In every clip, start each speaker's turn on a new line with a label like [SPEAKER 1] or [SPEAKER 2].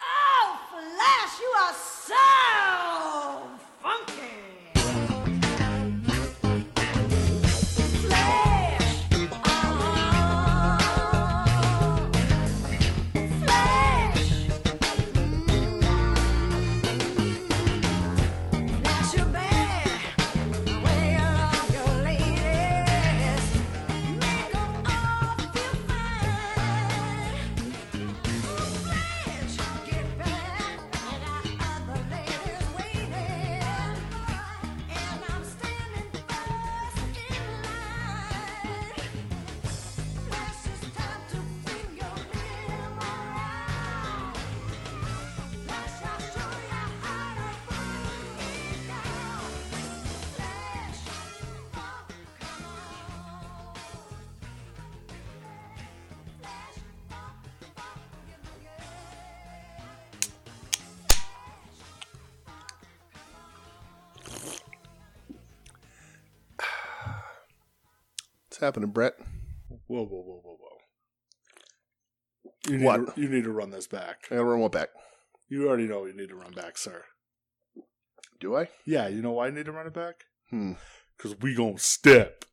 [SPEAKER 1] Yes, Oh, you are so funky. Flash. uh-huh. Oh. Flash. Mm. Flash your bag. Wear off your latest. Make 'em all feel fine.
[SPEAKER 2] What's happening, Brett?
[SPEAKER 3] Whoa, whoa, whoa, whoa, whoa. You need
[SPEAKER 2] What?
[SPEAKER 3] To, you need to run this back.
[SPEAKER 2] I gotta run one back.
[SPEAKER 3] You already know you need to run back, sir.
[SPEAKER 2] Do I?
[SPEAKER 3] Yeah, you know why I need to run it back?
[SPEAKER 2] Hmm.
[SPEAKER 3] Because we gonna step.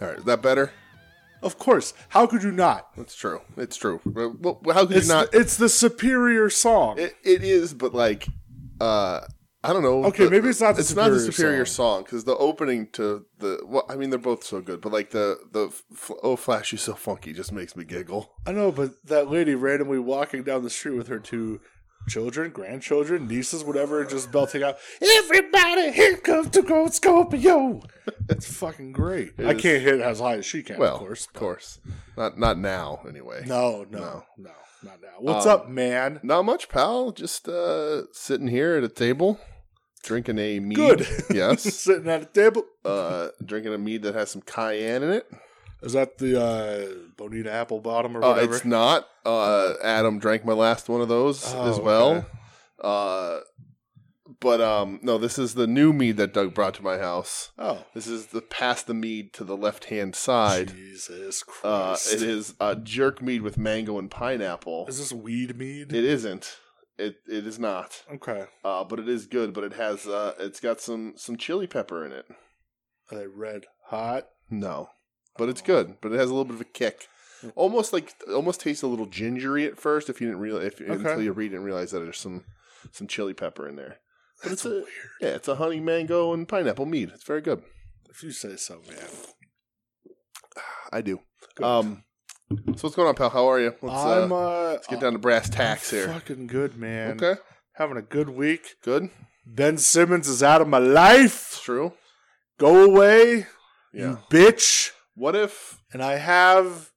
[SPEAKER 2] All right, is that better?
[SPEAKER 3] Of course. How could you not?
[SPEAKER 2] That's true. It's true. But- but- but How could
[SPEAKER 3] It's
[SPEAKER 2] you not?
[SPEAKER 3] the, it's the superior song.
[SPEAKER 2] It, it is, but like, uh, I don't know.
[SPEAKER 3] Okay,
[SPEAKER 2] The-
[SPEAKER 3] maybe it's not the
[SPEAKER 2] it's not the
[SPEAKER 3] superior
[SPEAKER 2] superior song because the opening to the. Well, I mean, they're both so good, but like the the f- oh, flash, you so funky just makes me giggle.
[SPEAKER 3] I know, but that lady randomly walking down the street with her two children, grandchildren, nieces, whatever, just belting out, "Everybody, here comes to go Scorpio." That's fucking great. I
[SPEAKER 2] is.
[SPEAKER 3] can't hit as high as she can,
[SPEAKER 2] Well,
[SPEAKER 3] of course.
[SPEAKER 2] of course, not not now anyway.
[SPEAKER 3] No, no, no,
[SPEAKER 2] No.
[SPEAKER 3] not now. What's
[SPEAKER 2] Um,
[SPEAKER 3] up, man?
[SPEAKER 2] Not much, pal. Just uh, sitting here at a table, drinking a mead.
[SPEAKER 3] Good.
[SPEAKER 2] Yes.
[SPEAKER 3] Sitting at a table.
[SPEAKER 2] uh, drinking a mead that has some cayenne in it.
[SPEAKER 3] Is that the uh, Bonita Apple Bottom or
[SPEAKER 2] Uh,
[SPEAKER 3] whatever?
[SPEAKER 2] it's not. Uh, Adam drank my last one of those
[SPEAKER 3] Oh,
[SPEAKER 2] as well.
[SPEAKER 3] okay.
[SPEAKER 2] Uh, but um, no, this is the new mead that Doug brought to my house.
[SPEAKER 3] oh,
[SPEAKER 2] This is the pass the mead to the left hand side.
[SPEAKER 3] Jesus
[SPEAKER 2] Uh,
[SPEAKER 3] Christ!
[SPEAKER 2] it is a jerk mead with mango and pineapple.
[SPEAKER 3] Is this weed mead?
[SPEAKER 2] It isn't. It it is not.
[SPEAKER 3] okay.
[SPEAKER 2] Uh, but it is good. But it has uh, it's got some some chili pepper in it.
[SPEAKER 3] Are they red hot? Oh.
[SPEAKER 2] No, but it's good. But it has a little bit of a kick. Almost like almost tastes a little gingery at first if you didn't realize if until you read it and realize that there's some some chili pepper in there. But it's a, weird. Yeah, it's a honey mango and pineapple mead. It's very good.
[SPEAKER 3] If you say so, man.
[SPEAKER 2] I do.
[SPEAKER 3] Good.
[SPEAKER 2] Um, so what's going on, pal? How are you? Let's, uh,
[SPEAKER 3] I'm uh,
[SPEAKER 2] let's get down to brass tacks here.
[SPEAKER 3] Fucking good, man.
[SPEAKER 2] Okay,
[SPEAKER 3] Having a good week.
[SPEAKER 2] good.
[SPEAKER 3] Ben Simmons is out of my life.
[SPEAKER 2] It's true.
[SPEAKER 3] Go away,
[SPEAKER 2] Yeah.
[SPEAKER 3] you bitch.
[SPEAKER 2] What if
[SPEAKER 3] And I have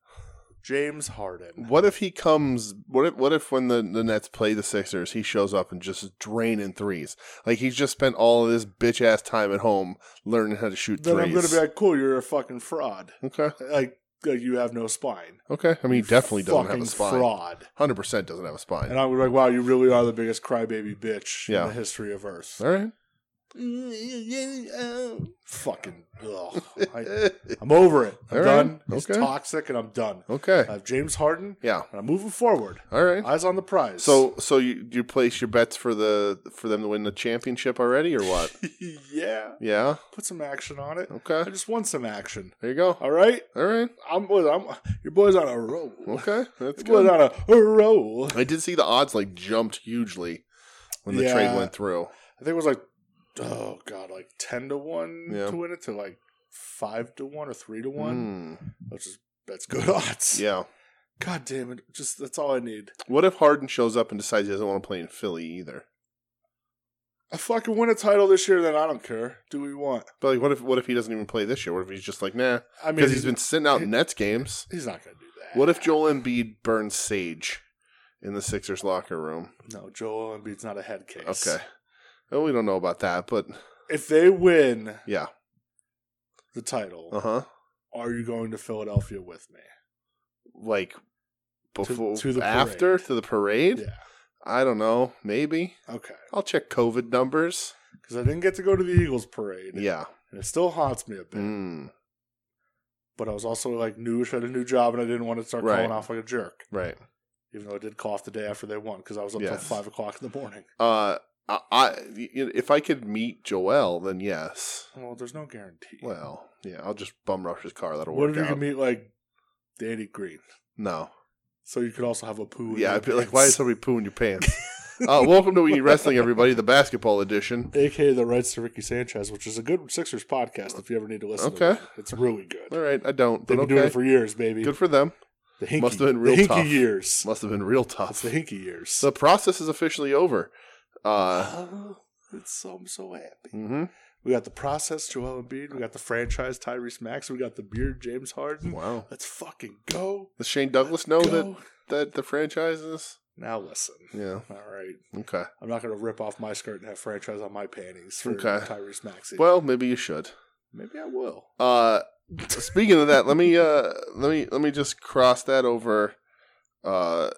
[SPEAKER 3] James Harden.
[SPEAKER 2] what if he comes? What if what if when the the Nets play the Sixers, he shows up and just is draining threes? Like he's just spent all of this bitch ass time at home learning how to shoot
[SPEAKER 3] Then I'm
[SPEAKER 2] threes.
[SPEAKER 3] gonna be like, cool, you're a fucking fraud.
[SPEAKER 2] Okay.
[SPEAKER 3] Like, like you have no spine.
[SPEAKER 2] Okay. I mean, he definitely doesn't
[SPEAKER 3] fucking
[SPEAKER 2] have a spine.
[SPEAKER 3] fraud.
[SPEAKER 2] Hundred percent doesn't have a spine.
[SPEAKER 3] And I'm like, wow, you really are the biggest crybaby bitch
[SPEAKER 2] Yeah.
[SPEAKER 3] in the history of Earth.
[SPEAKER 2] All right.
[SPEAKER 3] Fucking, ugh. I, am over it. I'm
[SPEAKER 2] All right.
[SPEAKER 3] done. It's
[SPEAKER 2] Okay.
[SPEAKER 3] toxic, and I'm done.
[SPEAKER 2] Okay.
[SPEAKER 3] I have James Harden.
[SPEAKER 2] Yeah.
[SPEAKER 3] and I'm moving forward.
[SPEAKER 2] All right.
[SPEAKER 3] Eyes on the prize.
[SPEAKER 2] So so you you place your bets for the for them to win the championship already or what?
[SPEAKER 3] yeah,
[SPEAKER 2] yeah.
[SPEAKER 3] put some action on it.
[SPEAKER 2] Okay.
[SPEAKER 3] I just want some action.
[SPEAKER 2] There you go.
[SPEAKER 3] All right,
[SPEAKER 2] All right.
[SPEAKER 3] I'm. I'm your boy's on a roll.
[SPEAKER 2] Okay. That's
[SPEAKER 3] Your
[SPEAKER 2] good.
[SPEAKER 3] boy's on a roll.
[SPEAKER 2] I did see the odds like jumped hugely when the
[SPEAKER 3] Yeah.
[SPEAKER 2] trade went through.
[SPEAKER 3] I think it was like, oh god, like ten to one
[SPEAKER 2] Yeah.
[SPEAKER 3] to win it to like five to one or three to one,
[SPEAKER 2] Mm,
[SPEAKER 3] which is that's good odds.
[SPEAKER 2] yeah.
[SPEAKER 3] God damn it! Just that's all I need.
[SPEAKER 2] What if Harden shows up and decides he doesn't want to play in Philly either?
[SPEAKER 3] I fucking win a title this year, then I don't care. Do what we want?
[SPEAKER 2] But like, what if what if he doesn't even play this year? What if he's just like, nah,
[SPEAKER 3] I mean,
[SPEAKER 2] because he's been sitting out in Nets games.
[SPEAKER 3] he's not gonna do that.
[SPEAKER 2] What if Joel Embiid burns sage in the Sixers locker room?
[SPEAKER 3] No, Joel Embiid's not a head case.
[SPEAKER 2] Okay. Well, we don't know about that, but
[SPEAKER 3] If they win
[SPEAKER 2] yeah.
[SPEAKER 3] the title,
[SPEAKER 2] Uh huh.
[SPEAKER 3] are you going to Philadelphia with me?
[SPEAKER 2] Like before,
[SPEAKER 3] to the
[SPEAKER 2] after to the parade.
[SPEAKER 3] Yeah.
[SPEAKER 2] I don't know. Maybe
[SPEAKER 3] Okay.
[SPEAKER 2] I'll check COVID numbers.
[SPEAKER 3] Because I didn't get to go to the Eagles parade.
[SPEAKER 2] Yeah.
[SPEAKER 3] And it still haunts me a bit.
[SPEAKER 2] Mm,
[SPEAKER 3] But I was also like newish at a new job and I didn't want to start
[SPEAKER 2] Right.
[SPEAKER 3] calling off like a jerk.
[SPEAKER 2] right.
[SPEAKER 3] even though I did cough the day after they won because I was up till
[SPEAKER 2] Yes.
[SPEAKER 3] five o'clock in the morning.
[SPEAKER 2] Uh, I, I you know, if I could meet Joel, then yes.
[SPEAKER 3] Well, there's no guarantee.
[SPEAKER 2] Well, yeah. I'll just bum rush his car. That'll
[SPEAKER 3] what
[SPEAKER 2] work
[SPEAKER 3] if you
[SPEAKER 2] out.
[SPEAKER 3] could meet like Danny Green?
[SPEAKER 2] no.
[SPEAKER 3] So you could also have a poo.
[SPEAKER 2] Yeah,
[SPEAKER 3] in your
[SPEAKER 2] I'd be like, why is
[SPEAKER 3] pants.
[SPEAKER 2] somebody pooing your pants? uh, welcome to We Need Wrestling, everybody, the basketball edition.
[SPEAKER 3] AKA the rights to Ricky Sanchez, which is a good Sixers podcast if you ever need to listen. to
[SPEAKER 2] Okay.
[SPEAKER 3] it. it's really good.
[SPEAKER 2] All right, I don't,
[SPEAKER 3] They've
[SPEAKER 2] but okay.
[SPEAKER 3] been doing it for years, baby.
[SPEAKER 2] Good for them.
[SPEAKER 3] the hinky,
[SPEAKER 2] must have been real
[SPEAKER 3] the hinky
[SPEAKER 2] tough.
[SPEAKER 3] years.
[SPEAKER 2] Must have been real
[SPEAKER 3] It's
[SPEAKER 2] tough.
[SPEAKER 3] the hinky years.
[SPEAKER 2] The process is officially over. Uh,
[SPEAKER 3] Oh, it's so, I'm so happy.
[SPEAKER 2] mhm.
[SPEAKER 3] We got the process, Joel Embiid. We got the franchise, Tyrese Max. We got the beard, James Harden.
[SPEAKER 2] Wow.
[SPEAKER 3] Let's fucking go.
[SPEAKER 2] Does Shane Douglas know that,
[SPEAKER 3] Go.
[SPEAKER 2] that the franchise is?
[SPEAKER 3] Now listen.
[SPEAKER 2] Yeah.
[SPEAKER 3] All right.
[SPEAKER 2] Okay.
[SPEAKER 3] I'm not going to rip off my skirt and have franchise on my panties for
[SPEAKER 2] Okay.
[SPEAKER 3] Tyrese Maxey.
[SPEAKER 2] Well, maybe you should.
[SPEAKER 3] maybe I will.
[SPEAKER 2] Uh, speaking of that, let me uh, let me let me just cross that over. Uh,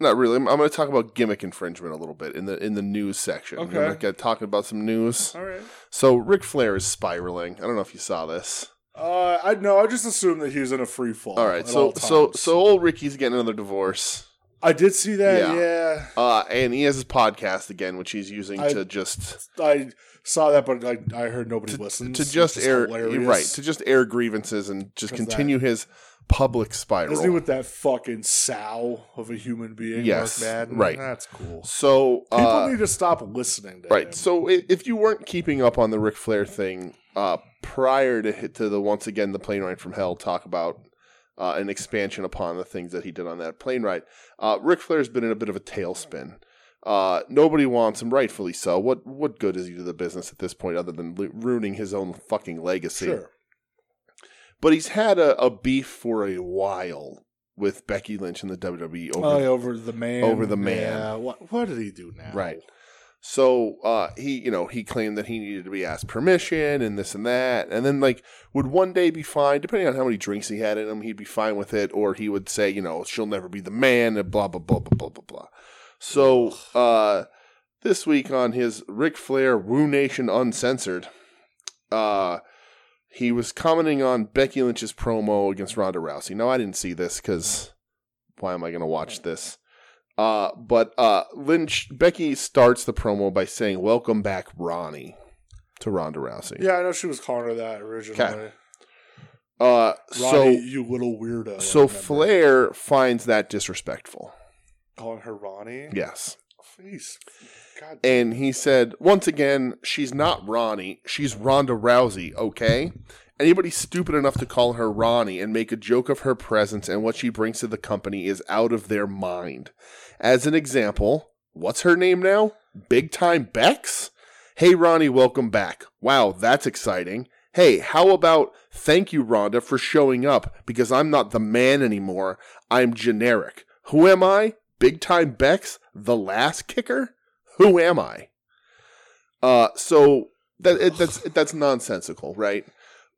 [SPEAKER 2] not really. I'm, I'm going to talk about gimmick infringement a little bit in the in the news section. I'm
[SPEAKER 3] Okay.
[SPEAKER 2] gonna get talking about some news.
[SPEAKER 3] All right.
[SPEAKER 2] So Ric Flair is spiraling. I don't know if you saw this.
[SPEAKER 3] Uh, I no, I just assumed that he was in a free fall.
[SPEAKER 2] all right.
[SPEAKER 3] at
[SPEAKER 2] So
[SPEAKER 3] all
[SPEAKER 2] so
[SPEAKER 3] times.
[SPEAKER 2] so old Ricky's getting another divorce.
[SPEAKER 3] I did see
[SPEAKER 2] Yeah.
[SPEAKER 3] that. Yeah.
[SPEAKER 2] Uh, and he has his podcast again, which he's using
[SPEAKER 3] I-
[SPEAKER 2] to just
[SPEAKER 3] I saw that, but I, I heard nobody listens.
[SPEAKER 2] to just
[SPEAKER 3] which is
[SPEAKER 2] air
[SPEAKER 3] hilarious.
[SPEAKER 2] right to just air grievances and just
[SPEAKER 3] 'Cause that-
[SPEAKER 2] continue his public spiral.
[SPEAKER 3] Isn't he with that fucking sow of a human being?
[SPEAKER 2] Yes,
[SPEAKER 3] Mark Madden?
[SPEAKER 2] right.
[SPEAKER 3] That's cool.
[SPEAKER 2] so
[SPEAKER 3] People
[SPEAKER 2] uh,
[SPEAKER 3] need to stop listening to
[SPEAKER 2] Right.
[SPEAKER 3] him.
[SPEAKER 2] So i- if you weren't keeping up on the Ric Flair thing uh, prior to hit to the once again the plane ride from hell talk about uh, an expansion upon the things that he did on that plane ride, uh, Ric Flair's been in a bit of a tailspin. Uh, nobody wants him, rightfully so. What what good is he to the business at this point other than lu- ruining his own fucking legacy?
[SPEAKER 3] sure.
[SPEAKER 2] But he's had a, a beef for a while with Becky Lynch and the WWE over
[SPEAKER 3] Oh, yeah, over the man.
[SPEAKER 2] over the man.
[SPEAKER 3] Yeah. What, what did he do now?
[SPEAKER 2] Right. So uh, he, you know, he claimed that he needed to be asked permission and this and that, and then like would one day be fine, depending on how many drinks he had in him, he'd be fine with it, or he would say, you know, she'll never be the man, and blah blah blah blah blah blah blah. So uh, this week on his Ric Flair Woo Nation Uncensored, uh, he was commenting on Becky Lynch's promo against Ronda Rousey. Now I didn't see this because why am I going to watch this? Uh, but uh, Lynch Becky starts the promo by saying "Welcome back, Ronnie," to Ronda Rousey.
[SPEAKER 3] Yeah, I know she was calling her that originally.
[SPEAKER 2] Okay. Uh,
[SPEAKER 3] Ronnie,
[SPEAKER 2] so
[SPEAKER 3] you little weirdo. I
[SPEAKER 2] so
[SPEAKER 3] remember.
[SPEAKER 2] Flair finds that disrespectful.
[SPEAKER 3] calling her Ronnie.
[SPEAKER 2] Yes,
[SPEAKER 3] Please. God.
[SPEAKER 2] and he said once again, "She's not Ronnie. She's Ronda Rousey." Okay. Anybody stupid enough to call her Ronnie and make a joke of her presence and what she brings to the company is out of their mind. As an example, what's her name now? Big Time Bex? Hey, Ronnie, welcome back. Wow, that's exciting. Hey, how about thank you, Rhonda, for showing up because I'm not the man anymore. I'm generic. Who am I? Big Time Bex, the last kicker? Who am I? Uh, so that, it- that's that's nonsensical, right?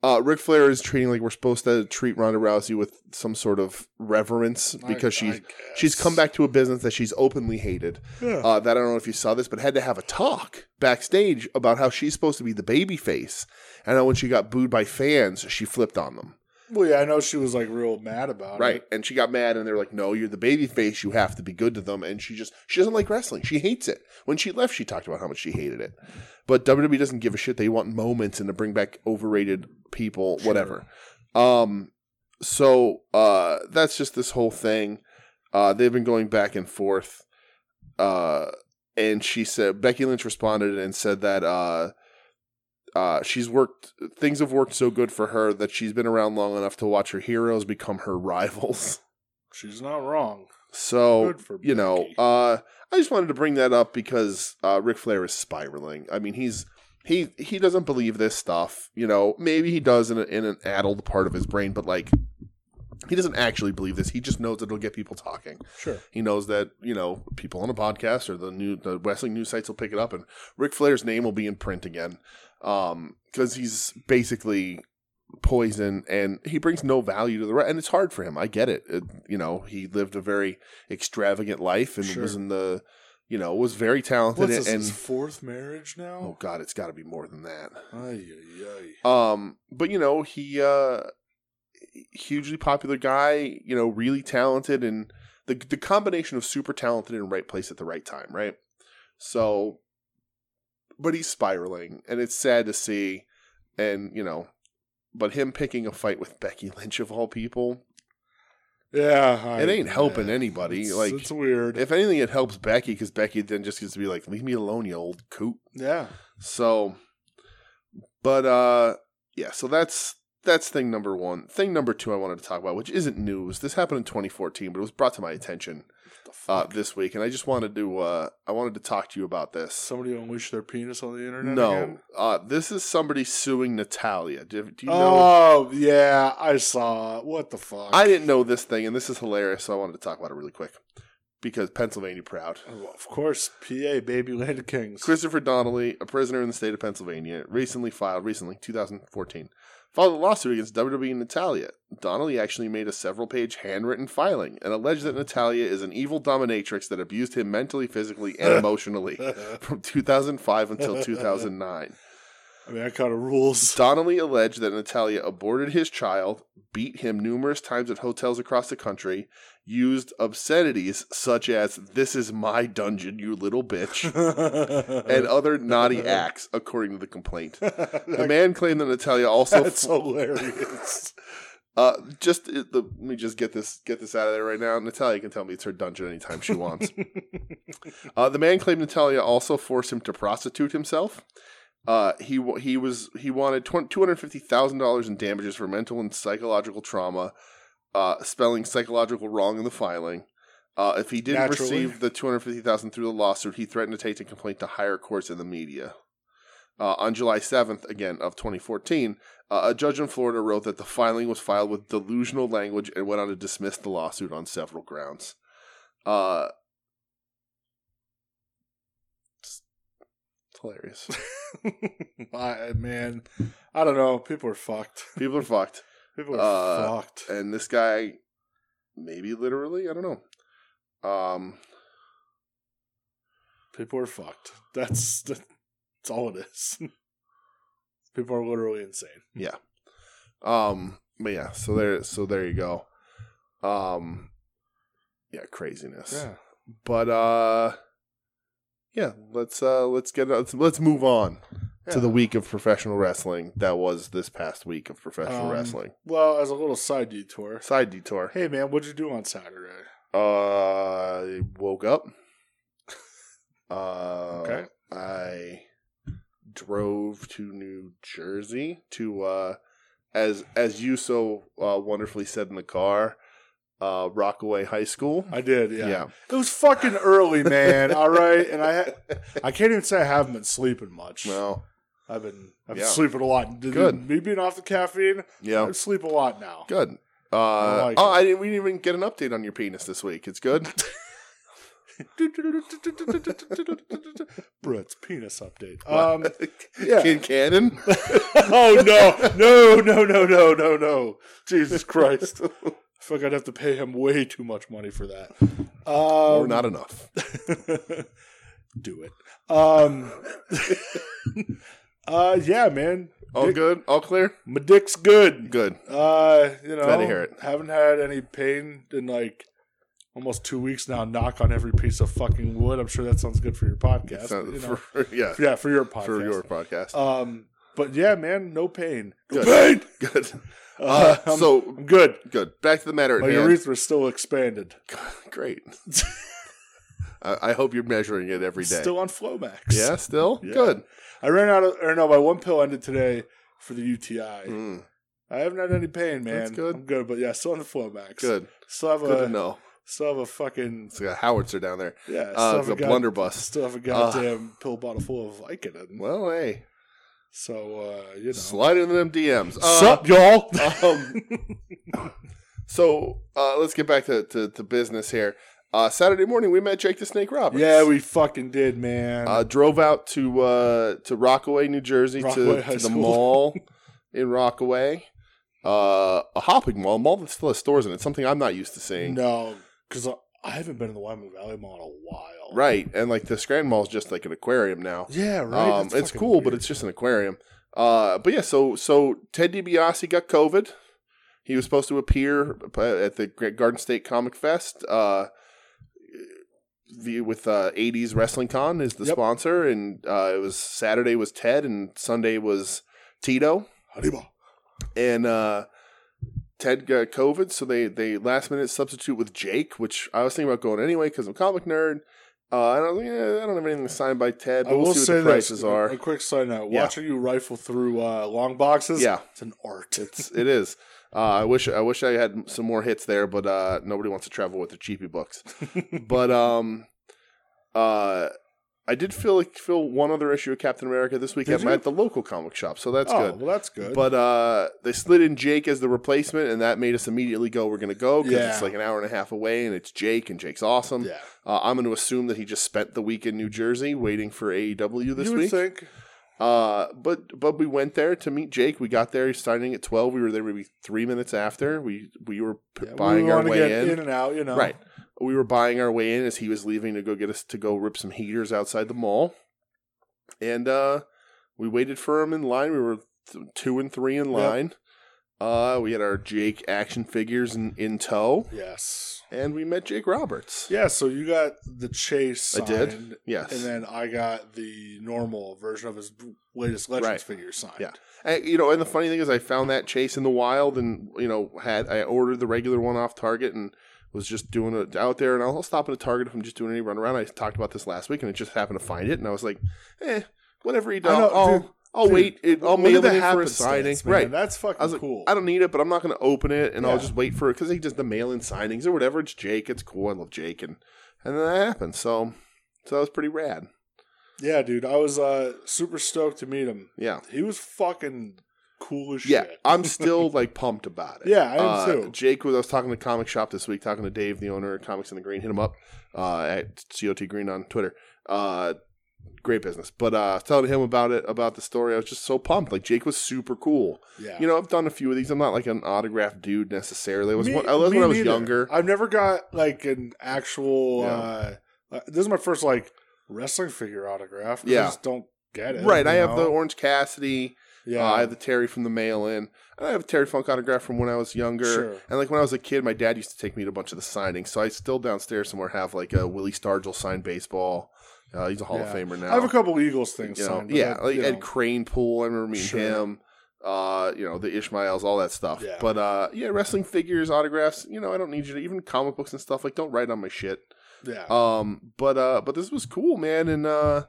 [SPEAKER 2] Uh, Ric Flair is treating like we're supposed to treat Ronda Rousey with some sort of reverence because
[SPEAKER 3] I
[SPEAKER 2] she's she's come
[SPEAKER 3] guess.
[SPEAKER 2] back to a business that she's openly hated.
[SPEAKER 3] Yeah.
[SPEAKER 2] Uh, that I don't know if you saw this, but had to have a talk backstage about how she's supposed to be the baby face, and how when she got booed by fans, she flipped on them.
[SPEAKER 3] Well, yeah, I know she was like real mad about
[SPEAKER 2] Right,
[SPEAKER 3] it.
[SPEAKER 2] and she got mad, and they were like, "No, you're the baby face. You have to be good to them." And she just she doesn't like wrestling. She hates it. When she left, she talked about how much she hated it. But WWE doesn't give a shit. They want moments and to bring back overrated people, whatever. Um, so uh, that's just this whole thing. Uh, they've been going back and forth. Uh, and she said Becky Lynch responded and said that uh, uh, she's worked things have worked so good for her that she's been around long enough to watch her heroes become her rivals.
[SPEAKER 3] She's not wrong.
[SPEAKER 2] So
[SPEAKER 3] Good for
[SPEAKER 2] you know,
[SPEAKER 3] Becky.
[SPEAKER 2] uh, I just wanted to bring that up because uh, Ric Flair is spiraling. I mean, he's he he doesn't believe this stuff. You know, maybe he does in, a, in an addled part of his brain, but like he doesn't actually believe this. He just knows it'll get people talking.
[SPEAKER 3] Sure.
[SPEAKER 2] He knows that you know people on a podcast or the new the wrestling news sites will pick it up, and Ric Flair's name will be in print again because he's basically poison and he brings no value to the re- and it's hard for him. I get it. It- you know, he lived a very extravagant life and
[SPEAKER 3] Sure.
[SPEAKER 2] was in the you know was very talented
[SPEAKER 3] What's this,
[SPEAKER 2] and
[SPEAKER 3] his fourth marriage
[SPEAKER 2] oh
[SPEAKER 3] now?
[SPEAKER 2] god, it's got to be more than that.
[SPEAKER 3] Ay, ay, ay.
[SPEAKER 2] Um, but you know, he uh hugely popular guy, you know, really talented and the the combination of super talented and right place at the right time, right? So but he's spiraling and it's sad to see and you know but him picking a fight with Becky Lynch of all people,
[SPEAKER 3] Yeah. I-
[SPEAKER 2] it ain't helping
[SPEAKER 3] yeah.
[SPEAKER 2] anybody.
[SPEAKER 3] It's-
[SPEAKER 2] like
[SPEAKER 3] it's weird.
[SPEAKER 2] if anything it helps Becky cuz Becky then just gets to be like, "Leave me alone, you old coot."
[SPEAKER 3] yeah.
[SPEAKER 2] So, but uh, yeah. So that's that's thing number one. Thing number two, I wanted to talk about, which isn't news. This happened in 2014, but it was brought to my attention uh, this week, and I just wanted to uh, I wanted to talk to you about this.
[SPEAKER 3] Somebody unleashed their penis on the internet.
[SPEAKER 2] Uh, No,
[SPEAKER 3] again?
[SPEAKER 2] uh, this is somebody suing Natalia. Do, do you know?
[SPEAKER 3] Oh yeah, I saw. it. What the fuck?
[SPEAKER 2] I didn't know this thing, and this is hilarious, so I wanted to talk about it really quick because Pennsylvania proud.
[SPEAKER 3] Well, of course, PA baby land of kings.
[SPEAKER 2] Christopher Donnelly, a prisoner in the state of Pennsylvania, recently filed, recently, 2014, filed a lawsuit against WWE and Natalia. Donnelly actually made a several page handwritten filing and alleged that Natalia is an evil dominatrix that abused him mentally, physically, and emotionally from 2005 until 2009.
[SPEAKER 3] I mean, that kind of rules.
[SPEAKER 2] Donnelly alleged that Natalia aborted his child, beat him numerous times at hotels across the country, used obscenities such as, This is my dungeon, you little bitch and
[SPEAKER 3] and
[SPEAKER 2] other naughty acts, according to the complaint. The man claimed that Natalia also
[SPEAKER 3] that's hilarious.
[SPEAKER 2] uh, just it- the, let me just get this get this out of there right now. Natalia can tell me it's her dungeon anytime she wants. uh, the man claimed Natalia also forced him to prostitute himself. Uh, he wa- he was he wanted two hundred fifty thousand dollars in damages for mental and psychological trauma, uh, spelling psychological wrong in the filing. Uh, if he didn't
[SPEAKER 3] Naturally.
[SPEAKER 2] receive the two hundred fifty thousand through the lawsuit, he threatened to take the complaint to higher courts and the media. Uh, on July 7th, again, of 2014, uh, a judge in Florida wrote that the filing was filed with delusional language and went on to dismiss the lawsuit on several grounds. Uh, it's- it's hilarious.
[SPEAKER 3] I, man, I don't know. People are fucked.
[SPEAKER 2] People are fucked.
[SPEAKER 3] People are
[SPEAKER 2] Uh,
[SPEAKER 3] fucked.
[SPEAKER 2] And this guy, maybe literally, I don't know. Um,
[SPEAKER 3] People are fucked. That's that's all it is. People are literally insane.
[SPEAKER 2] um, but yeah, so there, so there you go. Um, yeah, craziness.
[SPEAKER 3] Um,
[SPEAKER 2] but uh yeah let's uh let's get let's, let's move on to the
[SPEAKER 3] Yeah.
[SPEAKER 2] week of professional wrestling that was this past week of professional
[SPEAKER 3] Um,
[SPEAKER 2] wrestling
[SPEAKER 3] Well, as a little side detour.
[SPEAKER 2] side detour
[SPEAKER 3] Hey man, what'd you do on Saturday?
[SPEAKER 2] uh I woke up uh
[SPEAKER 3] Okay.
[SPEAKER 2] i drove to new jersey to uh as as you so uh, wonderfully said in the car uh rockaway high school
[SPEAKER 3] I did, yeah.
[SPEAKER 2] yeah
[SPEAKER 3] It was fucking early, man. all right, and I I can't even say I haven't been sleeping much.
[SPEAKER 2] well
[SPEAKER 3] I've been I've
[SPEAKER 2] Yeah.
[SPEAKER 3] been sleeping a lot.
[SPEAKER 2] Good.
[SPEAKER 3] Me being off the caffeine,
[SPEAKER 2] yeah
[SPEAKER 3] I sleep a lot now.
[SPEAKER 2] Good. Uh,
[SPEAKER 3] I like
[SPEAKER 2] oh,
[SPEAKER 3] it.
[SPEAKER 2] I didn't. We didn't even get an update on your penis this week. It's good.
[SPEAKER 3] Brett's penis update. Um, yeah.
[SPEAKER 2] Kid Cannon.
[SPEAKER 3] oh no, no, no, no, no, no, no! Jesus Christ! I feel like I'd have to pay him way too much money for that. Um,
[SPEAKER 2] or not enough.
[SPEAKER 3] do it. Um, uh, yeah, man.
[SPEAKER 2] All
[SPEAKER 3] Dick-
[SPEAKER 2] good? All clear?
[SPEAKER 3] My dick's Oh, good.
[SPEAKER 2] Good.
[SPEAKER 3] Uh, you know,
[SPEAKER 2] Glad to hear it.
[SPEAKER 3] haven't had any pain in like almost two weeks now. Knock on every piece of fucking wood. I'm sure that sounds good for your podcast.
[SPEAKER 2] So-
[SPEAKER 3] but, you know,
[SPEAKER 2] for- yeah,
[SPEAKER 3] yeah, for your podcast.
[SPEAKER 2] for your podcast.
[SPEAKER 3] Um, but yeah, man, no pain. No
[SPEAKER 2] Good.
[SPEAKER 3] pain.
[SPEAKER 2] good.
[SPEAKER 3] Uh, I'm,
[SPEAKER 2] so-
[SPEAKER 3] I'm good.
[SPEAKER 2] Good. Back to the matter at
[SPEAKER 3] My
[SPEAKER 2] hand.
[SPEAKER 3] urethra's still expanded.
[SPEAKER 2] Great. I, I hope you're measuring it every day.
[SPEAKER 3] Still on Flomax.
[SPEAKER 2] yeah, still?
[SPEAKER 3] Yeah.
[SPEAKER 2] Good.
[SPEAKER 3] I ran out of, or no, my one pill ended today for the UTI.
[SPEAKER 2] Mm,
[SPEAKER 3] I haven't had any pain, man.
[SPEAKER 2] That's good.
[SPEAKER 3] I'm good, but yeah, still on the Flomax.
[SPEAKER 2] good.
[SPEAKER 3] Still have
[SPEAKER 2] Good
[SPEAKER 3] a
[SPEAKER 2] to know.
[SPEAKER 3] still have a fucking
[SPEAKER 2] It's like a howitzer down there.
[SPEAKER 3] yeah. Still
[SPEAKER 2] Uh, it's
[SPEAKER 3] have
[SPEAKER 2] a
[SPEAKER 3] god-
[SPEAKER 2] blunderbuss.
[SPEAKER 3] Still have a goddamn pill bottle full of Vicodin.
[SPEAKER 2] Well, hey.
[SPEAKER 3] So uh, you know,
[SPEAKER 2] Slide into them DMs. Uh,
[SPEAKER 3] sup, y'all?
[SPEAKER 2] Um, so uh, let's get back to, to, to business here. Uh, Saturday morning, we met Jake the Snake Roberts.
[SPEAKER 3] yeah, we fucking did, man.
[SPEAKER 2] uh, drove out to uh, to Rockaway, New Jersey,
[SPEAKER 3] Rockaway
[SPEAKER 2] to,
[SPEAKER 3] High
[SPEAKER 2] to the
[SPEAKER 3] School.
[SPEAKER 2] mall in Rockaway, uh, a hopping mall, a mall that still has stores in it. Something I'm not used to seeing.
[SPEAKER 3] no, because I, I haven't been in the Wyman Valley Mall in a while.
[SPEAKER 2] Right, and like the Scranton Mall is just like an aquarium now.
[SPEAKER 3] Yeah, right.
[SPEAKER 2] um,
[SPEAKER 3] That's
[SPEAKER 2] it's
[SPEAKER 3] fucking
[SPEAKER 2] cool, but
[SPEAKER 3] weird.
[SPEAKER 2] it's just an aquarium. Uh, but yeah, so so Ted DiBiase got COVID. He was supposed to appear at the Garden State Comic Fest. Uh, the- with uh, 80s Wrestling Con is the
[SPEAKER 3] Yep.
[SPEAKER 2] sponsor, and uh, it was Saturday was Ted, and Sunday was Tito,
[SPEAKER 3] Haribo.
[SPEAKER 2] and uh, Ted got COVID, so they they last minute substitute with Jake, which I was thinking about going anyway because I'm a comic nerd. Uh, and I was like, eh, I don't have anything signed by Ted,
[SPEAKER 3] I
[SPEAKER 2] but
[SPEAKER 3] will
[SPEAKER 2] we'll see
[SPEAKER 3] say
[SPEAKER 2] what the prices
[SPEAKER 3] this,
[SPEAKER 2] are.
[SPEAKER 3] A, a quick side note:
[SPEAKER 2] Yeah.
[SPEAKER 3] watching you rifle through uh, long boxes,
[SPEAKER 2] Yeah.
[SPEAKER 3] it's an art.
[SPEAKER 2] It's it is. Uh, I wish I wish I had some more hits there, but uh, nobody wants to travel with the cheapy books. but um, uh, I did feel like feel one other issue of Captain America this week
[SPEAKER 3] Did
[SPEAKER 2] at, my-
[SPEAKER 3] you?
[SPEAKER 2] at the local comic shop, so that's
[SPEAKER 3] oh,
[SPEAKER 2] good.
[SPEAKER 3] well, that's good.
[SPEAKER 2] But uh, they slid in Jake as the replacement, and that made us immediately go, "We're gonna go" because
[SPEAKER 3] Yeah.
[SPEAKER 2] it's like an hour and a half away, and it's Jake, and Jake's awesome.
[SPEAKER 3] yeah,
[SPEAKER 2] Uh, I'm going to assume that he just spent the week in New Jersey waiting for AEW this
[SPEAKER 3] you would
[SPEAKER 2] week.
[SPEAKER 3] think.
[SPEAKER 2] Uh, but but we went there to meet Jake. We got there. He's signing at twelve. We were there maybe three minutes after. We we were p-
[SPEAKER 3] Yeah,
[SPEAKER 2] buying
[SPEAKER 3] we
[SPEAKER 2] our
[SPEAKER 3] wanna
[SPEAKER 2] way
[SPEAKER 3] get
[SPEAKER 2] in.
[SPEAKER 3] in and out, you know.
[SPEAKER 2] Right. We were buying our way in as he was leaving to go get us to go rip some heaters outside the mall, and uh, we waited for him in line. We were th- two and three in line. Uh, we had our Jake action figures in, in tow,
[SPEAKER 3] Yes.
[SPEAKER 2] and we met Jake Roberts.
[SPEAKER 3] Yeah, so you got the chase.
[SPEAKER 2] I did.
[SPEAKER 3] signed,
[SPEAKER 2] Yes.
[SPEAKER 3] And then I got the normal version of his latest Legends
[SPEAKER 2] Right.
[SPEAKER 3] figure signed.
[SPEAKER 2] Yeah. I, you know, and the funny thing is, I found that chase in the wild, and you know, had I ordered the regular one off Target and was just doing it out there, and I'll stop at a Target if I'm just doing any run around. I talked about this last week, and I just happened to find it, and I was like, eh, whatever he does,
[SPEAKER 3] I know,
[SPEAKER 2] I'll,
[SPEAKER 3] dude,
[SPEAKER 2] I'll
[SPEAKER 3] dude,
[SPEAKER 2] wait. It, I'll
[SPEAKER 3] Look at
[SPEAKER 2] mail
[SPEAKER 3] the
[SPEAKER 2] it in for a
[SPEAKER 3] happenstance,
[SPEAKER 2] signing,
[SPEAKER 3] man.
[SPEAKER 2] right?
[SPEAKER 3] That's fucking
[SPEAKER 2] I was like,
[SPEAKER 3] cool.
[SPEAKER 2] I don't need it, but I'm not going to open it, and I'll
[SPEAKER 3] Yeah.
[SPEAKER 2] just wait for it because he does the mail in signings or whatever. It's Jake. It's cool. I love Jake, and and then that happened. So, so that was pretty rad.
[SPEAKER 3] yeah, dude, I was uh, super stoked to meet him.
[SPEAKER 2] Yeah.
[SPEAKER 3] He was fucking cool as
[SPEAKER 2] Yeah,
[SPEAKER 3] shit.
[SPEAKER 2] I'm still like pumped about it. Uh,
[SPEAKER 3] Yeah, I am too.
[SPEAKER 2] Jake was I was talking to Comic Shop this week, talking to Dave, the owner of Comics in the Green. Hit him up uh, at COT Green on Twitter. Uh, great business. But uh, I was telling him about it about the story. I was just so pumped. Like Jake was super cool.
[SPEAKER 3] Yeah.
[SPEAKER 2] You know, I've done a few of these. I'm not like an autograph dude necessarily. I was
[SPEAKER 3] Me-
[SPEAKER 2] one, I was
[SPEAKER 3] me
[SPEAKER 2] when I was
[SPEAKER 3] neither.
[SPEAKER 2] younger.
[SPEAKER 3] I've never got like an actual.
[SPEAKER 2] Yeah.
[SPEAKER 3] Uh, uh, this is my first like wrestling figure autograph. 'cause
[SPEAKER 2] Yeah.
[SPEAKER 3] I just don't get it.
[SPEAKER 2] right.
[SPEAKER 3] you
[SPEAKER 2] I have the
[SPEAKER 3] know?
[SPEAKER 2] Orange Cassidy.
[SPEAKER 3] Yeah.
[SPEAKER 2] Uh, I have the Terry from the mail in. I have a Terry Funk autograph from when I was younger.
[SPEAKER 3] Sure.
[SPEAKER 2] And like when I was a kid, my dad used to take me to a bunch of the signings. So I still downstairs somewhere have like a Willie Stargell signed baseball. Uh, he's a Hall of
[SPEAKER 3] Yeah.
[SPEAKER 2] Famer now.
[SPEAKER 3] I have a couple Eagles things.
[SPEAKER 2] you know,
[SPEAKER 3] signed, but
[SPEAKER 2] yeah,
[SPEAKER 3] that-
[SPEAKER 2] like
[SPEAKER 3] you
[SPEAKER 2] Ed
[SPEAKER 3] know.
[SPEAKER 2] Crane Pool. I remember meeting
[SPEAKER 3] Sure.
[SPEAKER 2] him. Uh, you know, the Ishmaels, all that stuff.
[SPEAKER 3] Yeah.
[SPEAKER 2] But uh, yeah, wrestling figures, autographs. You know, I don't need you to even comic books and stuff. Like, don't write on my shit.
[SPEAKER 3] yeah.
[SPEAKER 2] Um, but uh, but this was cool, man. And uh,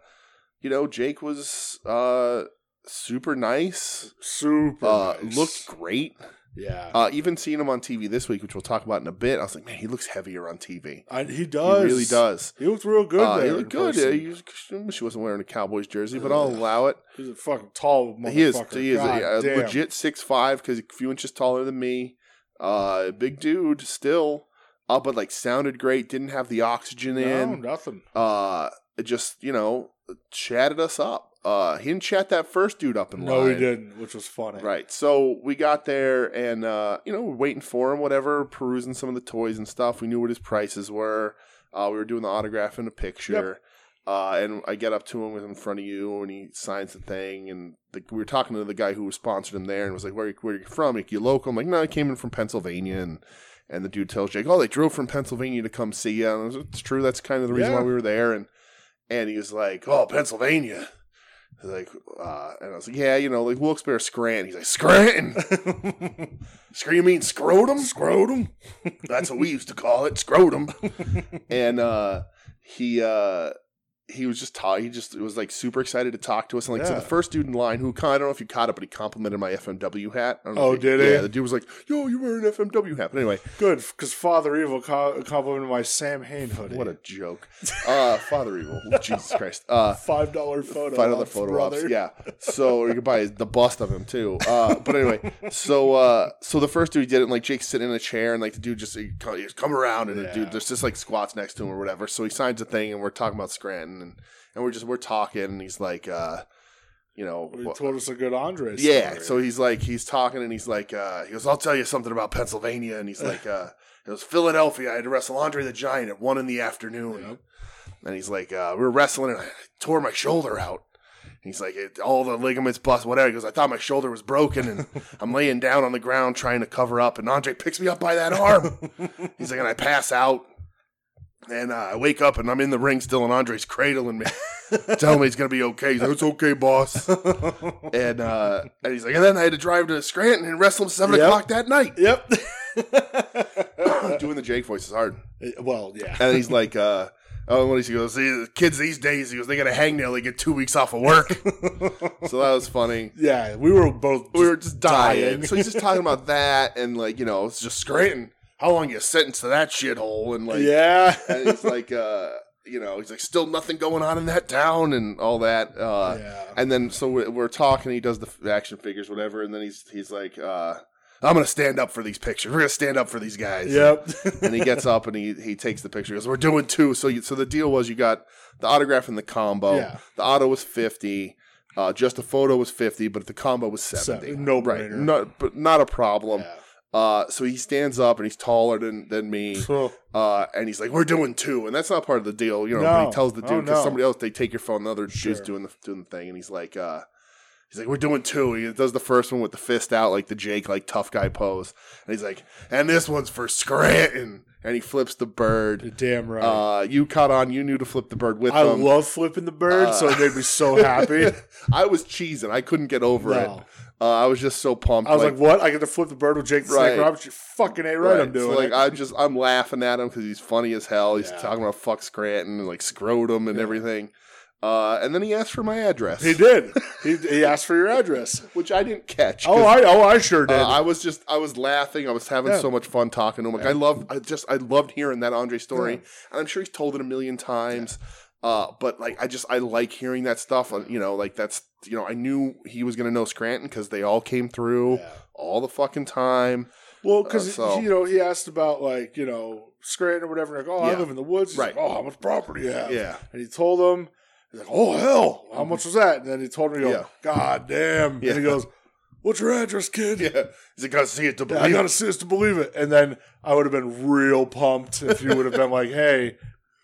[SPEAKER 2] you know, Jake was uh super nice.
[SPEAKER 3] super.
[SPEAKER 2] Uh,
[SPEAKER 3] nice.
[SPEAKER 2] looked great.
[SPEAKER 3] Yeah.
[SPEAKER 2] Uh, even seeing him on TV this week, which we'll talk about in a bit, I was like, man, he looks heavier on TV.
[SPEAKER 3] I, he does.
[SPEAKER 2] He really does.
[SPEAKER 3] He looked real good.
[SPEAKER 2] Uh,
[SPEAKER 3] there
[SPEAKER 2] he looked
[SPEAKER 3] in
[SPEAKER 2] good. Yeah,
[SPEAKER 3] person.
[SPEAKER 2] he was- I wish he wasn't wearing a Cowboys jersey, but I'll allow it.
[SPEAKER 3] He's a fucking tall motherfucker.
[SPEAKER 2] He is. He is
[SPEAKER 3] God
[SPEAKER 2] a, a
[SPEAKER 3] damn.
[SPEAKER 2] legit six five because a few inches taller than me. Uh, big dude still. uh, but like sounded great. Didn't have the oxygen
[SPEAKER 3] No,
[SPEAKER 2] in.
[SPEAKER 3] nothing.
[SPEAKER 2] Uh, it just you know chatted us up. Uh, he didn't chat that first dude up in line.
[SPEAKER 3] No, he didn't, which was funny.
[SPEAKER 2] Right. So we got there and, uh, you know, we're waiting for him, whatever, perusing some of the toys and stuff. We knew what his prices were. Uh, we were doing the autograph and a picture. Uh, and I get up to him with in front of you and he signs the thing. And the, we were talking to the guy who sponsored him there and was like, Where, where are you from? Like, you local? I'm like, No, I came in from Pennsylvania. And, and the dude tells Jake, Oh, they drove from Pennsylvania to come see you. And I was, It's true. That's kind of the reason
[SPEAKER 3] Yeah.
[SPEAKER 2] why we were there. And, and he was like, Oh, Pennsylvania. He's like, uh, and I was like, yeah, you know, like Wilkes-Barre, Scranton. He's like, Scranton? Screw you mean scrotum? Scrotum. That's what we used to call it, scrotum. and uh, he uh, he was just ta- he just was like super excited to talk to us. And like, so
[SPEAKER 3] Yeah.
[SPEAKER 2] the first dude in line who I don't know if you caught it, but he complimented my FMW hat. I don't know
[SPEAKER 3] Oh,
[SPEAKER 2] if
[SPEAKER 3] did he?
[SPEAKER 2] Yeah, the dude was like, yo, you wear an FMW hat. But anyway,
[SPEAKER 3] Good, because Father Evil co- complimented my Sam Hain hoodie.
[SPEAKER 2] what a joke. Uh, Father Evil, Jesus Christ. Uh,
[SPEAKER 3] five dollar photo.
[SPEAKER 2] find
[SPEAKER 3] op,
[SPEAKER 2] other photo
[SPEAKER 3] brother.
[SPEAKER 2] ops. Yeah. So or you could buy the bust of him too. Uh, but anyway, so uh, so the first dude he did it and, like Jake's sitting in a chair and like the dude just he co- he just come around and the
[SPEAKER 3] Yeah.
[SPEAKER 2] dude there's just like squats next to him or whatever. So he signs a thing and we're talking about Scranton and, and we're just we're talking and he's like uh, you know
[SPEAKER 3] He
[SPEAKER 2] wha-
[SPEAKER 3] told us a good Andre.
[SPEAKER 2] yeah,
[SPEAKER 3] story.
[SPEAKER 2] so he's like he's talking and he's like uh, he goes, I'll tell you something about Pennsylvania and he's like uh, it was Philadelphia. I had to wrestle Andre the Giant at one in the afternoon,
[SPEAKER 3] Yep.
[SPEAKER 2] and he's like uh, we were wrestling and I tore my shoulder out. And He's like it, all the ligaments bust, whatever. He goes, I thought my shoulder was broken, and I'm laying down on the ground trying to cover up, and Andre picks me up by that arm. he's like, and I pass out. And uh, I wake up and I'm in the ring still, and Andre's cradling me, telling me he's gonna be okay. He's like, "It's okay, boss." and uh, and he's like, and then I had to drive to Scranton and wrestle him seven
[SPEAKER 3] Yep.
[SPEAKER 2] o'clock that night.
[SPEAKER 3] Yep.
[SPEAKER 2] Doing the Jake voice is hard.
[SPEAKER 3] well, yeah.
[SPEAKER 2] And he's like, uh, oh, what is he goes? See, the kids these days, he goes, they got a hangnail, they get two weeks off of work. so that was funny.
[SPEAKER 3] Yeah, we were both.
[SPEAKER 2] We were just dying.
[SPEAKER 3] dying.
[SPEAKER 2] so he's just talking about that, and like you know, it's just Scranton. How long you sentenced to that shithole? And like,
[SPEAKER 3] yeah.
[SPEAKER 2] and he's like, uh, you know, he's like, still nothing going on in that town and all that. Uh,
[SPEAKER 3] Yeah.
[SPEAKER 2] And then so we- we're talking. He does the f- action figures, whatever, and then he's he's like, uh, I'm gonna stand up for these pictures. We're gonna stand up for these guys.
[SPEAKER 3] Yep.
[SPEAKER 2] and he gets up and he he takes the picture. He goes, "We're doing two. So you, so the deal was you got the autograph and the combo.
[SPEAKER 3] Yeah.
[SPEAKER 2] The auto was fifty. Uh, just a photo was fifty, but the combo was seventy.
[SPEAKER 3] Seven. No
[SPEAKER 2] right,
[SPEAKER 3] brainer.
[SPEAKER 2] no, but not a problem.
[SPEAKER 3] Yeah.
[SPEAKER 2] Uh, so he stands up and he's taller than than me.
[SPEAKER 3] So,
[SPEAKER 2] Uh, and he's like, "We're doing two, and that's not part of the deal, you know.
[SPEAKER 3] No.
[SPEAKER 2] But he tells the
[SPEAKER 3] Oh,
[SPEAKER 2] dude because
[SPEAKER 3] no.
[SPEAKER 2] somebody else they take your phone, another dude's
[SPEAKER 3] Sure.
[SPEAKER 2] doing the doing the thing, and he's like, uh, he's like, "We're doing two. He does the first one with the fist out, like the Jake, like tough guy pose, and he's like, "And this one's for Scranton," and he flips the
[SPEAKER 3] you're
[SPEAKER 2] bird.
[SPEAKER 3] damn right.
[SPEAKER 2] Uh, you caught on. You knew to flip the bird with
[SPEAKER 3] I
[SPEAKER 2] him.
[SPEAKER 3] love flipping the bird, so it made me so happy.
[SPEAKER 2] I was cheesing. I couldn't get over
[SPEAKER 3] No.
[SPEAKER 2] it. Uh, I was just so pumped.
[SPEAKER 3] I was like, "What? I get to flip the bird with Jake the
[SPEAKER 2] Right.
[SPEAKER 3] Snake Roberts? You fucking ain't right.
[SPEAKER 2] Right.
[SPEAKER 3] I'm doing
[SPEAKER 2] so, like
[SPEAKER 3] it."
[SPEAKER 2] I just I'm laughing at him because he's funny as hell. He's
[SPEAKER 3] Yeah.
[SPEAKER 2] talking about fuck Scranton and like scrotum and everything. Uh, and then he asked for my address,
[SPEAKER 3] he did. He, he asked for your address.
[SPEAKER 2] which I didn't catch. 'cause,
[SPEAKER 3] Oh, I oh I sure
[SPEAKER 2] uh,
[SPEAKER 3] did.
[SPEAKER 2] I was just I was laughing. I was having
[SPEAKER 3] Yeah.
[SPEAKER 2] so much fun talking to him. Like I love I just I loved hearing that Andre story, and I'm sure he's told it a million times. Uh, but like I just I like hearing that stuff. uh, You know, like that's you know I knew he was gonna know Scranton because they all came through
[SPEAKER 3] Yeah.
[SPEAKER 2] all the fucking time.
[SPEAKER 3] Well, because
[SPEAKER 2] Uh, so-
[SPEAKER 3] you know he asked about like you know Scranton or whatever. Like, oh,
[SPEAKER 2] Yeah.
[SPEAKER 3] I live in the woods. He's
[SPEAKER 2] Right.
[SPEAKER 3] like, oh, how much property you have?
[SPEAKER 2] Yeah.
[SPEAKER 3] And he told him, he's like, oh hell, how much was that? And then he told me, go,
[SPEAKER 2] Yeah.
[SPEAKER 3] God damn.
[SPEAKER 2] Yeah.
[SPEAKER 3] And he goes, what's your address, kid?
[SPEAKER 2] Yeah, he's like, gotta see it to
[SPEAKER 3] Yeah,
[SPEAKER 2] believe.
[SPEAKER 3] I
[SPEAKER 2] it."
[SPEAKER 3] gotta see this to believe it. And then I would have been real pumped if you would have been like, hey,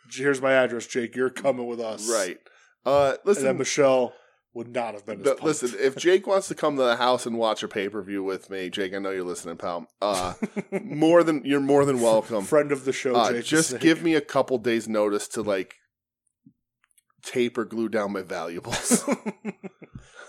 [SPEAKER 3] here's my address, Jake. You're coming with us.
[SPEAKER 2] Right. Uh,
[SPEAKER 3] And then
[SPEAKER 2] listen,
[SPEAKER 3] Michelle would not have been as
[SPEAKER 2] but
[SPEAKER 3] pumped.
[SPEAKER 2] listen. If Jake wants to come to the house and watch a pay per view with me, Jake, I know you're listening, pal. Uh, more than you're more than welcome.
[SPEAKER 3] friend of the show,
[SPEAKER 2] Uh,
[SPEAKER 3] Jake.
[SPEAKER 2] just give me a couple days' notice to like tape or glue down my valuables,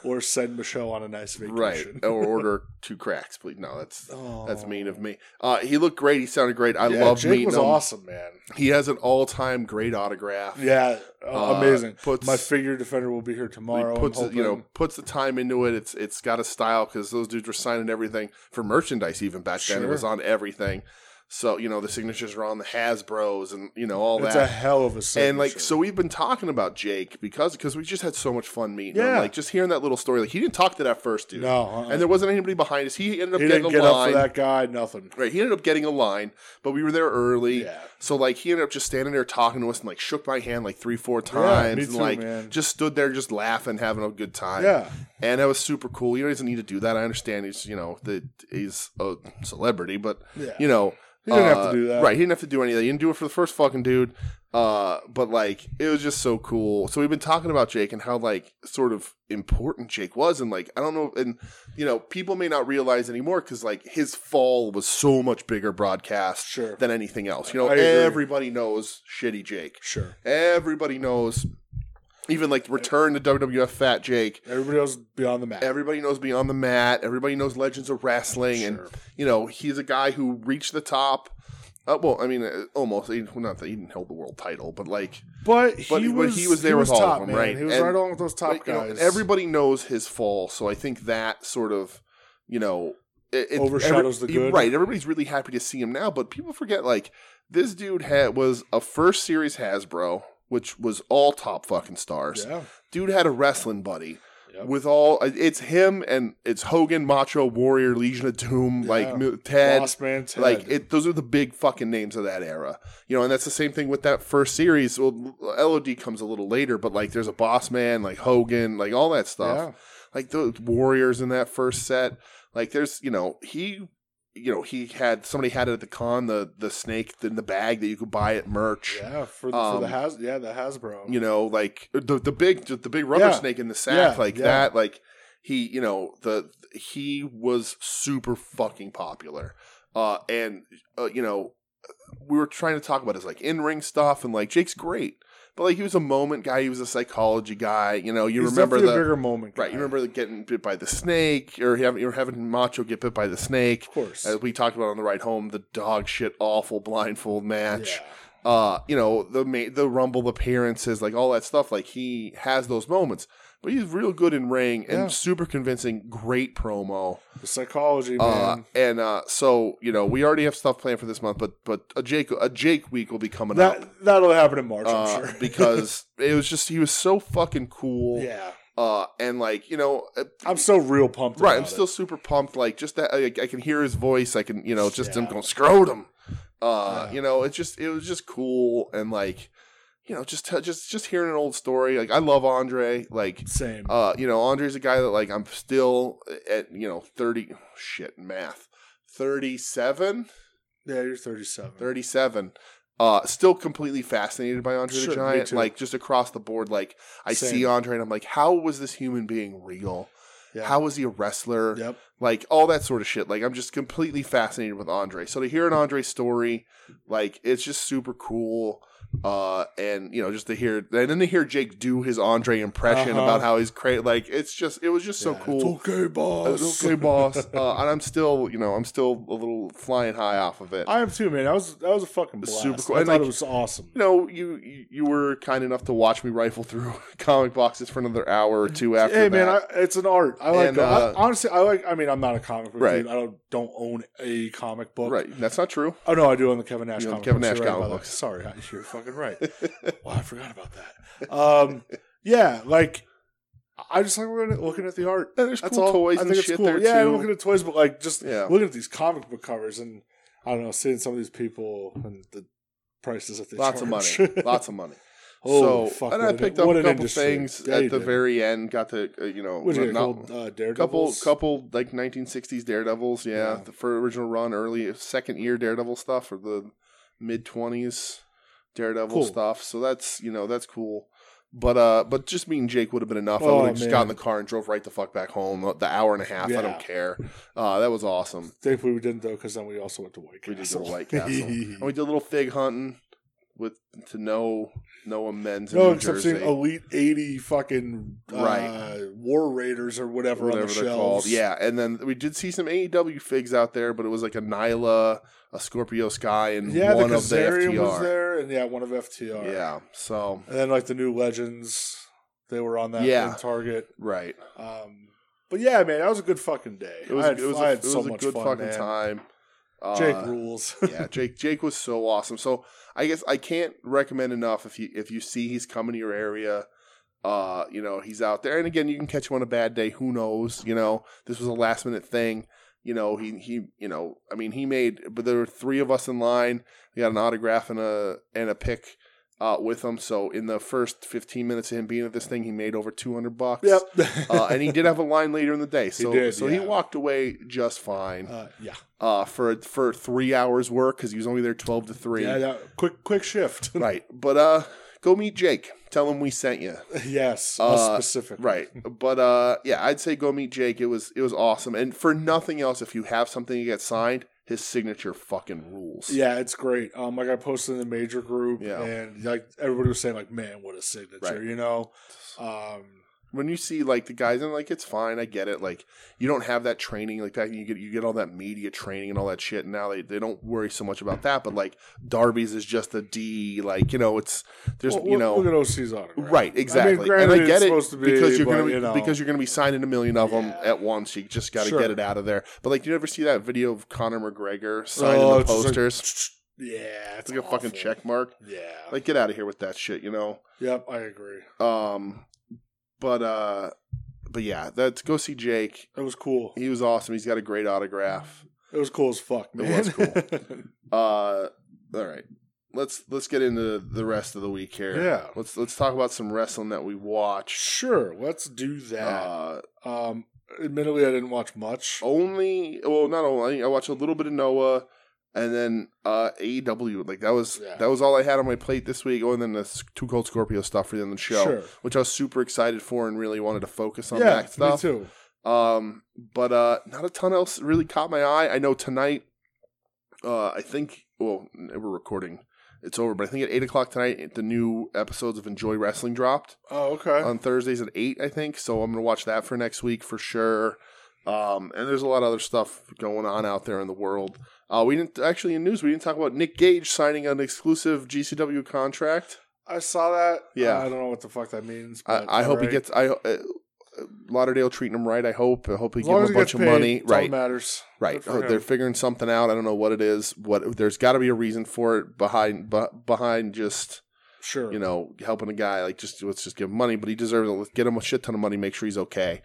[SPEAKER 3] or send Michelle on a nice
[SPEAKER 2] right? Oh,
[SPEAKER 3] vacation.
[SPEAKER 2] Or order two cracks, please. No, that's
[SPEAKER 3] Oh.
[SPEAKER 2] that's mean of me. Uh, he looked great. He sounded great. I
[SPEAKER 3] Yeah,
[SPEAKER 2] love
[SPEAKER 3] Jake
[SPEAKER 2] meeting
[SPEAKER 3] was
[SPEAKER 2] him.
[SPEAKER 3] awesome, man.
[SPEAKER 2] He has an all-time great autograph.
[SPEAKER 3] Yeah,
[SPEAKER 2] Uh,
[SPEAKER 3] amazing.
[SPEAKER 2] puts-
[SPEAKER 3] My figure defender will be here
[SPEAKER 2] He
[SPEAKER 3] tomorrow.
[SPEAKER 2] puts
[SPEAKER 3] I'm
[SPEAKER 2] it, you know
[SPEAKER 3] hoping.
[SPEAKER 2] puts the time into it. It's it's got a style because those dudes were signing everything for merchandise even back then. It
[SPEAKER 3] Sure.
[SPEAKER 2] was on everything. So you know the signatures are on the Hasbro's and you know all
[SPEAKER 3] It's a
[SPEAKER 2] that.
[SPEAKER 3] hell of a signature.
[SPEAKER 2] and like so we've been talking about Jake because because we just had so much fun meeting him.
[SPEAKER 3] Yeah.
[SPEAKER 2] Like just hearing that little story, like he didn't talk to that first dude.
[SPEAKER 3] No, uh-uh.
[SPEAKER 2] And there wasn't anybody behind us. He ended up
[SPEAKER 3] he
[SPEAKER 2] getting
[SPEAKER 3] didn't
[SPEAKER 2] a
[SPEAKER 3] get up
[SPEAKER 2] line.
[SPEAKER 3] for that guy. Nothing.
[SPEAKER 2] Right, he ended up getting a line, but we were there early.
[SPEAKER 3] Yeah.
[SPEAKER 2] So like he ended up just standing there talking to us and like shook my hand like three, four
[SPEAKER 3] me
[SPEAKER 2] times and
[SPEAKER 3] too,
[SPEAKER 2] like
[SPEAKER 3] man.
[SPEAKER 2] just stood there just laughing, having a good time.
[SPEAKER 3] Yeah.
[SPEAKER 2] And that was super cool. You know, he doesn't need to do that. I understand he's you know, the he's a celebrity, but
[SPEAKER 3] Yeah.
[SPEAKER 2] you know uh,
[SPEAKER 3] He didn't have to do that.
[SPEAKER 2] Right, he didn't have to do any of that. He didn't do it for the first fucking dude. Uh, but like it was just so cool. So we've been talking about Jake and how like sort of important Jake was, and like I don't know, and you know people may not realize anymore because like his fall was so much bigger broadcast
[SPEAKER 3] Sure.
[SPEAKER 2] than anything else. You know,
[SPEAKER 3] I agree.
[SPEAKER 2] everybody knows shitty Jake.
[SPEAKER 3] Sure.
[SPEAKER 2] Everybody knows, even like return to WWF Fat Jake.
[SPEAKER 3] Everybody else beyond the map.
[SPEAKER 2] Everybody knows Beyond the Mat. Everybody knows Legends of Wrestling,
[SPEAKER 3] Sure.
[SPEAKER 2] and you know he's a guy who reached the top. Uh, well, I mean, uh, almost. He, well, not that he didn't hold the world title, but like,
[SPEAKER 3] but, he,
[SPEAKER 2] but he
[SPEAKER 3] was,
[SPEAKER 2] was there with all
[SPEAKER 3] top,
[SPEAKER 2] of 'em,
[SPEAKER 3] man.
[SPEAKER 2] right?
[SPEAKER 3] He was
[SPEAKER 2] And-
[SPEAKER 3] right along with those top
[SPEAKER 2] like, you know,
[SPEAKER 3] guys.
[SPEAKER 2] everybody knows his fall. So I think that sort of, you know, it, it-
[SPEAKER 3] Overshadows the good.
[SPEAKER 2] Right. Everybody's really happy to see him now, but people forget like this dude had was a first series Hasbro, which was all top fucking stars.
[SPEAKER 3] Yeah.
[SPEAKER 2] Dude had a wrestling buddy
[SPEAKER 3] Yep.
[SPEAKER 2] with all. It's him and it's Hogan, Macho, Warrior, Legion of Doom, like Mu- Ted.
[SPEAKER 3] Boss Man Ted.
[SPEAKER 2] Like it, those are the big fucking names of that era, you know. And that's the same thing with that first series. Well, LOD comes a little later, but like there's a Boss Man, like Hogan, like all that stuff. Like the Warriors in that first set. Like there's, you know, he, you know, he had somebody had it at the con the the snake in the bag that you could buy at merch.
[SPEAKER 3] Yeah, for the, for
[SPEAKER 2] Um,
[SPEAKER 3] the Has, yeah, the Hasbro.
[SPEAKER 2] You know, like the the big the big rubber
[SPEAKER 3] Yeah.
[SPEAKER 2] snake in the sack,
[SPEAKER 3] Yeah,
[SPEAKER 2] like
[SPEAKER 3] yeah.
[SPEAKER 2] that. Like he, you know, the he was super fucking popular. Uh, and uh, you know, we were trying to talk about his like in ring stuff, and like Jake's great, but like he was a moment guy. He was a psychology guy. You know, you
[SPEAKER 3] He's
[SPEAKER 2] remember
[SPEAKER 3] definitely
[SPEAKER 2] the
[SPEAKER 3] a bigger moment,
[SPEAKER 2] Right,
[SPEAKER 3] guy.
[SPEAKER 2] you remember the getting bit by the snake, or having, or having Macho get bit by the snake.
[SPEAKER 3] of course.
[SPEAKER 2] As we talked about on the ride home, the dog shit awful blindfold match.
[SPEAKER 3] yeah.
[SPEAKER 2] Uh, you know the ma- the Rumble appearances, like all that stuff. Like he has those moments, but he's real good in ring and
[SPEAKER 3] Yeah.
[SPEAKER 2] super convincing. Great promo.
[SPEAKER 3] The psychology,
[SPEAKER 2] Uh,
[SPEAKER 3] man.
[SPEAKER 2] and uh, so you know we already have stuff planned for this month, but but a Jake a Jake week will be coming up
[SPEAKER 3] That that'll happen in March,
[SPEAKER 2] uh,
[SPEAKER 3] I'm sure.
[SPEAKER 2] because it was just he was so fucking cool.
[SPEAKER 3] yeah,
[SPEAKER 2] Uh, and like you know, uh,
[SPEAKER 3] I'm so real pumped.
[SPEAKER 2] right.
[SPEAKER 3] about
[SPEAKER 2] I'm still
[SPEAKER 3] it.
[SPEAKER 2] super pumped. Like just that, I, I can hear his voice. I can, you know, just him
[SPEAKER 3] Yeah.
[SPEAKER 2] going scrotum. Uh,
[SPEAKER 3] Yeah.
[SPEAKER 2] you know, it's just it was just cool and like, you know, just t- just just hearing an old story. Like I love Andre. Like,
[SPEAKER 3] same.
[SPEAKER 2] uh, you know, Andre's a guy that like I'm still at you know 30 shit math 37
[SPEAKER 3] yeah, you're 37.
[SPEAKER 2] 37. Uh, still completely fascinated by Andre
[SPEAKER 3] Sure,
[SPEAKER 2] the
[SPEAKER 3] me
[SPEAKER 2] Giant.
[SPEAKER 3] too.
[SPEAKER 2] Like just across the board, like I
[SPEAKER 3] Same.
[SPEAKER 2] see Andre and I'm like, how was this human being real?
[SPEAKER 3] Yeah.
[SPEAKER 2] How was he a wrestler?
[SPEAKER 3] Yep.
[SPEAKER 2] like all that sort of shit. Like I'm just completely fascinated with Andre. So to hear an Andre story, like it's just super cool. Uh, and you know, just to hear and then to hear Jake do his Andre impression
[SPEAKER 3] Uh-huh.
[SPEAKER 2] about how he's crazy. Like it's just it was just so
[SPEAKER 3] Yeah,
[SPEAKER 2] cool.
[SPEAKER 3] It's okay, boss.
[SPEAKER 2] It's okay, boss. Uh, and I'm still, you know, I'm still a little flying high off of it.
[SPEAKER 3] I am too, man. That was that was a fucking blast.
[SPEAKER 2] Super cool.
[SPEAKER 3] I
[SPEAKER 2] And,
[SPEAKER 3] thought
[SPEAKER 2] like,
[SPEAKER 3] it was awesome.
[SPEAKER 2] you know, you you- you were kind enough to watch me rifle through comic boxes for another hour or two after.
[SPEAKER 3] Hey
[SPEAKER 2] that.
[SPEAKER 3] man, I, it's an art. I like.
[SPEAKER 2] And,
[SPEAKER 3] it. I-
[SPEAKER 2] uh,
[SPEAKER 3] honestly, I like. I mean, I'm not a comic book
[SPEAKER 2] Right.
[SPEAKER 3] dude. I don't don't own a comic book.
[SPEAKER 2] right? That's not true.
[SPEAKER 3] Oh no, I do own the Kevin Nash
[SPEAKER 2] You own
[SPEAKER 3] comic
[SPEAKER 2] Kevin
[SPEAKER 3] books.
[SPEAKER 2] Nash
[SPEAKER 3] You're right
[SPEAKER 2] comic
[SPEAKER 3] about
[SPEAKER 2] books.
[SPEAKER 3] that. Sorry, I- you're fucking right. well, I forgot about that. Um, yeah, like I just like looking at, looking at the art.
[SPEAKER 2] And there's cool toys and shit there
[SPEAKER 3] yeah,
[SPEAKER 2] too.
[SPEAKER 3] I'm looking at toys, but like just
[SPEAKER 2] Yeah.
[SPEAKER 3] looking at these comic book covers and I don't know, seeing some of these people and the prices that they
[SPEAKER 2] Lots of
[SPEAKER 3] charge.
[SPEAKER 2] money. Lots of money.
[SPEAKER 3] Holy
[SPEAKER 2] so
[SPEAKER 3] fuck,
[SPEAKER 2] and
[SPEAKER 3] what
[SPEAKER 2] I
[SPEAKER 3] an-
[SPEAKER 2] picked up
[SPEAKER 3] what
[SPEAKER 2] a
[SPEAKER 3] an
[SPEAKER 2] couple
[SPEAKER 3] industry.
[SPEAKER 2] things
[SPEAKER 3] Yeah, you
[SPEAKER 2] at the
[SPEAKER 3] did.
[SPEAKER 2] very end. Got to uh, you know
[SPEAKER 3] What did you
[SPEAKER 2] not-
[SPEAKER 3] call uh, Daredevils?
[SPEAKER 2] couple couple like 1960s Daredevils. Yeah,
[SPEAKER 3] Yeah.
[SPEAKER 2] the first original run, early second year Daredevil stuff, or the mid 20s Daredevil
[SPEAKER 3] Cool.
[SPEAKER 2] stuff. So that's you know that's cool. But uh, but just me and Jake would have been enough. I
[SPEAKER 3] Oh,
[SPEAKER 2] would have just
[SPEAKER 3] man.
[SPEAKER 2] got in the car and drove right the fuck back home. uh, The hour and a half, I
[SPEAKER 3] Yeah.
[SPEAKER 2] don't care. Uh, that was awesome.
[SPEAKER 3] Thankfully, we didn't though, because then we also went to White
[SPEAKER 2] We
[SPEAKER 3] Castle.
[SPEAKER 2] did go to White Castle, and we did a little fig hunting with to no no amends. In
[SPEAKER 3] no,
[SPEAKER 2] New
[SPEAKER 3] except
[SPEAKER 2] Jersey.
[SPEAKER 3] seeing Elite Eighty fucking uh,
[SPEAKER 2] Right.
[SPEAKER 3] War Raiders or whatever, on the
[SPEAKER 2] whatever they're
[SPEAKER 3] shelves.
[SPEAKER 2] called. Yeah, and then we did see some AEW figs out there, but it was like a Nyla, a Scorpio Sky, and
[SPEAKER 3] yeah.
[SPEAKER 2] one
[SPEAKER 3] the
[SPEAKER 2] of the
[SPEAKER 3] Kazarian was
[SPEAKER 2] FTR.
[SPEAKER 3] there, and yeah, one of FTR.
[SPEAKER 2] Yeah, so
[SPEAKER 3] and then like the new Legends, they were on that
[SPEAKER 2] Yeah.
[SPEAKER 3] in Target.
[SPEAKER 2] right,
[SPEAKER 3] Um, but yeah, man, that was a good fucking day.
[SPEAKER 2] it was
[SPEAKER 3] I had,
[SPEAKER 2] it was
[SPEAKER 3] I
[SPEAKER 2] a,
[SPEAKER 3] had
[SPEAKER 2] it was
[SPEAKER 3] so
[SPEAKER 2] a
[SPEAKER 3] much
[SPEAKER 2] good
[SPEAKER 3] fun,
[SPEAKER 2] fucking
[SPEAKER 3] man.
[SPEAKER 2] time. Uh,
[SPEAKER 3] Jake rules.
[SPEAKER 2] yeah, Jake. Jake was so awesome. So I guess I can't recommend enough if you if you see he's coming to your area. Uh, you know he's out there, and again you can catch him on a bad day. Who knows? You know this was a last minute thing. You know he he you know I mean he made, but there were three of us in line. We got an autograph and a and a pick uh, with him. So in the first fifteen minutes of him being at this thing, he made over two hundred bucks.
[SPEAKER 3] yep.
[SPEAKER 2] uh, and he did have a line later in the day, so
[SPEAKER 3] did,
[SPEAKER 2] so he
[SPEAKER 3] yeah.
[SPEAKER 2] walked away just fine
[SPEAKER 3] Uh, yeah.
[SPEAKER 2] uh, for for three hours work because he was only there twelve to three.
[SPEAKER 3] Yeah, yeah. Quick, quick shift.
[SPEAKER 2] Right, but uh, go meet Jake. Tell him we sent you.
[SPEAKER 3] yes.
[SPEAKER 2] Uh,
[SPEAKER 3] specific.
[SPEAKER 2] Right, but uh, yeah, I'd say go meet Jake. It was it was awesome, and for nothing else, if you have something to get signed, his signature fucking rules.
[SPEAKER 3] Yeah, it's great. Um, like I posted in the major group,
[SPEAKER 2] Yeah.
[SPEAKER 3] and like everybody was saying, like, man, what a signature,
[SPEAKER 2] Right.
[SPEAKER 3] you know. Um,
[SPEAKER 2] when you see like the guys and like it's fine, I get it. Like you don't have that training like that. You get you get all that media training and all that shit. And now they, they don't worry so much about that. But like Darby's is just a D. Like you know, it's there's
[SPEAKER 3] well,
[SPEAKER 2] you
[SPEAKER 3] look-
[SPEAKER 2] know
[SPEAKER 3] look at OC's autograph,
[SPEAKER 2] Right, exactly. and I
[SPEAKER 3] it's
[SPEAKER 2] get it
[SPEAKER 3] supposed to be,
[SPEAKER 2] because you're
[SPEAKER 3] but,
[SPEAKER 2] gonna be,
[SPEAKER 3] you know,
[SPEAKER 2] because you're gonna be signing a million of them
[SPEAKER 3] Yeah.
[SPEAKER 2] at once. You just got to
[SPEAKER 3] Sure.
[SPEAKER 2] get it out of there. But like, you ever see that video of Conor McGregor signing
[SPEAKER 3] oh,
[SPEAKER 2] the
[SPEAKER 3] it's just like,
[SPEAKER 2] posters?
[SPEAKER 3] yeah,
[SPEAKER 2] it's
[SPEAKER 3] it's
[SPEAKER 2] like a fucking
[SPEAKER 3] awful.
[SPEAKER 2] check mark.
[SPEAKER 3] Yeah, like,
[SPEAKER 2] Like, get out of here with that shit. You know.
[SPEAKER 3] yep, I agree.
[SPEAKER 2] Um, but uh, but yeah, that's go see Jake.
[SPEAKER 3] It was cool.
[SPEAKER 2] He was awesome. He's got a great autograph.
[SPEAKER 3] It was cool as fuck. Man.
[SPEAKER 2] was
[SPEAKER 3] cool.
[SPEAKER 2] Uh, all right. Let's let's get into the rest of the week here.
[SPEAKER 3] Yeah.
[SPEAKER 2] Let's let's talk about some wrestling that we watched.
[SPEAKER 3] sure, let's do that.
[SPEAKER 2] Uh, Oh,
[SPEAKER 3] um, admittedly, I didn't watch much.
[SPEAKER 2] only well not only I watched a little bit of Noah and then uh AEW like that was
[SPEAKER 3] Yeah.
[SPEAKER 2] that was all I had on my plate this week. Oh, and then the S- Two Cold Scorpio stuff for the end of the show,
[SPEAKER 3] Sure.
[SPEAKER 2] which I was super excited for and really wanted to focus on
[SPEAKER 3] yeah,
[SPEAKER 2] that stuff.
[SPEAKER 3] me too.
[SPEAKER 2] Um, but uh, not a ton else really caught my eye. I know tonight. Uh, I think well we're recording. It's over, but I think at eight o'clock tonight the new episodes of Enjoy Wrestling dropped
[SPEAKER 3] Oh, okay.
[SPEAKER 2] on Thursdays at eight, I think. So I'm gonna watch that for next week for sure. Um, and there's a lot of other stuff going on out there in the world. Uh, we didn't actually in news we didn't talk about Nick Gage signing an exclusive GCW contract.
[SPEAKER 3] I saw that.
[SPEAKER 2] Yeah.
[SPEAKER 3] I don't know what the fuck that means. But
[SPEAKER 2] I, I hope
[SPEAKER 3] alright.
[SPEAKER 2] he gets. I uh, Lauderdale treating him right. I hope. I hope he
[SPEAKER 3] As
[SPEAKER 2] gives
[SPEAKER 3] long
[SPEAKER 2] him
[SPEAKER 3] as
[SPEAKER 2] a
[SPEAKER 3] he
[SPEAKER 2] bunch
[SPEAKER 3] gets
[SPEAKER 2] of
[SPEAKER 3] paid,
[SPEAKER 2] money.
[SPEAKER 3] it's all
[SPEAKER 2] Right.
[SPEAKER 3] that matters.
[SPEAKER 2] Right.
[SPEAKER 3] Good for
[SPEAKER 2] Oh,
[SPEAKER 3] him.
[SPEAKER 2] they're figuring something out. I don't know what it is. What there's got to be a reason for it behind bu- behind just
[SPEAKER 3] sure.
[SPEAKER 2] you know helping a guy like just let's just give him money, but he deserves it. Let's get him a shit ton of money, make sure he's okay.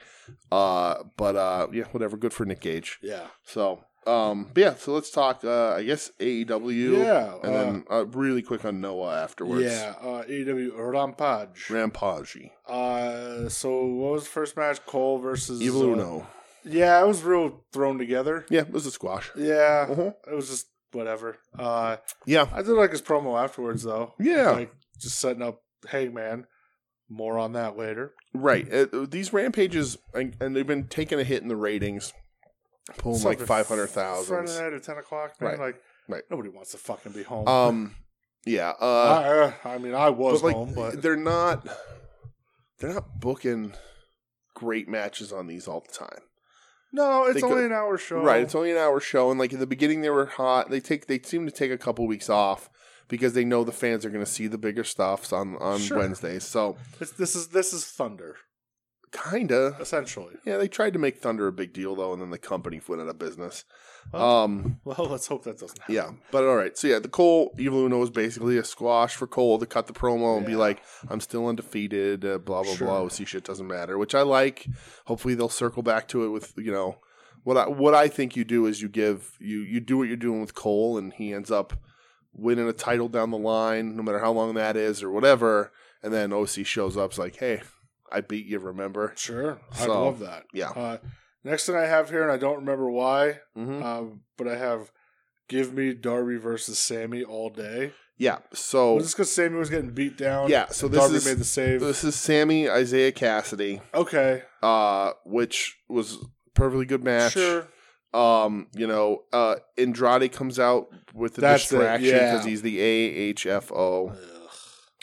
[SPEAKER 2] Uh, but uh, yeah, whatever. Good for Nick Gage.
[SPEAKER 3] Yeah.
[SPEAKER 2] So um, but yeah. So let's talk. Uh, I guess AEW.
[SPEAKER 3] Yeah.
[SPEAKER 2] And then uh, really quick on Noah afterwards.
[SPEAKER 3] Yeah. Uh, AEW Rampage.
[SPEAKER 2] Rampage.
[SPEAKER 3] uh, so what was the first match? Cole versus
[SPEAKER 2] Evil
[SPEAKER 3] uh,
[SPEAKER 2] Uno.
[SPEAKER 3] Yeah, it was real thrown together.
[SPEAKER 2] Yeah, it was a squash.
[SPEAKER 3] Yeah.
[SPEAKER 2] Uh-huh.
[SPEAKER 3] It was just whatever. Uh,
[SPEAKER 2] Yeah.
[SPEAKER 3] I did like his promo afterwards though.
[SPEAKER 2] Yeah.
[SPEAKER 3] Like just setting up Hangman. More on that later.
[SPEAKER 2] Right. Uh, these rampages, and, and they've been taking a hit in the ratings, pulling
[SPEAKER 3] It's
[SPEAKER 2] like
[SPEAKER 3] a
[SPEAKER 2] five hundred thousand.
[SPEAKER 3] Friday night at ten o'clock. Man.
[SPEAKER 2] Right.
[SPEAKER 3] Like
[SPEAKER 2] Right.
[SPEAKER 3] nobody wants to fucking be home.
[SPEAKER 2] Um, yeah. Uh,
[SPEAKER 3] I, I mean, I was
[SPEAKER 2] but like
[SPEAKER 3] home, but
[SPEAKER 2] they're not, they're not booking great matches on these all the time.
[SPEAKER 3] no,
[SPEAKER 2] they
[SPEAKER 3] it's
[SPEAKER 2] go-
[SPEAKER 3] only an hour show,
[SPEAKER 2] Right. It's only an hour show, and like in the beginning they were hot. They take they seem to take a couple weeks off because they know the fans are going to see the bigger stuffs on on
[SPEAKER 3] Sure.
[SPEAKER 2] Wednesdays. So
[SPEAKER 3] It's- this is this is Thunder
[SPEAKER 2] kinda.
[SPEAKER 3] essentially.
[SPEAKER 2] Yeah, they tried to make Thunder a big deal though, and then the company went out of business.
[SPEAKER 3] Well,
[SPEAKER 2] Um,
[SPEAKER 3] well, let's hope that doesn't happen.
[SPEAKER 2] Yeah, but all right. So yeah, the Cole Evil Uno was basically a squash for Cole to cut the promo and be
[SPEAKER 3] Yeah.
[SPEAKER 2] like, "I'm still undefeated," uh, blah blah
[SPEAKER 3] Sure.
[SPEAKER 2] blah. OC shit doesn't matter, which I like. Hopefully, they'll circle back to it with you know what I what I think you do is you give you you do what you're doing with Cole, and he ends up winning a title down the line, no matter how long that is or whatever. And then OC shows up's like, "Hey, I beat you." Remember?
[SPEAKER 3] sure, I
[SPEAKER 2] So,
[SPEAKER 3] love that.
[SPEAKER 2] yeah.
[SPEAKER 3] Uh, next thing I have here, and I don't remember why,
[SPEAKER 2] Mm-hmm.
[SPEAKER 3] um, but I have give me Darby versus Sammy all day.
[SPEAKER 2] yeah. So
[SPEAKER 3] Was this because Sammy was getting beat down?
[SPEAKER 2] Oh. yeah. So this
[SPEAKER 3] Darby
[SPEAKER 2] is
[SPEAKER 3] made the save.
[SPEAKER 2] this is Sammy Isaiah Cassidy.
[SPEAKER 3] okay,
[SPEAKER 2] uh, which was a perfectly good match.
[SPEAKER 3] sure.
[SPEAKER 2] Um, you know, uh, Andrade comes out with the
[SPEAKER 3] That's it,
[SPEAKER 2] distraction because
[SPEAKER 3] yeah.
[SPEAKER 2] he's the AHFO,
[SPEAKER 3] Ugh.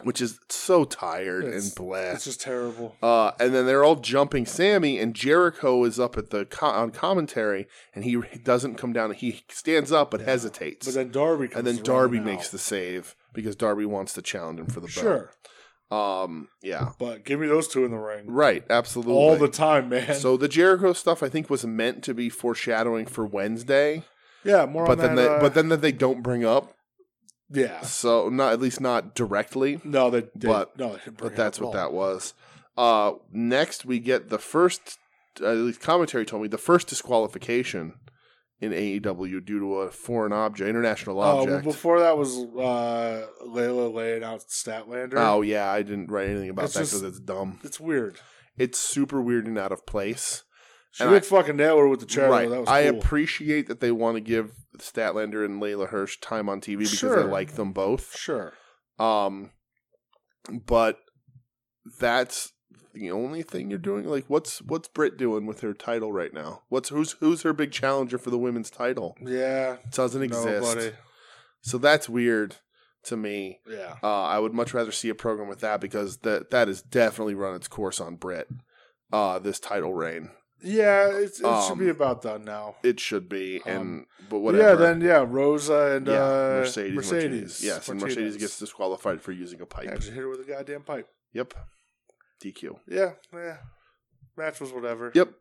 [SPEAKER 2] which is so tired
[SPEAKER 3] It's-
[SPEAKER 2] and bland.
[SPEAKER 3] It's just terrible.
[SPEAKER 2] uh, and then they're all jumping Sammy, and Jericho is up at the co- on commentary, and he doesn't come down. He stands up but hesitates,
[SPEAKER 3] But then Darby comes
[SPEAKER 2] and then
[SPEAKER 3] running
[SPEAKER 2] Darby
[SPEAKER 3] out.
[SPEAKER 2] makes the save because Darby wants to challenge him for the
[SPEAKER 3] sure.
[SPEAKER 2] belt. Um, yeah,
[SPEAKER 3] But give me those two in the ring
[SPEAKER 2] right, absolutely,
[SPEAKER 3] all the time, man.
[SPEAKER 2] So the Jericho stuff I think was meant to be foreshadowing for Wednesday.
[SPEAKER 3] Yeah, more
[SPEAKER 2] but then
[SPEAKER 3] on that.
[SPEAKER 2] they,
[SPEAKER 3] uh,
[SPEAKER 2] but then that they don't bring up.
[SPEAKER 3] yeah,
[SPEAKER 2] So not at least not directly.
[SPEAKER 3] no, they, they
[SPEAKER 2] but-
[SPEAKER 3] no, they didn't bring
[SPEAKER 2] But
[SPEAKER 3] it
[SPEAKER 2] that's
[SPEAKER 3] up at
[SPEAKER 2] what
[SPEAKER 3] all.
[SPEAKER 2] that was. Uh, next, we get the first. Uh, at least commentary told me the first disqualification in AEW due to a foreign object, international
[SPEAKER 3] Oh, well,
[SPEAKER 2] object.
[SPEAKER 3] before that was uh, Layla laying out Statlander.
[SPEAKER 2] Oh yeah, I didn't write anything about
[SPEAKER 3] It's
[SPEAKER 2] that
[SPEAKER 3] just-
[SPEAKER 2] because it's dumb.
[SPEAKER 3] it's weird.
[SPEAKER 2] It's super weird and out of place.
[SPEAKER 3] She
[SPEAKER 2] And
[SPEAKER 3] did fucking nail her with the chair.
[SPEAKER 2] right.
[SPEAKER 3] though. That was
[SPEAKER 2] I
[SPEAKER 3] cool.
[SPEAKER 2] appreciate that they want to give Statlander and Layla Hirsch time on TV because I
[SPEAKER 3] Sure.
[SPEAKER 2] like them both.
[SPEAKER 3] sure.
[SPEAKER 2] Um, but that's the only thing you're doing. Like, what's what's Britt doing with her title right now? What's who's who's her big challenger for the women's title?
[SPEAKER 3] Yeah.
[SPEAKER 2] It doesn't exist.
[SPEAKER 3] Nobody.
[SPEAKER 2] So that's weird to me.
[SPEAKER 3] Yeah.
[SPEAKER 2] Uh, I would much rather see a program with that because that that has definitely run its course on Britt. Uh, this title reign,
[SPEAKER 3] Yeah. It's, it
[SPEAKER 2] Um,
[SPEAKER 3] should be about done now.
[SPEAKER 2] it should be, and
[SPEAKER 3] Um,
[SPEAKER 2] but
[SPEAKER 3] But
[SPEAKER 2] whatever.
[SPEAKER 3] Yeah. Then yeah, Rosa and
[SPEAKER 2] Yeah,
[SPEAKER 3] uh,
[SPEAKER 2] Mercedes,
[SPEAKER 3] Mercedes.
[SPEAKER 2] Martinez. Yes, and Mercedes gets disqualified for using a pipe.
[SPEAKER 3] Yeah, just hit her with a goddamn pipe.
[SPEAKER 2] Yep. DQ.
[SPEAKER 3] Yeah. Yeah. Match was whatever.
[SPEAKER 2] Yep.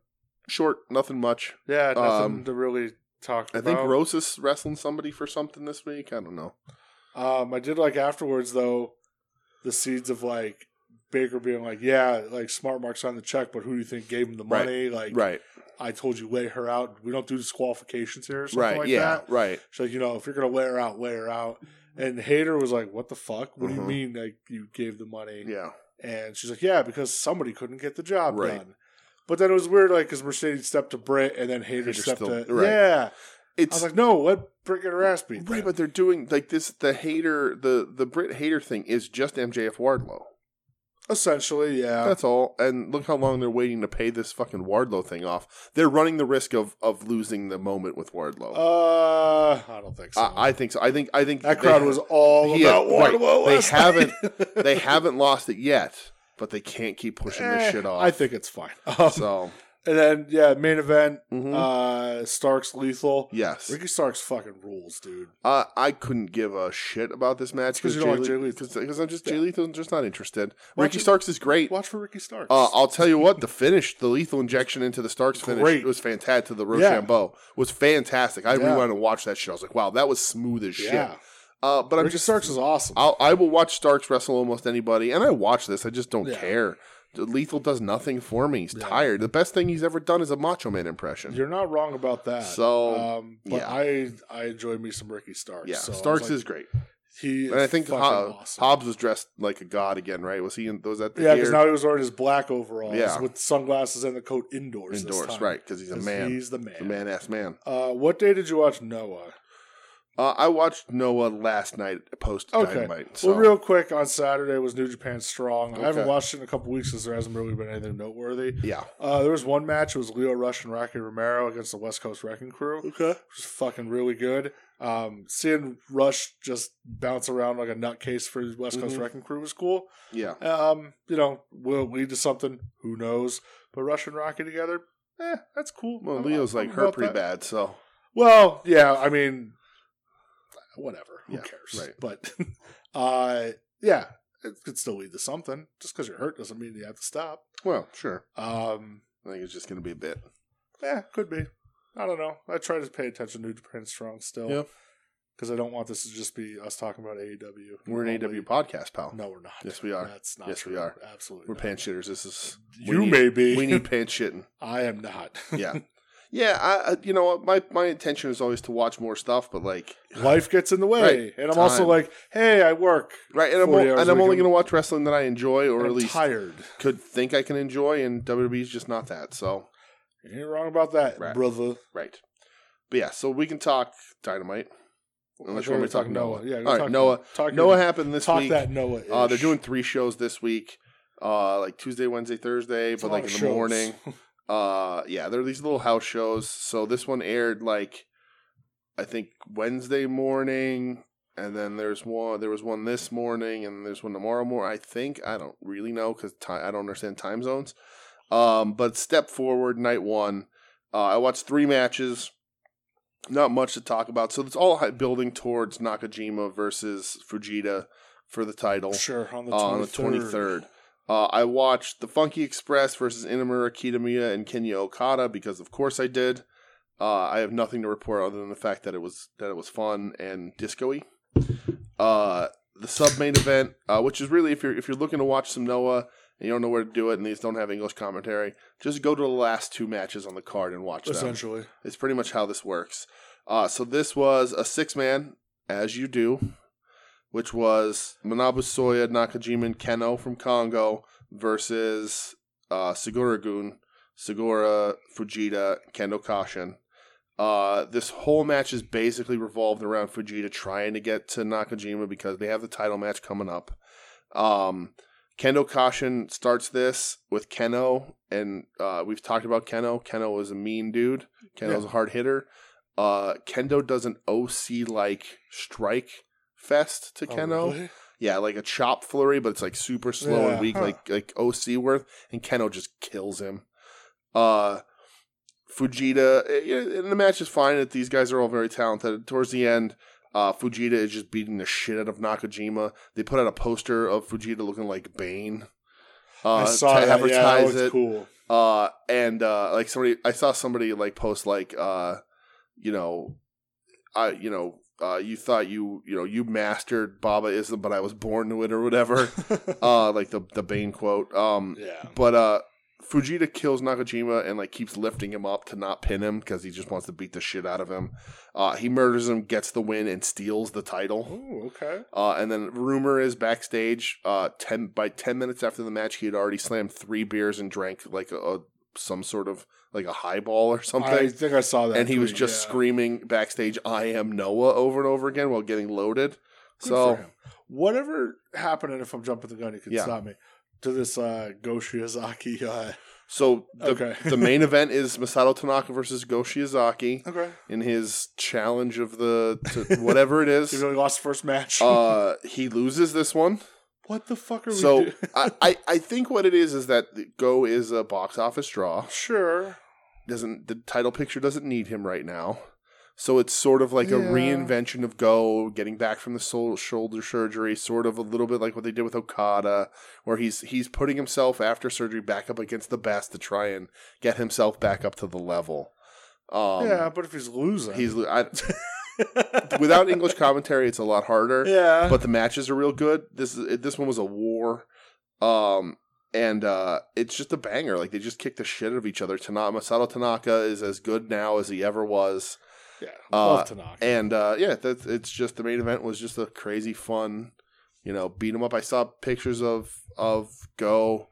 [SPEAKER 2] Short, nothing much.
[SPEAKER 3] Yeah. Nothing
[SPEAKER 2] Um,
[SPEAKER 3] to really talk
[SPEAKER 2] I
[SPEAKER 3] about.
[SPEAKER 2] think Rosas wrestling somebody for something this week. I don't know.
[SPEAKER 3] Um, I did like afterwards though, the seeds of like Baker being like, yeah, like smart marks on the check, but who do you think gave him the
[SPEAKER 2] Right.
[SPEAKER 3] money? Like,
[SPEAKER 2] Right.
[SPEAKER 3] I told you lay her out. We don't do disqualifications here, or something
[SPEAKER 2] Right.
[SPEAKER 3] like
[SPEAKER 2] yeah.
[SPEAKER 3] that.
[SPEAKER 2] Right.
[SPEAKER 3] She's like, you know, if you're gonna lay her out, lay her out. And Hater was like, what the fuck? What
[SPEAKER 2] Mhm.
[SPEAKER 3] do you mean like you gave the money?
[SPEAKER 2] Yeah.
[SPEAKER 3] And she's like, yeah, because somebody couldn't get the job
[SPEAKER 2] Right.
[SPEAKER 3] done. But then it was weird, like, because Mercedes stepped to Britt and then Hater
[SPEAKER 2] Hayter's
[SPEAKER 3] stepped
[SPEAKER 2] still-
[SPEAKER 3] to
[SPEAKER 2] right.
[SPEAKER 3] yeah. I
[SPEAKER 2] It's
[SPEAKER 3] was like, no, let Britt get her ass beat.
[SPEAKER 2] right,
[SPEAKER 3] then.
[SPEAKER 2] but they're doing like this. The hater, the the Brit hater thing is just MJF Wardlow.
[SPEAKER 3] essentially, yeah.
[SPEAKER 2] That's all. And look how long they're waiting to pay this fucking Wardlow thing off. They're running the risk of of losing the moment with Wardlow.
[SPEAKER 3] Uh, I don't think so.
[SPEAKER 2] I, I think so. I think I think
[SPEAKER 3] that
[SPEAKER 2] they-
[SPEAKER 3] crowd was all
[SPEAKER 2] He-
[SPEAKER 3] about
[SPEAKER 2] right.
[SPEAKER 3] Wardlow.
[SPEAKER 2] They
[SPEAKER 3] last
[SPEAKER 2] haven't-
[SPEAKER 3] night.
[SPEAKER 2] they haven't lost it yet, but they can't keep pushing
[SPEAKER 3] Eh,
[SPEAKER 2] this shit off.
[SPEAKER 3] I think it's fine. Um,
[SPEAKER 2] so.
[SPEAKER 3] and then yeah, main event.
[SPEAKER 2] mhm.
[SPEAKER 3] Uh, Stark's lethal.
[SPEAKER 2] yes,
[SPEAKER 3] Ricky Stark's fucking rules, dude.
[SPEAKER 2] uh, I couldn't give a shit about this match
[SPEAKER 3] 'cause
[SPEAKER 2] because
[SPEAKER 3] you don't like Jay Lethal.
[SPEAKER 2] because I'm just Jay Lethal, I'm just not interested.
[SPEAKER 3] Watch
[SPEAKER 2] Ricky
[SPEAKER 3] it-
[SPEAKER 2] Starks is great.
[SPEAKER 3] Watch for Ricky Starks.
[SPEAKER 2] Uh, I'll tell you what, the finish, the lethal injection into the Starks finish
[SPEAKER 3] Great.
[SPEAKER 2] was fantastic. To the Rochambeau was fantastic. I
[SPEAKER 3] Yeah.
[SPEAKER 2] rewound and watched that shit. I was like, wow, that was smooth as shit.
[SPEAKER 3] yeah,
[SPEAKER 2] Uh, but I'm
[SPEAKER 3] Ricky
[SPEAKER 2] just
[SPEAKER 3] Starks is awesome.
[SPEAKER 2] I'll, I will watch Starks wrestle almost anybody, and I watch this. I just don't
[SPEAKER 3] Yeah.
[SPEAKER 2] care. Lethal does nothing for me. He's
[SPEAKER 3] Yeah.
[SPEAKER 2] tired. The best thing he's ever done is a Macho Man impression.
[SPEAKER 3] You're not wrong about that.
[SPEAKER 2] So,
[SPEAKER 3] um, but
[SPEAKER 2] yeah.
[SPEAKER 3] I I enjoy me some Ricky Starks.
[SPEAKER 2] yeah,
[SPEAKER 3] so I was
[SPEAKER 2] Starks
[SPEAKER 3] like,
[SPEAKER 2] is great,
[SPEAKER 3] he. Is
[SPEAKER 2] and I think
[SPEAKER 3] fucking
[SPEAKER 2] Ho-
[SPEAKER 3] awesome.
[SPEAKER 2] Hobbs was dressed like a god again, right? Was he? In, was that the
[SPEAKER 3] yeah, because
[SPEAKER 2] year?
[SPEAKER 3] now he was wearing his black overalls
[SPEAKER 2] Yeah.
[SPEAKER 3] with sunglasses and the coat indoors. this
[SPEAKER 2] indoors,
[SPEAKER 3] time.
[SPEAKER 2] right? Because he's a
[SPEAKER 3] 'Cause
[SPEAKER 2] man,
[SPEAKER 3] He's the man.
[SPEAKER 2] a man ass man.
[SPEAKER 3] Uh, what day did you watch Noah?
[SPEAKER 2] Uh, I watched Noah last night post
[SPEAKER 3] Okay.
[SPEAKER 2] Dynamite. So
[SPEAKER 3] Well, real quick on Saturday was New Japan Strong. I haven't
[SPEAKER 2] Okay.
[SPEAKER 3] watched it in a couple weeks because there hasn't really been anything noteworthy.
[SPEAKER 2] yeah,
[SPEAKER 3] Uh, there was one match. It was Leo Rush and Rocky Romero against the West Coast Wrecking Crew.
[SPEAKER 2] okay,
[SPEAKER 3] It was fucking really good. Um, seeing Rush just bounce around like a nutcase for the West Coast
[SPEAKER 2] Mhm.
[SPEAKER 3] Wrecking Crew was cool.
[SPEAKER 2] yeah.
[SPEAKER 3] Um, you know, will it lead to something? Who knows? But Rush and Rocky together, eh, that's cool.
[SPEAKER 2] Well,
[SPEAKER 3] I'm-
[SPEAKER 2] Leo's
[SPEAKER 3] I'm
[SPEAKER 2] like hurt
[SPEAKER 3] about
[SPEAKER 2] pretty
[SPEAKER 3] that.
[SPEAKER 2] bad, so
[SPEAKER 3] Well, yeah, I mean, whatever. Who
[SPEAKER 2] Yeah,
[SPEAKER 3] cares?
[SPEAKER 2] right.
[SPEAKER 3] But, uh, yeah, it could still lead to something. Just because you're hurt doesn't mean you have to stop.
[SPEAKER 2] well, sure.
[SPEAKER 3] Um,
[SPEAKER 2] I think it's just going to be a bit.
[SPEAKER 3] yeah, Eh, could be. I don't know. I try to pay attention to New Japan Strong still.
[SPEAKER 2] Yeah.
[SPEAKER 3] Because I don't want this to just be us talking about AEW.
[SPEAKER 2] We're an
[SPEAKER 3] Only-
[SPEAKER 2] AW podcast, pal.
[SPEAKER 3] No, we're not.
[SPEAKER 2] Yes, we are.
[SPEAKER 3] That's not
[SPEAKER 2] Yes, we
[SPEAKER 3] true.
[SPEAKER 2] are.
[SPEAKER 3] Absolutely.
[SPEAKER 2] We're
[SPEAKER 3] not.
[SPEAKER 2] pants shitters. This is we
[SPEAKER 3] You
[SPEAKER 2] need-
[SPEAKER 3] may be.
[SPEAKER 2] we need pants shitting.
[SPEAKER 3] I am not.
[SPEAKER 2] Yeah, yeah. I, I- you know, what? my my intention is always to watch more stuff, but like,
[SPEAKER 3] Life gets in the way.
[SPEAKER 2] Right.
[SPEAKER 3] And I'm also
[SPEAKER 2] Time.
[SPEAKER 3] like, hey, I work.
[SPEAKER 2] right, and I'm
[SPEAKER 3] 40
[SPEAKER 2] o-
[SPEAKER 3] hours
[SPEAKER 2] and
[SPEAKER 3] a
[SPEAKER 2] I'm
[SPEAKER 3] week
[SPEAKER 2] only
[SPEAKER 3] and-
[SPEAKER 2] going to watch wrestling that I enjoy, or
[SPEAKER 3] and
[SPEAKER 2] at
[SPEAKER 3] I'm
[SPEAKER 2] least
[SPEAKER 3] tired.
[SPEAKER 2] could think I can enjoy, and WWE's just not that. So
[SPEAKER 3] You ain't wrong about that,
[SPEAKER 2] Right.
[SPEAKER 3] brother.
[SPEAKER 2] right, but yeah. So we can talk Dynamite. Unless you want me to talk Noah.
[SPEAKER 3] Yeah, go
[SPEAKER 2] All right,
[SPEAKER 3] talk
[SPEAKER 2] Noah.
[SPEAKER 3] Talk
[SPEAKER 2] Noah happened this
[SPEAKER 3] talk
[SPEAKER 2] week.
[SPEAKER 3] that Noah.
[SPEAKER 2] Uh, they're doing three shows this week, uh, like Tuesday, Wednesday, Thursday, but like in the morning. Uh, yeah, there are these little house shows. So this one aired like I think Wednesday morning, and then there's one. There was one this morning, and there's one tomorrow morning. I think I don't really know because I don't understand time zones. Um, but step forward, night one. Uh, I watched three matches. Not much to talk about. So it's all hi- building towards Nakajima versus Fujita for the title
[SPEAKER 3] Sure, on the
[SPEAKER 2] uh, on the 23rd. Uh, I watched The Funky Express versus Inamura Kitamiya and Kenya Okada because, of course, I did. Uh, I have nothing to report other than the fact that it was that it was fun and disco-y. Uh, the sub main event, uh, which is really if you're if you're looking to watch some Noah and you don't know where to do it, and these don't have English commentary, just go to the last two matches on the card and watch them.
[SPEAKER 3] essentially.
[SPEAKER 2] It's pretty much how this works. Uh, so this was a six man, as you do, which was Manabu Soya, Nakajima, and Keno from Congo versus uh, Segura Gun, Segura, Fujita, Kendo Kashin. Uh, this whole match is basically revolved around Fujita trying to get to Nakajima because they have the title match coming up. Um, Kendo Kashin starts this with Keno, and uh, we've talked about Keno. Keno was a mean dude. Kendo's a hard hitter. Uh, Kendo does an OC like strike fest to
[SPEAKER 3] Oh,
[SPEAKER 2] Keno.
[SPEAKER 3] really?
[SPEAKER 2] Yeah, like a chop flurry, but it's like super slow
[SPEAKER 3] Yeah,
[SPEAKER 2] and weak,
[SPEAKER 3] huh.
[SPEAKER 2] like like OC worth, and Keno just kills him. Uh Fujita eh, yeah, and the match is fine. that These guys are all very talented. Towards the end, uh Fujita is just beating the shit out of Nakajima. They put out a poster of Fujita looking like Bane. Uh,
[SPEAKER 3] I saw
[SPEAKER 2] to
[SPEAKER 3] that. Yeah, that
[SPEAKER 2] advertise
[SPEAKER 3] looked
[SPEAKER 2] it
[SPEAKER 3] cool.
[SPEAKER 2] uh and uh like somebody i saw somebody like post like uh you know i you know uh you thought you you know you mastered baba ism but i was born to it or whatever uh like the the bane quote um
[SPEAKER 3] yeah.
[SPEAKER 2] but uh Fujita kills Nakajima and like keeps lifting him up to not pin him because he just wants to beat the shit out of him. Uh, he murders him, gets the win, and steals the title.
[SPEAKER 3] Oh, okay.
[SPEAKER 2] Uh, and then rumor is backstage, uh, ten by ten minutes after the match, he had already slammed three beers and drank like a, a some sort of like a highball or
[SPEAKER 3] I
[SPEAKER 2] something.
[SPEAKER 3] think I saw that.
[SPEAKER 2] and he was
[SPEAKER 3] tweet,
[SPEAKER 2] just
[SPEAKER 3] yeah.
[SPEAKER 2] screaming backstage, "I am Noah" over and over again while getting loaded.
[SPEAKER 3] Good for
[SPEAKER 2] so
[SPEAKER 3] him. whatever happened, and if I'm jumping the gun, you can
[SPEAKER 2] Yeah.
[SPEAKER 3] stop me. To this uh, Go Shiozaki. Uh,
[SPEAKER 2] so the,
[SPEAKER 3] Okay.
[SPEAKER 2] the main event is Masato Tanaka versus Go Shiozaki
[SPEAKER 3] okay.
[SPEAKER 2] in his challenge of the to, whatever it
[SPEAKER 3] He
[SPEAKER 2] is.
[SPEAKER 3] really lost the first match.
[SPEAKER 2] Uh, he loses this one.
[SPEAKER 3] what the fuck are we
[SPEAKER 2] So
[SPEAKER 3] doing?
[SPEAKER 2] I, I, I think what it is is that Go is a box office draw.
[SPEAKER 3] Sure.
[SPEAKER 2] doesn't the title picture doesn't need him right now. So it's sort of like a
[SPEAKER 3] Yeah.
[SPEAKER 2] reinvention of Go getting back from the soul, shoulder surgery, sort of a little bit like what they did with Okada, where he's he's putting himself after surgery back up against the best to try and get himself back up to the level. Um,
[SPEAKER 3] yeah, but if he's losing.
[SPEAKER 2] he's I, without English commentary, it's a lot harder
[SPEAKER 3] yeah.
[SPEAKER 2] but the matches are real good. This is this one was a war, um, and uh, it's just a banger. Like they just kick the shit out of each other. Tanaka Masato Tanaka is as good now as he ever was,
[SPEAKER 3] yeah.
[SPEAKER 2] uh,
[SPEAKER 3] Love Tanaka.
[SPEAKER 2] and uh, yeah, that's it's just the main event was just a crazy fun, you know, beat 'em up. I saw pictures of of Go.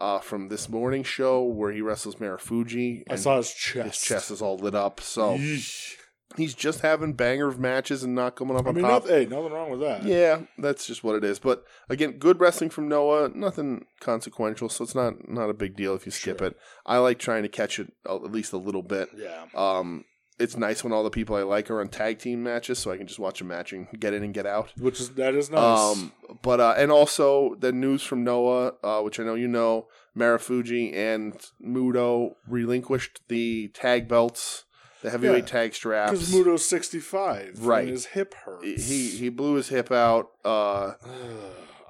[SPEAKER 2] Uh, from this morning show where he wrestles Marufuji,
[SPEAKER 3] I
[SPEAKER 2] and
[SPEAKER 3] saw his chest.
[SPEAKER 2] his chest is all lit up. So
[SPEAKER 3] Yeesh.
[SPEAKER 2] he's just having banger of matches and not coming up
[SPEAKER 3] I
[SPEAKER 2] on
[SPEAKER 3] mean,
[SPEAKER 2] top.
[SPEAKER 3] not, hey, nothing wrong with that.
[SPEAKER 2] Yeah, that's just what it is. But again, good wrestling from Noah, nothing consequential, so it's not not a big deal if you skip
[SPEAKER 3] Sure.
[SPEAKER 2] it. I like trying to catch it uh, at least a little bit.
[SPEAKER 3] Yeah.
[SPEAKER 2] Um, it's nice when all the people I like are on tag team matches, so I can just watch a match and get in and get out.
[SPEAKER 3] Which is, that is nice.
[SPEAKER 2] Um, but uh, and also the news from Noah, uh, which I know you know, Marafuji and Mudo relinquished the tag belts, the heavyweight tag straps.
[SPEAKER 3] Because Mudo's 65.
[SPEAKER 2] Right.
[SPEAKER 3] And his hip hurts.
[SPEAKER 2] he he blew his hip out. Uh,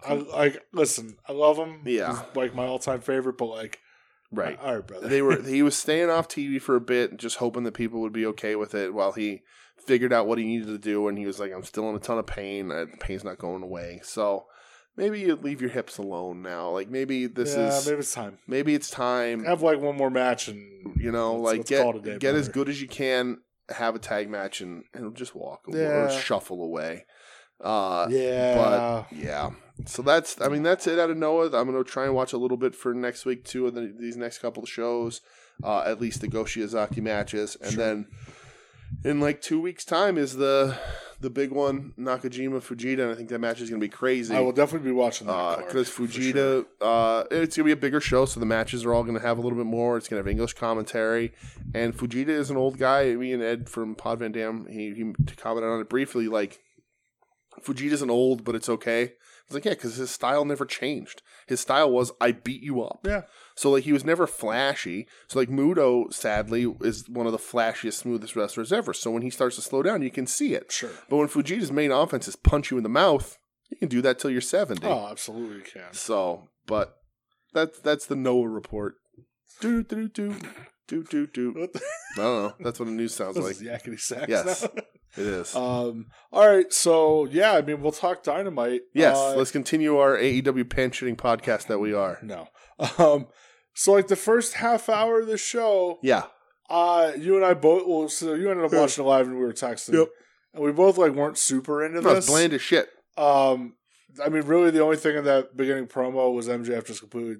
[SPEAKER 3] I like listen. I love him.
[SPEAKER 2] Yeah.
[SPEAKER 3] He's, like my all-time favorite. But like,
[SPEAKER 2] right.
[SPEAKER 3] all right, brother.
[SPEAKER 2] they were he was staying off TV for a bit, just hoping that people would be okay with it. While he figured out what he needed to do, and he was like, "I'm still in a ton of pain. Uh, The pain's not going away." So maybe you leave your hips alone now. Like maybe this
[SPEAKER 3] yeah,
[SPEAKER 2] is maybe,
[SPEAKER 3] maybe it's time.
[SPEAKER 2] it's time.
[SPEAKER 3] Have like one more match and
[SPEAKER 2] You know,
[SPEAKER 3] let's-
[SPEAKER 2] like
[SPEAKER 3] let's
[SPEAKER 2] get
[SPEAKER 3] call it a day,
[SPEAKER 2] get as
[SPEAKER 3] brother.
[SPEAKER 2] good as you can. Have a tag match and and just walk away or
[SPEAKER 3] Yeah.
[SPEAKER 2] shuffle away. Uh,
[SPEAKER 3] yeah.
[SPEAKER 2] but yeah. So that's I mean that's it out of Noah. I'm gonna try and watch a little bit for next week too of the, these next couple of shows, uh, at least the Go Shiozaki matches, and
[SPEAKER 3] Sure.
[SPEAKER 2] then in like two weeks' time is the the big one Nakajima Fujita, and I think that match is gonna be crazy
[SPEAKER 3] I will definitely be watching that card,
[SPEAKER 2] Uh, because
[SPEAKER 3] for
[SPEAKER 2] Fujita,
[SPEAKER 3] sure.
[SPEAKER 2] uh, it's gonna be a bigger show, so the matches are all gonna have a little bit more. It's gonna have English commentary, and Fujita is an old guy. Me and Ed from Pod Van Dam, he, he commented on it briefly. Like Fujita's an old, but it's okay. It's like yeah, because his style never changed. His style was I beat you up.
[SPEAKER 3] Yeah.
[SPEAKER 2] So like he was never flashy. So like Mudo, sadly, is one of the flashiest, smoothest wrestlers ever. So when he starts to slow down, you can see it.
[SPEAKER 3] Sure.
[SPEAKER 2] But when Fujita's main offense is punch you in the mouth, you can do that till you're seventy.
[SPEAKER 3] Oh, absolutely you can.
[SPEAKER 2] So, but that's that's the Noah report. Do do do. Doot doot doot.
[SPEAKER 3] What the
[SPEAKER 2] I don't know. That's what a news sounds like.
[SPEAKER 3] this is yakety sax.
[SPEAKER 2] Yes.
[SPEAKER 3] now.
[SPEAKER 2] It is.
[SPEAKER 3] um. All right. So yeah, I mean, we'll talk dynamite.
[SPEAKER 2] yes,
[SPEAKER 3] Uh,
[SPEAKER 2] let's continue our AEW pan shooting podcast that we are.
[SPEAKER 3] no. Um. So like the first half hour of the show,
[SPEAKER 2] Yeah.
[SPEAKER 3] uh, you and I both. Well, so you ended up
[SPEAKER 2] Yeah.
[SPEAKER 3] watching it live, and we were texting.
[SPEAKER 2] Yep.
[SPEAKER 3] And we both like weren't super into
[SPEAKER 2] No,
[SPEAKER 3] this.
[SPEAKER 2] it's bland as shit.
[SPEAKER 3] Um, I mean, really, the only thing in that beginning promo was MJF just completely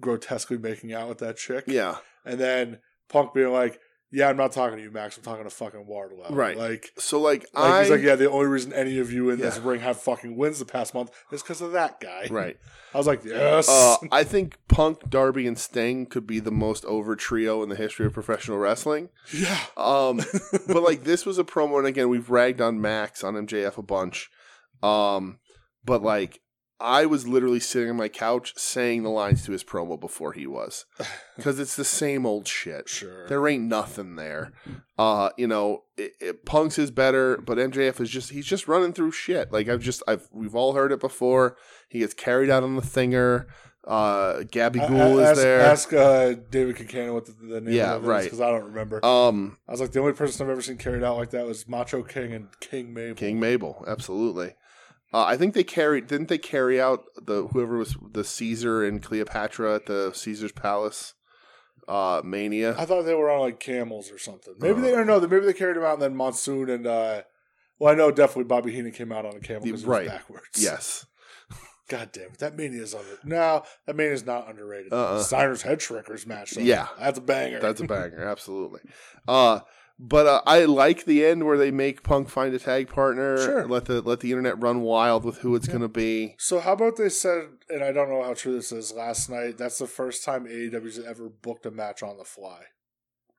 [SPEAKER 3] grotesquely making out with that chick.
[SPEAKER 2] Yeah.
[SPEAKER 3] And then Punk being like, "Yeah, I'm not talking to you, Max. I'm talking to fucking Wardlow."
[SPEAKER 2] Right.
[SPEAKER 3] Like,
[SPEAKER 2] So like,
[SPEAKER 3] like
[SPEAKER 2] I
[SPEAKER 3] he's like, "Yeah, the only reason any of you in this
[SPEAKER 2] Yeah.
[SPEAKER 3] ring have fucking wins the past month is because of that guy."
[SPEAKER 2] right.
[SPEAKER 3] I was like, "Yes."
[SPEAKER 2] Uh, I think Punk, Darby, and Sting could be the most over trio in the history of professional wrestling.
[SPEAKER 3] yeah.
[SPEAKER 2] Um, but like this was a promo, and again, we've ragged on Max on MJF a bunch. Um, but like I was literally sitting on my couch saying the lines to his promo before he was, because it's the same old shit.
[SPEAKER 3] Sure.
[SPEAKER 2] There ain't nothing there. Uh, you know, it, it, Punk's is better, but MJF is just he's just running through shit. Like I've just I've we've all heard it before. He gets carried out on the thinger. Uh, Gabby
[SPEAKER 3] A- a-
[SPEAKER 2] Ghoul is
[SPEAKER 3] ask,
[SPEAKER 2] there.
[SPEAKER 3] Ask uh, David Kincannon what the, the name
[SPEAKER 2] Yeah,
[SPEAKER 3] of that
[SPEAKER 2] right.
[SPEAKER 3] because I don't remember.
[SPEAKER 2] um,
[SPEAKER 3] I was like, the only person I've ever seen carried out like that was Macho King and King Mabel.
[SPEAKER 2] King Mabel, absolutely. Uh, I think they carried didn't they carry out the whoever was the Caesar and Cleopatra at the Caesar's Palace uh, mania.
[SPEAKER 3] I thought they were on like camels or something. Maybe
[SPEAKER 2] Uh.
[SPEAKER 3] they don't know. Maybe they carried him out, and then Monsoon and uh, well, I know definitely Bobby Heenan came out on a camel because
[SPEAKER 2] Right.
[SPEAKER 3] it was backwards.
[SPEAKER 2] yes,
[SPEAKER 3] God damn it, that mania is under. No, that mania is not underrated.
[SPEAKER 2] Uh-uh.
[SPEAKER 3] Steiner's head shrinkers match. Though.
[SPEAKER 2] Yeah.
[SPEAKER 3] that's a banger.
[SPEAKER 2] that's a banger, absolutely. Uh, but uh, I like the end where they make Punk find a tag partner.
[SPEAKER 3] Sure.
[SPEAKER 2] Let the let the internet run wild with who it's going to be.
[SPEAKER 3] so how about they said, and I don't know how true this is. Last night, that's the first time AEW's ever booked a match on the fly.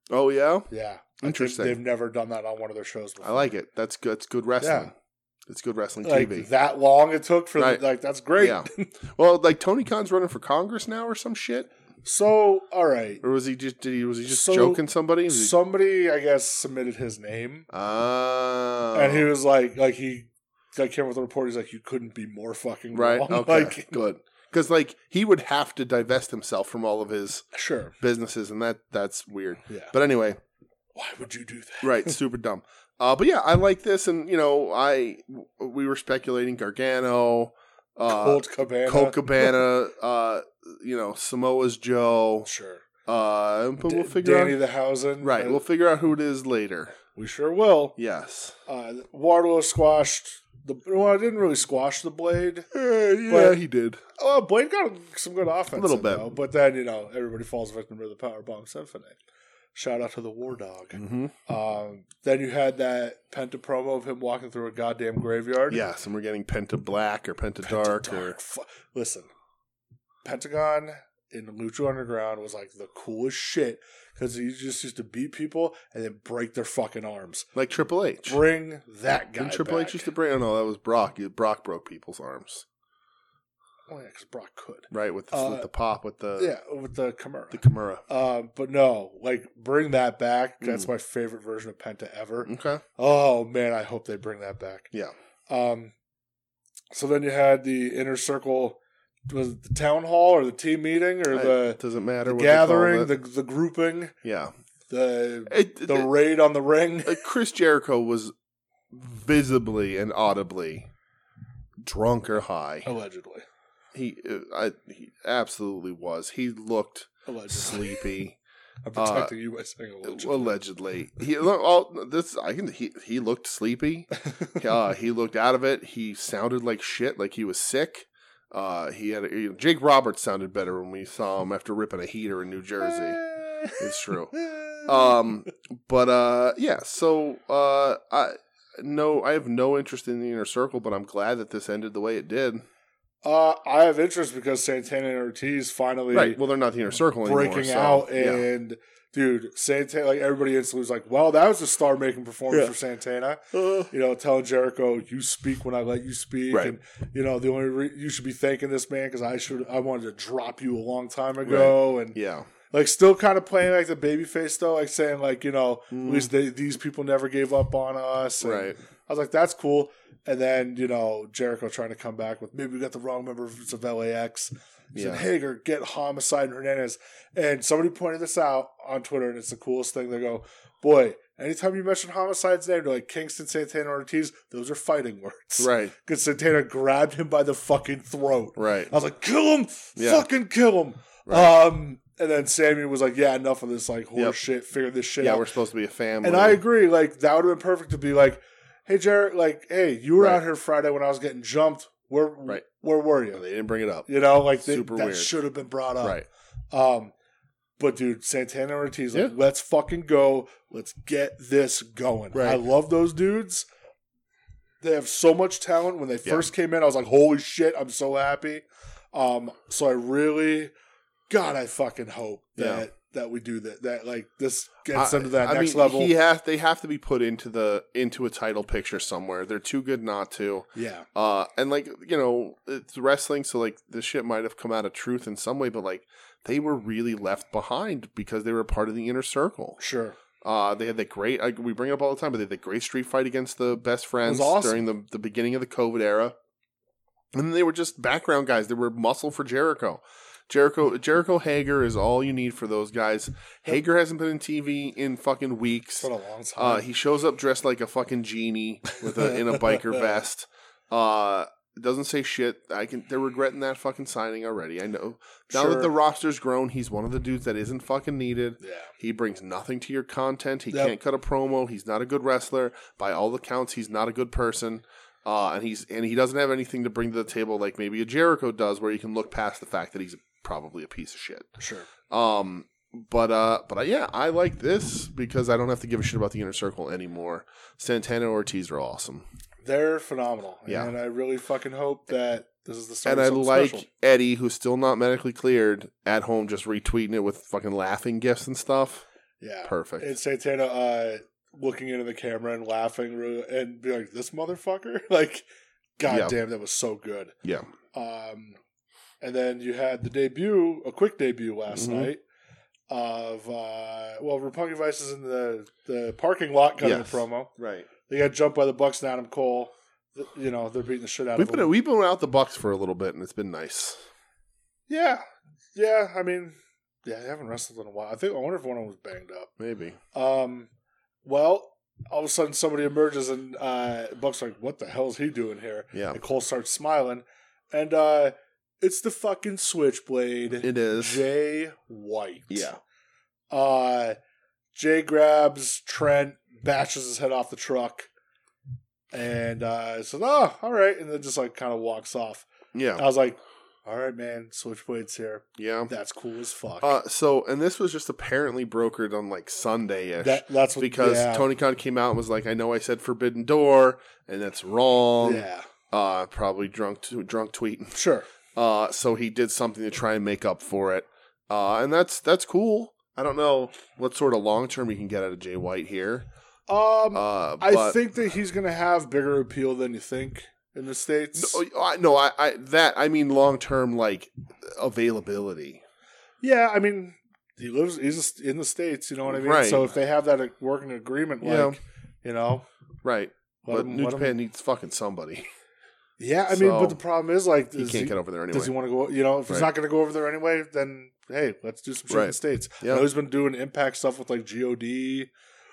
[SPEAKER 2] Oh yeah,
[SPEAKER 3] Yeah,
[SPEAKER 2] Interesting.
[SPEAKER 3] They've, they've never done that on one of their shows before.
[SPEAKER 2] I like it. That's good. That's good wrestling.
[SPEAKER 3] Yeah.
[SPEAKER 2] It's good wrestling
[SPEAKER 3] Like
[SPEAKER 2] TV.
[SPEAKER 3] that long it took for
[SPEAKER 2] Right.
[SPEAKER 3] like that's great.
[SPEAKER 2] Yeah. well, like Tony Khan's running for Congress now or some shit.
[SPEAKER 3] So all right,
[SPEAKER 2] Or was he just did he was he just
[SPEAKER 3] So-
[SPEAKER 2] joking somebody? Was he-
[SPEAKER 3] somebody I guess submitted his name,
[SPEAKER 2] Oh.
[SPEAKER 3] and he was like, like he like came up with a report. He's like, you couldn't be more fucking
[SPEAKER 2] right.
[SPEAKER 3] wrong."
[SPEAKER 2] Okay.
[SPEAKER 3] Like,
[SPEAKER 2] good. Because like he would have to divest himself from all of his
[SPEAKER 3] sure,
[SPEAKER 2] businesses, and that that's weird.
[SPEAKER 3] yeah.
[SPEAKER 2] But anyway,
[SPEAKER 3] Why would you do that?
[SPEAKER 2] right, super dumb. Uh, but yeah, I like this, and you know, I we were speculating Gargano, uh,
[SPEAKER 3] Colt Cabana.
[SPEAKER 2] Colt Cabana, uh, you know, Samoa's Joe.
[SPEAKER 3] Sure.
[SPEAKER 2] Uh, but we'll
[SPEAKER 3] D-
[SPEAKER 2] figure
[SPEAKER 3] Danny
[SPEAKER 2] out.
[SPEAKER 3] the Housen.
[SPEAKER 2] Right, we'll figure out who it is later.
[SPEAKER 3] we sure will.
[SPEAKER 2] Yes.
[SPEAKER 3] Uh, Wardlow squashed the. Well, I didn't really squash the Blade.
[SPEAKER 2] yeah,
[SPEAKER 3] Eh, But-
[SPEAKER 2] he did.
[SPEAKER 3] Oh, Blade got some good offense.
[SPEAKER 2] A little
[SPEAKER 3] in,
[SPEAKER 2] bit.
[SPEAKER 3] though. but then you know everybody falls victim to the power bomb symphony. Shout out to the War Dog.
[SPEAKER 2] Mm-hmm.
[SPEAKER 3] Um, then you had that Penta promo of him walking through a goddamn graveyard.
[SPEAKER 2] Yes, and we're getting Penta Black or Penta, Dark, or
[SPEAKER 3] Dark fu- Listen, Pentagon in Lucha Underground was like the coolest shit because he just used to beat people and then break their fucking arms.
[SPEAKER 2] like Triple H.
[SPEAKER 3] Bring that guy.
[SPEAKER 2] Didn't Triple
[SPEAKER 3] back.
[SPEAKER 2] H used to break? Oh no, that was Brock. He- Brock broke people's arms,
[SPEAKER 3] Oh, yeah, 'cause Brock could.
[SPEAKER 2] right? With the,
[SPEAKER 3] Uh,
[SPEAKER 2] with the pop, with the
[SPEAKER 3] yeah, with the Kimura.
[SPEAKER 2] the Kimura.
[SPEAKER 3] uh, but no, like bring that back.
[SPEAKER 2] Mm.
[SPEAKER 3] That's my favorite version of Penta ever.
[SPEAKER 2] Okay,
[SPEAKER 3] Oh man, I hope they bring that back.
[SPEAKER 2] Yeah.
[SPEAKER 3] Um. So then you had the inner circle, was it the town hall or the team meeting or
[SPEAKER 2] I-
[SPEAKER 3] the,
[SPEAKER 2] doesn't matter.
[SPEAKER 3] the
[SPEAKER 2] what they call
[SPEAKER 3] gathering,
[SPEAKER 2] it. Uh,
[SPEAKER 3] the the grouping,
[SPEAKER 2] yeah,
[SPEAKER 3] the
[SPEAKER 2] it,
[SPEAKER 3] the
[SPEAKER 2] it-
[SPEAKER 3] raid on the ring.
[SPEAKER 2] uh, Chris Jericho was visibly and audibly drunk or
[SPEAKER 3] Oh.
[SPEAKER 2] high.
[SPEAKER 3] Allegedly,
[SPEAKER 2] He, uh, I, he absolutely was. He looked
[SPEAKER 3] allegedly.
[SPEAKER 2] sleepy.
[SPEAKER 3] I'm protecting you by saying allegedly.
[SPEAKER 2] allegedly he look all this i can he he looked sleepy uh he looked out of it he sounded like shit like he was sick uh he had you know, jake roberts sounded better when we saw him after ripping a heater in new jersey it's true um but uh yeah so uh i no i have no interest in the inner circle but i'm glad that this ended the way it did
[SPEAKER 3] Uh, I have interest because Santana and Ortiz finally
[SPEAKER 2] right well they're not the inner circle anymore
[SPEAKER 3] breaking
[SPEAKER 2] so,
[SPEAKER 3] out
[SPEAKER 2] yeah.
[SPEAKER 3] and. Dude, Santana, like everybody instantly was like, "Wow, that was a star-making performance
[SPEAKER 2] Yeah. Oh,
[SPEAKER 3] for Santana." you know, telling Jericho, "You speak when I let you speak,"
[SPEAKER 2] Right.
[SPEAKER 3] and you know, the only re- you should be thanking this man because I should I wanted to drop you a long time ago, and
[SPEAKER 2] yeah
[SPEAKER 3] like still kind of playing like the baby face though, like saying like you know,
[SPEAKER 2] Mm.
[SPEAKER 3] at least they, these people never gave up on us. and
[SPEAKER 2] right
[SPEAKER 3] I was like, that's cool. And then you know, Jericho trying to come back with maybe we got the wrong members of LAX. He said,
[SPEAKER 2] Yeah.
[SPEAKER 3] Hager, get Homicide and Hernandez. And somebody pointed this out on Twitter, and it's the coolest thing. They go, boy, anytime you mention Homicide's name, they're like Kingston, Santana, Ortiz, those are fighting words.
[SPEAKER 2] Right.
[SPEAKER 3] Because Santana grabbed him by the fucking throat.
[SPEAKER 2] Right.
[SPEAKER 3] I was like, kill him!
[SPEAKER 2] Yeah.
[SPEAKER 3] Fucking kill him! Um, and then Sammy was like, yeah, enough of this, like, horse
[SPEAKER 2] Yep.
[SPEAKER 3] shit. Figure this shit
[SPEAKER 2] Yeah,
[SPEAKER 3] out.
[SPEAKER 2] we're supposed to be a family.
[SPEAKER 3] And I agree. Like that would have been perfect to be like, "Hey, Jared, like, hey, you were
[SPEAKER 2] Right.
[SPEAKER 3] out here Friday when I was getting jumped. Where,
[SPEAKER 2] Right.
[SPEAKER 3] where were
[SPEAKER 2] They
[SPEAKER 3] you?
[SPEAKER 2] didn't bring it up.
[SPEAKER 3] You know, like they,
[SPEAKER 2] Super
[SPEAKER 3] that
[SPEAKER 2] weird.
[SPEAKER 3] should have been brought up.
[SPEAKER 2] Right.
[SPEAKER 3] Um, but dude, Santana Ortiz,
[SPEAKER 2] Yeah.
[SPEAKER 3] like, let's fucking go. Let's get this going.
[SPEAKER 2] Right.
[SPEAKER 3] I love those dudes. They have so much talent. When they
[SPEAKER 2] Yeah.
[SPEAKER 3] first came in, I was like, "Holy shit!" I'm so happy. Um, so I really, God, I fucking hope
[SPEAKER 2] Yeah.
[SPEAKER 3] that that we do that. That like this gets
[SPEAKER 2] I-
[SPEAKER 3] them to that
[SPEAKER 2] I
[SPEAKER 3] next
[SPEAKER 2] mean,
[SPEAKER 3] level.
[SPEAKER 2] He have, they have to be put into the into a title picture somewhere. They're too good not to.
[SPEAKER 3] yeah.
[SPEAKER 2] Uh, and like you know, it's wrestling, so like this shit might have come out of truth in some way, but like they were really left behind because they were part of the inner circle.
[SPEAKER 3] Sure.
[SPEAKER 2] Uh, they had that great. I, we bring it up all the time, but they had the great street fight against the best friends
[SPEAKER 3] awesome.
[SPEAKER 2] during the the beginning of the COVID era. And they were just background guys. They were muscle for Jericho. Jericho Jericho Hager is all you need for those guys. Hager hasn't been in TV in fucking weeks.
[SPEAKER 3] It's been a long time.
[SPEAKER 2] Uh, he shows up dressed like a fucking genie with a, in a biker vest. Uh, doesn't say shit. I can. They're regretting that fucking signing already. I know. Now
[SPEAKER 3] Sure.
[SPEAKER 2] that the roster's grown, he's one of the dudes that isn't fucking needed.
[SPEAKER 3] yeah.
[SPEAKER 2] He brings nothing to your content. He
[SPEAKER 3] Yep.
[SPEAKER 2] can't cut a promo. He's not a good wrestler. By all accounts, he's not a good person. Uh, and he's and he doesn't have anything to bring to the table like maybe a Jericho does, where you can look past the fact that he's probably a piece of shit.
[SPEAKER 3] Sure.
[SPEAKER 2] Um, but uh, but uh, yeah, I like this because I don't have to give a shit about the inner circle anymore. Santana and Ortiz are awesome,
[SPEAKER 3] They're phenomenal.
[SPEAKER 2] Yeah.
[SPEAKER 3] And I really fucking hope that this is the start
[SPEAKER 2] and
[SPEAKER 3] of
[SPEAKER 2] I
[SPEAKER 3] something
[SPEAKER 2] like
[SPEAKER 3] special.
[SPEAKER 2] Eddie, who's still not medically cleared, at home just retweeting it with fucking laughing gifs and stuff.
[SPEAKER 3] Yeah.
[SPEAKER 2] Perfect.
[SPEAKER 3] And Santana uh, looking into the camera and laughing re- and be like, this motherfucker? Like, god
[SPEAKER 2] Yeah.
[SPEAKER 3] damn, that was so good.
[SPEAKER 2] yeah,
[SPEAKER 3] Um, and then you had the debut, a quick debut last
[SPEAKER 2] Mhm.
[SPEAKER 3] night of, uh, well, Rapungi Vice is in the, the parking lot cutting
[SPEAKER 2] Yes.
[SPEAKER 3] a promo.
[SPEAKER 2] right.
[SPEAKER 3] They got jumped by the Bucks and Adam Cole. Th- You know, they're beating the shit out
[SPEAKER 2] We've
[SPEAKER 3] of them.
[SPEAKER 2] been we've been out the Bucks for a little bit, and it's been nice.
[SPEAKER 3] Yeah, yeah. I mean, yeah, I haven't wrestled in a while. I think I wonder if one of them was banged up.
[SPEAKER 2] Maybe
[SPEAKER 3] Um, well, all of a sudden somebody emerges and uh, Buck's like, "What the hell is he doing here?"
[SPEAKER 2] yeah,
[SPEAKER 3] And Cole starts smiling, and uh, it's the fucking Switchblade,
[SPEAKER 2] it is.
[SPEAKER 3] Jay White.
[SPEAKER 2] Yeah.
[SPEAKER 3] Uh, Jay grabs Trent, bashes his head off the truck. And uh, says, "Oh, all right," and then just like kind of walks off.
[SPEAKER 2] Yeah,
[SPEAKER 3] I was like, "All right, man, Switchblade's here.
[SPEAKER 2] yeah.
[SPEAKER 3] That's cool as fuck.
[SPEAKER 2] Uh, so and this was just apparently brokered on like Sunday ish.
[SPEAKER 3] that, that's what,
[SPEAKER 2] because
[SPEAKER 3] yeah,
[SPEAKER 2] Tony Khan came out and was like, "I know I said Forbidden Door, and that's wrong."
[SPEAKER 3] Yeah,
[SPEAKER 2] Uh, probably drunk, drunk tweeting.
[SPEAKER 3] sure.
[SPEAKER 2] Uh, so he did something to try and make up for it. Uh, and that's that's cool. I don't know what sort of long term you can get out of Jay White here.
[SPEAKER 3] Um,
[SPEAKER 2] Uh,
[SPEAKER 3] I
[SPEAKER 2] but-
[SPEAKER 3] think that he's gonna have bigger appeal than you think in the states.
[SPEAKER 2] No, I, no, I, I that I mean long term like availability.
[SPEAKER 3] yeah, I mean, he lives. He's just in the states. You know what I mean.
[SPEAKER 2] Right.
[SPEAKER 3] So if they have that like, working agreement, like
[SPEAKER 2] Yeah.
[SPEAKER 3] you know,
[SPEAKER 2] Right,
[SPEAKER 3] let
[SPEAKER 2] but
[SPEAKER 3] him-
[SPEAKER 2] New
[SPEAKER 3] let him-
[SPEAKER 2] Japan needs fucking somebody.
[SPEAKER 3] yeah, I mean,
[SPEAKER 2] So,
[SPEAKER 3] but the problem is like,
[SPEAKER 2] He
[SPEAKER 3] does
[SPEAKER 2] can't
[SPEAKER 3] he,
[SPEAKER 2] get over there anyway.
[SPEAKER 3] does he want to go? You know, if he's
[SPEAKER 2] Right.
[SPEAKER 3] not gonna go over there anyway, then hey, let's do some shit in the
[SPEAKER 2] Right.
[SPEAKER 3] states.
[SPEAKER 2] Yeah.
[SPEAKER 3] I know he's been doing impact stuff with like God,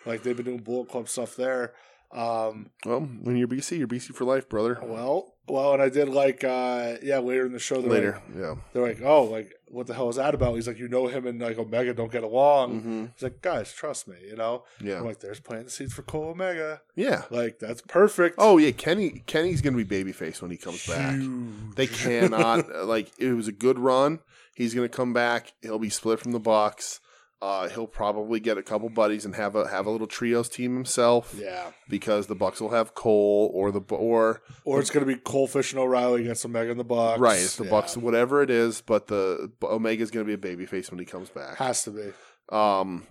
[SPEAKER 3] like they've been doing Bullet Club stuff there. Um,
[SPEAKER 2] well, when you're BC, you're BC for life, brother.
[SPEAKER 3] Well, well, and I did like, uh yeah, later in the show, they're
[SPEAKER 2] Later,
[SPEAKER 3] Like,
[SPEAKER 2] yeah.
[SPEAKER 3] they're like, oh, like, what the hell is that about? He's like, you know, him and like Omega don't get along.
[SPEAKER 2] hmm
[SPEAKER 3] He's like, guys, trust me, you know. I'm
[SPEAKER 2] Yeah,
[SPEAKER 3] like, there's planting the seeds for Cole Omega.
[SPEAKER 2] yeah.
[SPEAKER 3] Like, that's perfect.
[SPEAKER 2] Oh yeah, Kenny. Kenny's gonna be babyface when he comes back.
[SPEAKER 3] Huge.
[SPEAKER 2] They cannot uh, like it was a good run. He's gonna come back. He'll be split from the Bucks. Uh, he'll probably get a couple buddies and have a have a little trios team himself
[SPEAKER 3] yeah,
[SPEAKER 2] because the Bucks will have Cole or the or
[SPEAKER 3] or it's gonna be Cole Fish and O'Reilly against Omega in the Bucks.
[SPEAKER 2] right. It's the
[SPEAKER 3] Yeah.
[SPEAKER 2] Bucks, whatever it is. But the but Omega's gonna be a babyface when he comes back.
[SPEAKER 3] has to be.
[SPEAKER 2] Um.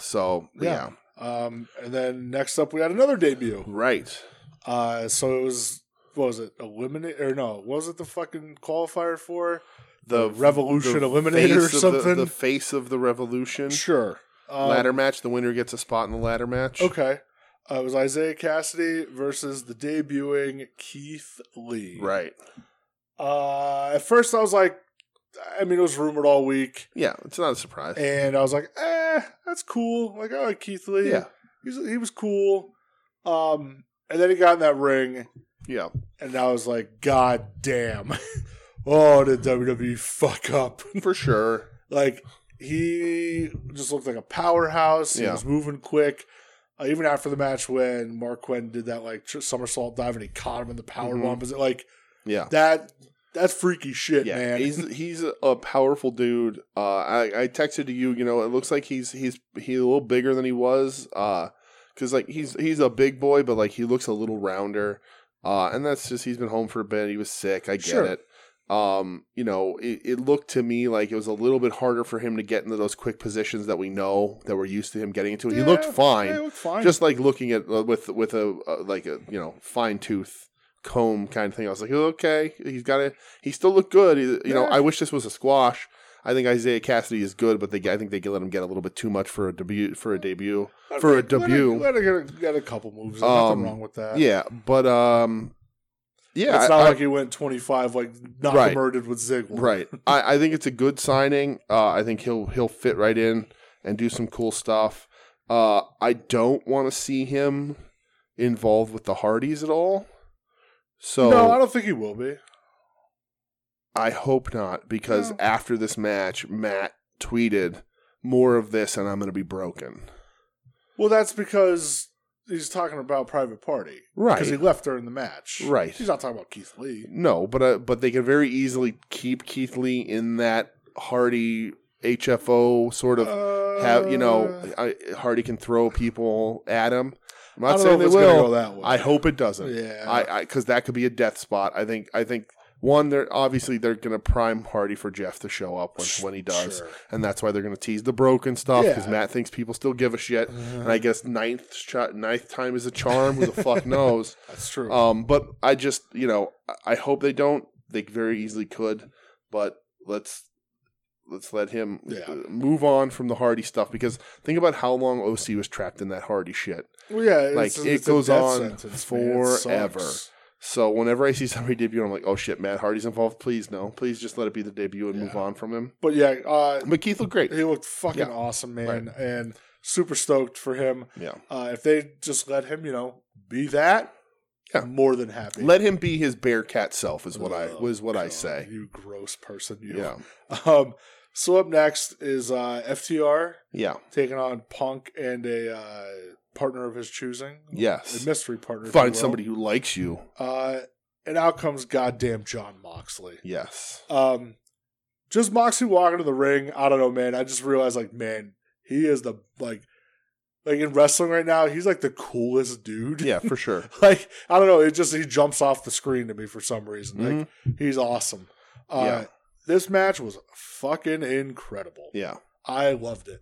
[SPEAKER 2] So yeah,
[SPEAKER 3] Yeah. Um, and then next up, we had another debut.
[SPEAKER 2] right.
[SPEAKER 3] Uh, so it was what was it eliminate or no? What was it the fucking qualifier for the, Revolution
[SPEAKER 2] the
[SPEAKER 3] Eliminator or
[SPEAKER 2] face of the-
[SPEAKER 3] something?
[SPEAKER 2] the face of the revolution.
[SPEAKER 3] Sure. Um,
[SPEAKER 2] ladder match. The winner gets a spot in the ladder match.
[SPEAKER 3] Okay. Uh, it was Isaiah Cassidy versus the debuting Keith Lee.
[SPEAKER 2] Right.
[SPEAKER 3] Uh, at first, I was like, I mean, it was rumored all week,
[SPEAKER 2] Yeah, it's not a surprise.
[SPEAKER 3] and I was like, eh, that's cool. Like, I like Keith Lee.
[SPEAKER 2] yeah,
[SPEAKER 3] He's, he was cool. Um, and then he got in that ring,
[SPEAKER 2] yeah.
[SPEAKER 3] and I was like, God damn. oh, did WWE fuck up?
[SPEAKER 2] For sure.
[SPEAKER 3] Like, he just looked like a powerhouse. He
[SPEAKER 2] Yeah.
[SPEAKER 3] was moving quick. Uh, even after the match when Mark Quinn did that, like, tr- somersault dive and he caught him in the power
[SPEAKER 2] Mhm.
[SPEAKER 3] bump. Is it like
[SPEAKER 2] Yeah.
[SPEAKER 3] that? That's freaky shit,
[SPEAKER 2] yeah,
[SPEAKER 3] man.
[SPEAKER 2] he's he's a, a powerful dude. Uh, I, I texted to you. You know, it looks like he's he's he's a little bigger than he was. Uh, because like he's he's a big boy, but like he looks a little rounder. Uh, and that's just he's been home for a bit. He was sick. I get
[SPEAKER 3] Sure.
[SPEAKER 2] it. Um, you know, it, it looked to me like it was a little bit harder for him to get into those quick positions that we know that we're used to him getting into. he looked
[SPEAKER 3] Yeah,
[SPEAKER 2] fine
[SPEAKER 3] yeah, he looked fine.
[SPEAKER 2] just like looking at uh, with with a uh, like a you know fine tooth comb kind of thing. I was like, "Oh, okay, he's got it. He still looked good. He- you know,
[SPEAKER 3] Yeah.
[SPEAKER 2] I wish this was a squash. I think Isaiah Cassidy is good, but they I think they let him get a little bit too much for a debut for a debut for a
[SPEAKER 3] Let her-
[SPEAKER 2] debut.
[SPEAKER 3] Let her get a, get a couple moves. There's nothing
[SPEAKER 2] Um,
[SPEAKER 3] wrong with that.
[SPEAKER 2] yeah, but um, yeah,
[SPEAKER 3] it's
[SPEAKER 2] I-
[SPEAKER 3] not
[SPEAKER 2] I-
[SPEAKER 3] like he went 25 like not
[SPEAKER 2] Right.
[SPEAKER 3] murdered with Ziggler.
[SPEAKER 2] Right. I, I think it's a good signing. Uh, I think he'll he'll fit right in and do some cool stuff. Uh, I don't want to see him involved with the Hardys at all. So
[SPEAKER 3] no, I don't think he will be.
[SPEAKER 2] I hope not because
[SPEAKER 3] No.
[SPEAKER 2] after this match, Matt tweeted more of this, and I'm going to be broken.
[SPEAKER 3] Well, that's because he's talking about Private Party because he left during the match.
[SPEAKER 2] Right.
[SPEAKER 3] He's not talking about Keith Lee.
[SPEAKER 2] No, but uh, but they can very easily keep Keith Lee in that Hardy HFO sort of have you know
[SPEAKER 3] Uh,
[SPEAKER 2] I, Hardy can throw people at him. I'm
[SPEAKER 3] I
[SPEAKER 2] not
[SPEAKER 3] don't
[SPEAKER 2] saying
[SPEAKER 3] know
[SPEAKER 2] they
[SPEAKER 3] if it's gonna
[SPEAKER 2] will.
[SPEAKER 3] go that way.
[SPEAKER 2] I hope it doesn't.
[SPEAKER 3] Yeah.
[SPEAKER 2] I because that could be a death spot. I think I think one they're obviously they're gonna prime Hardy for Jeff to show up when, when he does,
[SPEAKER 3] Sure.
[SPEAKER 2] and that's why they're gonna tease the broken stuff because
[SPEAKER 3] Yeah. Uh-huh.
[SPEAKER 2] Matt thinks people still give a shit, and I guess ninth shot ninth time is a charm. Who the fuck knows?
[SPEAKER 3] That's true.
[SPEAKER 2] Um, but I just you know I- I hope they don't. They very easily could, but let's let's let him
[SPEAKER 3] Yeah.
[SPEAKER 2] uh, move on from the Hardy stuff because think about how long OC was trapped in that Hardy shit.
[SPEAKER 3] well, yeah, it's-
[SPEAKER 2] like,
[SPEAKER 3] it's,
[SPEAKER 2] it
[SPEAKER 3] it's a
[SPEAKER 2] goes
[SPEAKER 3] death
[SPEAKER 2] on
[SPEAKER 3] man. It sucks.
[SPEAKER 2] forever. So whenever I see somebody debut, I'm like, oh shit, Matt Hardy's involved. Please no, please just let it be the debut and move
[SPEAKER 3] Yeah.
[SPEAKER 2] on from him.
[SPEAKER 3] But yeah, uh,
[SPEAKER 2] But Keith looked great.
[SPEAKER 3] he looked fucking
[SPEAKER 2] Yeah.
[SPEAKER 3] awesome, man, and super stoked for him.
[SPEAKER 2] Yeah,
[SPEAKER 3] Uh, if they just let him, you know, be that,
[SPEAKER 2] Yeah.
[SPEAKER 3] I'm more than happy.
[SPEAKER 2] let him be his Bearcat self is what I
[SPEAKER 3] Oh,
[SPEAKER 2] was what I
[SPEAKER 3] God,
[SPEAKER 2] say.
[SPEAKER 3] You gross person. You.
[SPEAKER 2] Yeah,
[SPEAKER 3] Um, so up next is uh, FTR
[SPEAKER 2] yeah,
[SPEAKER 3] taking on Punk and a uh, partner of his choosing. A
[SPEAKER 2] yes.
[SPEAKER 3] mystery partner. if you
[SPEAKER 2] Find
[SPEAKER 3] will.
[SPEAKER 2] somebody who likes you.
[SPEAKER 3] Uh, and out comes goddamn John Moxley.
[SPEAKER 2] Yes.
[SPEAKER 3] Um, just Moxley walking to the ring. I don't know, man. I just realized, like, man, he is the like, like in wrestling right now, he's like the coolest dude.
[SPEAKER 2] Yeah, for sure.
[SPEAKER 3] like I don't know. It just he jumps off the screen to me for some reason.
[SPEAKER 2] Mhm.
[SPEAKER 3] Like he's awesome. Uh,
[SPEAKER 2] Yeah.
[SPEAKER 3] This match was fucking incredible.
[SPEAKER 2] Yeah.
[SPEAKER 3] I loved it.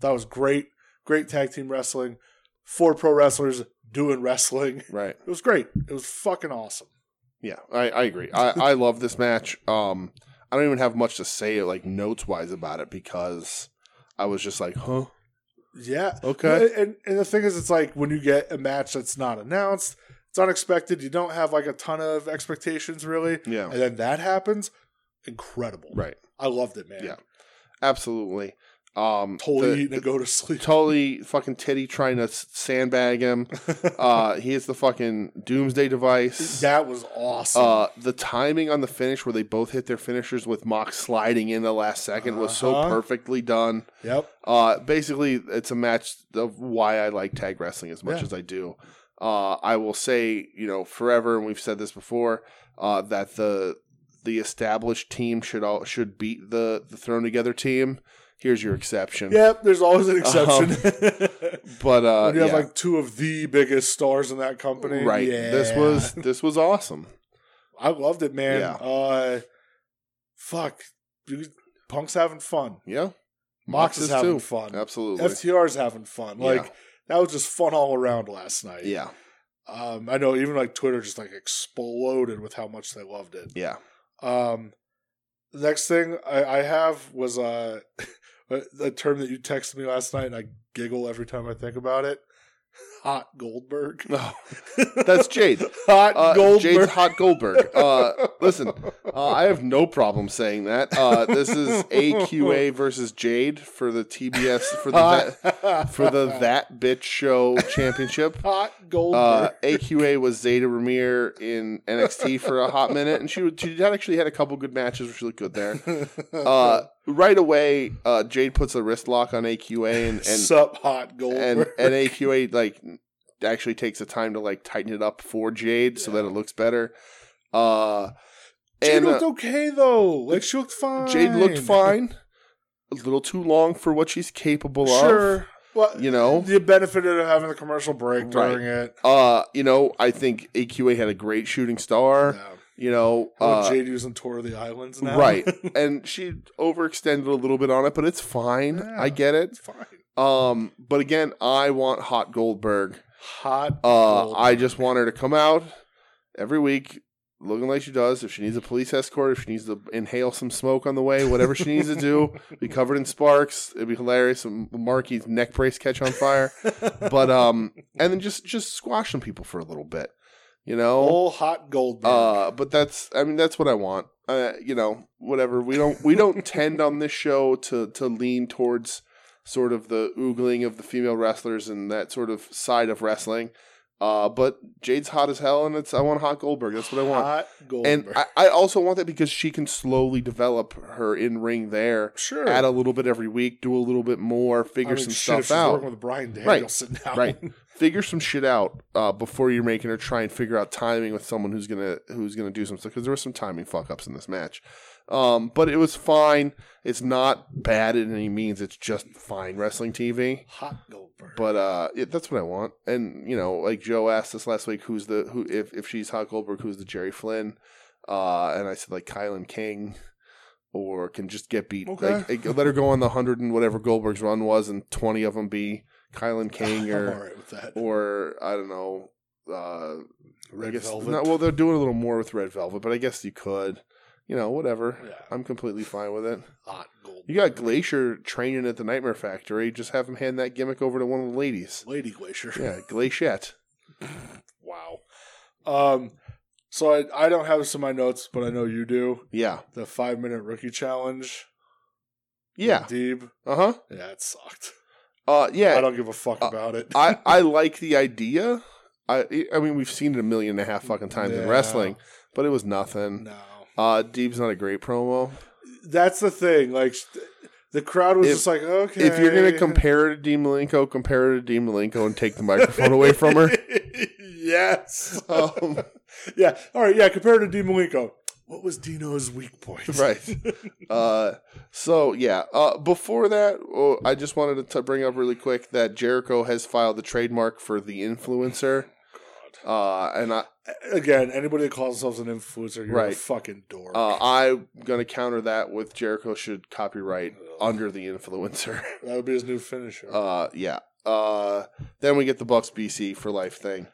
[SPEAKER 3] That was great. Great tag team wrestling. Four pro wrestlers doing wrestling. It
[SPEAKER 2] Right.
[SPEAKER 3] was great. It was fucking awesome.
[SPEAKER 2] Yeah, I, I agree. I, I love this match. Um, I don't even have much to say like notes wise about it because I was just like, huh,
[SPEAKER 3] Yeah.
[SPEAKER 2] okay,
[SPEAKER 3] And and the thing is, it's like when you get a match that's not announced, it's unexpected. You don't have like a ton of expectations really,
[SPEAKER 2] yeah,
[SPEAKER 3] and then that happens. Incredible.
[SPEAKER 2] right,
[SPEAKER 3] I loved it, man.
[SPEAKER 2] Yeah. absolutely. Um,
[SPEAKER 3] Totally
[SPEAKER 2] the-
[SPEAKER 3] eating and go to sleep.
[SPEAKER 2] totally fucking titty trying to s- sandbag him. Uh, he is the fucking doomsday device.
[SPEAKER 3] That was awesome.
[SPEAKER 2] uh, the timing on the finish where they both hit their finishers with Mox sliding in the last 2nd was so
[SPEAKER 3] Uh-huh.
[SPEAKER 2] perfectly done.
[SPEAKER 3] yep.
[SPEAKER 2] Uh, basically, it's a match of why I like tag wrestling as much
[SPEAKER 3] Yeah.
[SPEAKER 2] as I do. Uh, I will say, you know, forever, and we've said this before, uh, that the the established team should all should beat the the thrown together team. Here's your exception,
[SPEAKER 3] Yep. There's always an exception.
[SPEAKER 2] but uh,
[SPEAKER 3] when you
[SPEAKER 2] Um,
[SPEAKER 3] have
[SPEAKER 2] yeah,
[SPEAKER 3] like two of the biggest stars in that company.
[SPEAKER 2] right.
[SPEAKER 3] Yeah.
[SPEAKER 2] This was this was awesome.
[SPEAKER 3] I loved it, man.
[SPEAKER 2] Yeah.
[SPEAKER 3] Uh, fuck, dude, Punk's having fun.
[SPEAKER 2] Yeah,
[SPEAKER 3] Mox is having fun.
[SPEAKER 2] Absolutely.
[SPEAKER 3] FTR's having fun.
[SPEAKER 2] Yeah.
[SPEAKER 3] Like that was just fun all around last night.
[SPEAKER 2] yeah,
[SPEAKER 3] Um, I know even like Twitter just like exploded with how much they loved it.
[SPEAKER 2] yeah,
[SPEAKER 3] Um, the next thing I, I have was uh, a, a term that you texted me last night, and I giggle every time I think about it. Hot Goldberg.
[SPEAKER 2] No, that's Jade.
[SPEAKER 3] Hot
[SPEAKER 2] Uh, Jade
[SPEAKER 3] Oh. Goldberg.
[SPEAKER 2] Hot Goldberg. Uh, listen, uh, I have no problem saying that. Uh, this is AQA versus Jade for the TBS for
[SPEAKER 3] Uh,
[SPEAKER 2] the that, for the that bitch show championship.
[SPEAKER 3] Hot Goldberg.
[SPEAKER 2] Uh, AQA was Zeta Ramir in NXT for a hot minute, and she would- she had actually had a couple good matches where she looked good there. Uh, right away, uh, Jade puts a wrist lock on AQA, and and
[SPEAKER 3] Sup, Hot
[SPEAKER 2] and,
[SPEAKER 3] Goldberg.
[SPEAKER 2] and AQA like actually takes the time to like tighten it up for Jade so that it looks better. Uh,
[SPEAKER 3] Jade
[SPEAKER 2] and uh,
[SPEAKER 3] looked okay though. Like she looked fine.
[SPEAKER 2] Jade looked fine. A little too long for what she's capable
[SPEAKER 3] Sure.
[SPEAKER 2] of.
[SPEAKER 3] Well,
[SPEAKER 2] You know,
[SPEAKER 3] the benefit of having the commercial break
[SPEAKER 2] Right.
[SPEAKER 3] during it.
[SPEAKER 2] uh, you know, I think AQA had a great shooting star.
[SPEAKER 3] Yeah.
[SPEAKER 2] You know,
[SPEAKER 3] Uh,
[SPEAKER 2] uh,
[SPEAKER 3] Jade using tour of the islands now.
[SPEAKER 2] right, and she overextended a little bit on it, but it's fine.
[SPEAKER 3] Yeah.
[SPEAKER 2] I get it.
[SPEAKER 3] it's fine.
[SPEAKER 2] Um, but again, I want Hot Goldberg.
[SPEAKER 3] Hot.
[SPEAKER 2] Uh,
[SPEAKER 3] Goldberg.
[SPEAKER 2] I just want her to come out every week looking like she does. If she needs a police escort, if she needs to inhale some smoke on the way, whatever she needs to do, be covered in sparks. It'd be hilarious. And Marky's neck brace catch on fire. but um, and then just just squash some people for a little bit, you know.
[SPEAKER 3] Old hot Goldberg.
[SPEAKER 2] Uh, but that's I mean that's what I want. Uh, you know, whatever. We don't we don't tend on this show to to lean towards sort of the oogling of the female wrestlers and that sort of side of wrestling. Uh, but Jade's hot as hell, and it's I want hot Goldberg. That's what I want.
[SPEAKER 3] Hot Goldberg.
[SPEAKER 2] And I, I also want that because she can slowly develop her in ring there.
[SPEAKER 3] sure.
[SPEAKER 2] Add a little bit every week, do a little bit more, figure some
[SPEAKER 3] if
[SPEAKER 2] stuff
[SPEAKER 3] she's
[SPEAKER 2] out
[SPEAKER 3] Working with Brian Danielson now.
[SPEAKER 2] right figure some shit out uh, before you're making her try and figure out timing with someone who's gonna who's gonna do some stuff because there were some timing fuck ups in this match um, but it was fine it's not bad in any means it's just fine wrestling tv
[SPEAKER 3] Hot Goldberg.
[SPEAKER 2] but uh, it, that's what i want and you know like joe asked us last week who's the who if, if she's hot goldberg who's the jerry flynn uh, and i said like kylan king or can just get beat
[SPEAKER 3] Okay.
[SPEAKER 2] like, like, let her go on the 100 and whatever goldberg's run was and 20 of them be kylan king
[SPEAKER 3] I'm
[SPEAKER 2] or
[SPEAKER 3] all right with that.
[SPEAKER 2] or I don't know. Uh, I
[SPEAKER 3] Red
[SPEAKER 2] guess
[SPEAKER 3] Velvet.
[SPEAKER 2] Not, well, they're doing a little more with Red Velvet, but I guess you could. You know, whatever.
[SPEAKER 3] Yeah.
[SPEAKER 2] I'm completely fine with it.
[SPEAKER 3] hot Goldberg.
[SPEAKER 2] You got Glacier training at the Nightmare Factory. Just have him hand that gimmick over to one of the ladies.
[SPEAKER 3] Lady Glacier.
[SPEAKER 2] Yeah, Glaciette.
[SPEAKER 3] Wow. Um. So I I don't have this in my notes, but I know you do.
[SPEAKER 2] Yeah.
[SPEAKER 3] The five minute rookie challenge.
[SPEAKER 2] Yeah.
[SPEAKER 3] Deeb.
[SPEAKER 2] Uh huh.
[SPEAKER 3] Yeah, it sucked.
[SPEAKER 2] Uh
[SPEAKER 3] I
[SPEAKER 2] yeah.
[SPEAKER 3] don't give a fuck
[SPEAKER 2] Uh,
[SPEAKER 3] about it.
[SPEAKER 2] I, I like the idea. I I mean we've seen it a million and a half fucking times in
[SPEAKER 3] Yeah.
[SPEAKER 2] wrestling, but it was nothing.
[SPEAKER 3] no.
[SPEAKER 2] Uh Deeb's not a great promo.
[SPEAKER 3] That's the thing. Like the crowd was
[SPEAKER 2] If-
[SPEAKER 3] just like, okay.
[SPEAKER 2] If you're gonna compare her to Dean Malenko, compare her to Dean Malenko and take the microphone away from her.
[SPEAKER 3] yes.
[SPEAKER 2] Um,
[SPEAKER 3] yeah. All right. Yeah. Compared to Dean Malenko, what was Dino's weak point?
[SPEAKER 2] right. Uh, so yeah. Uh, before that, oh, I just wanted to t- bring up really quick that Jericho has filed the trademark for the influencer. Uh, and I,
[SPEAKER 3] Again, anybody that calls themselves an influencer, you're a
[SPEAKER 2] Right.
[SPEAKER 3] fucking dork.
[SPEAKER 2] uh, I'm gonna counter that with Jericho should copyright under the influencer.
[SPEAKER 3] that would be his new finisher.
[SPEAKER 2] Uh, yeah. Uh, then we get the Bucks BC for life thing.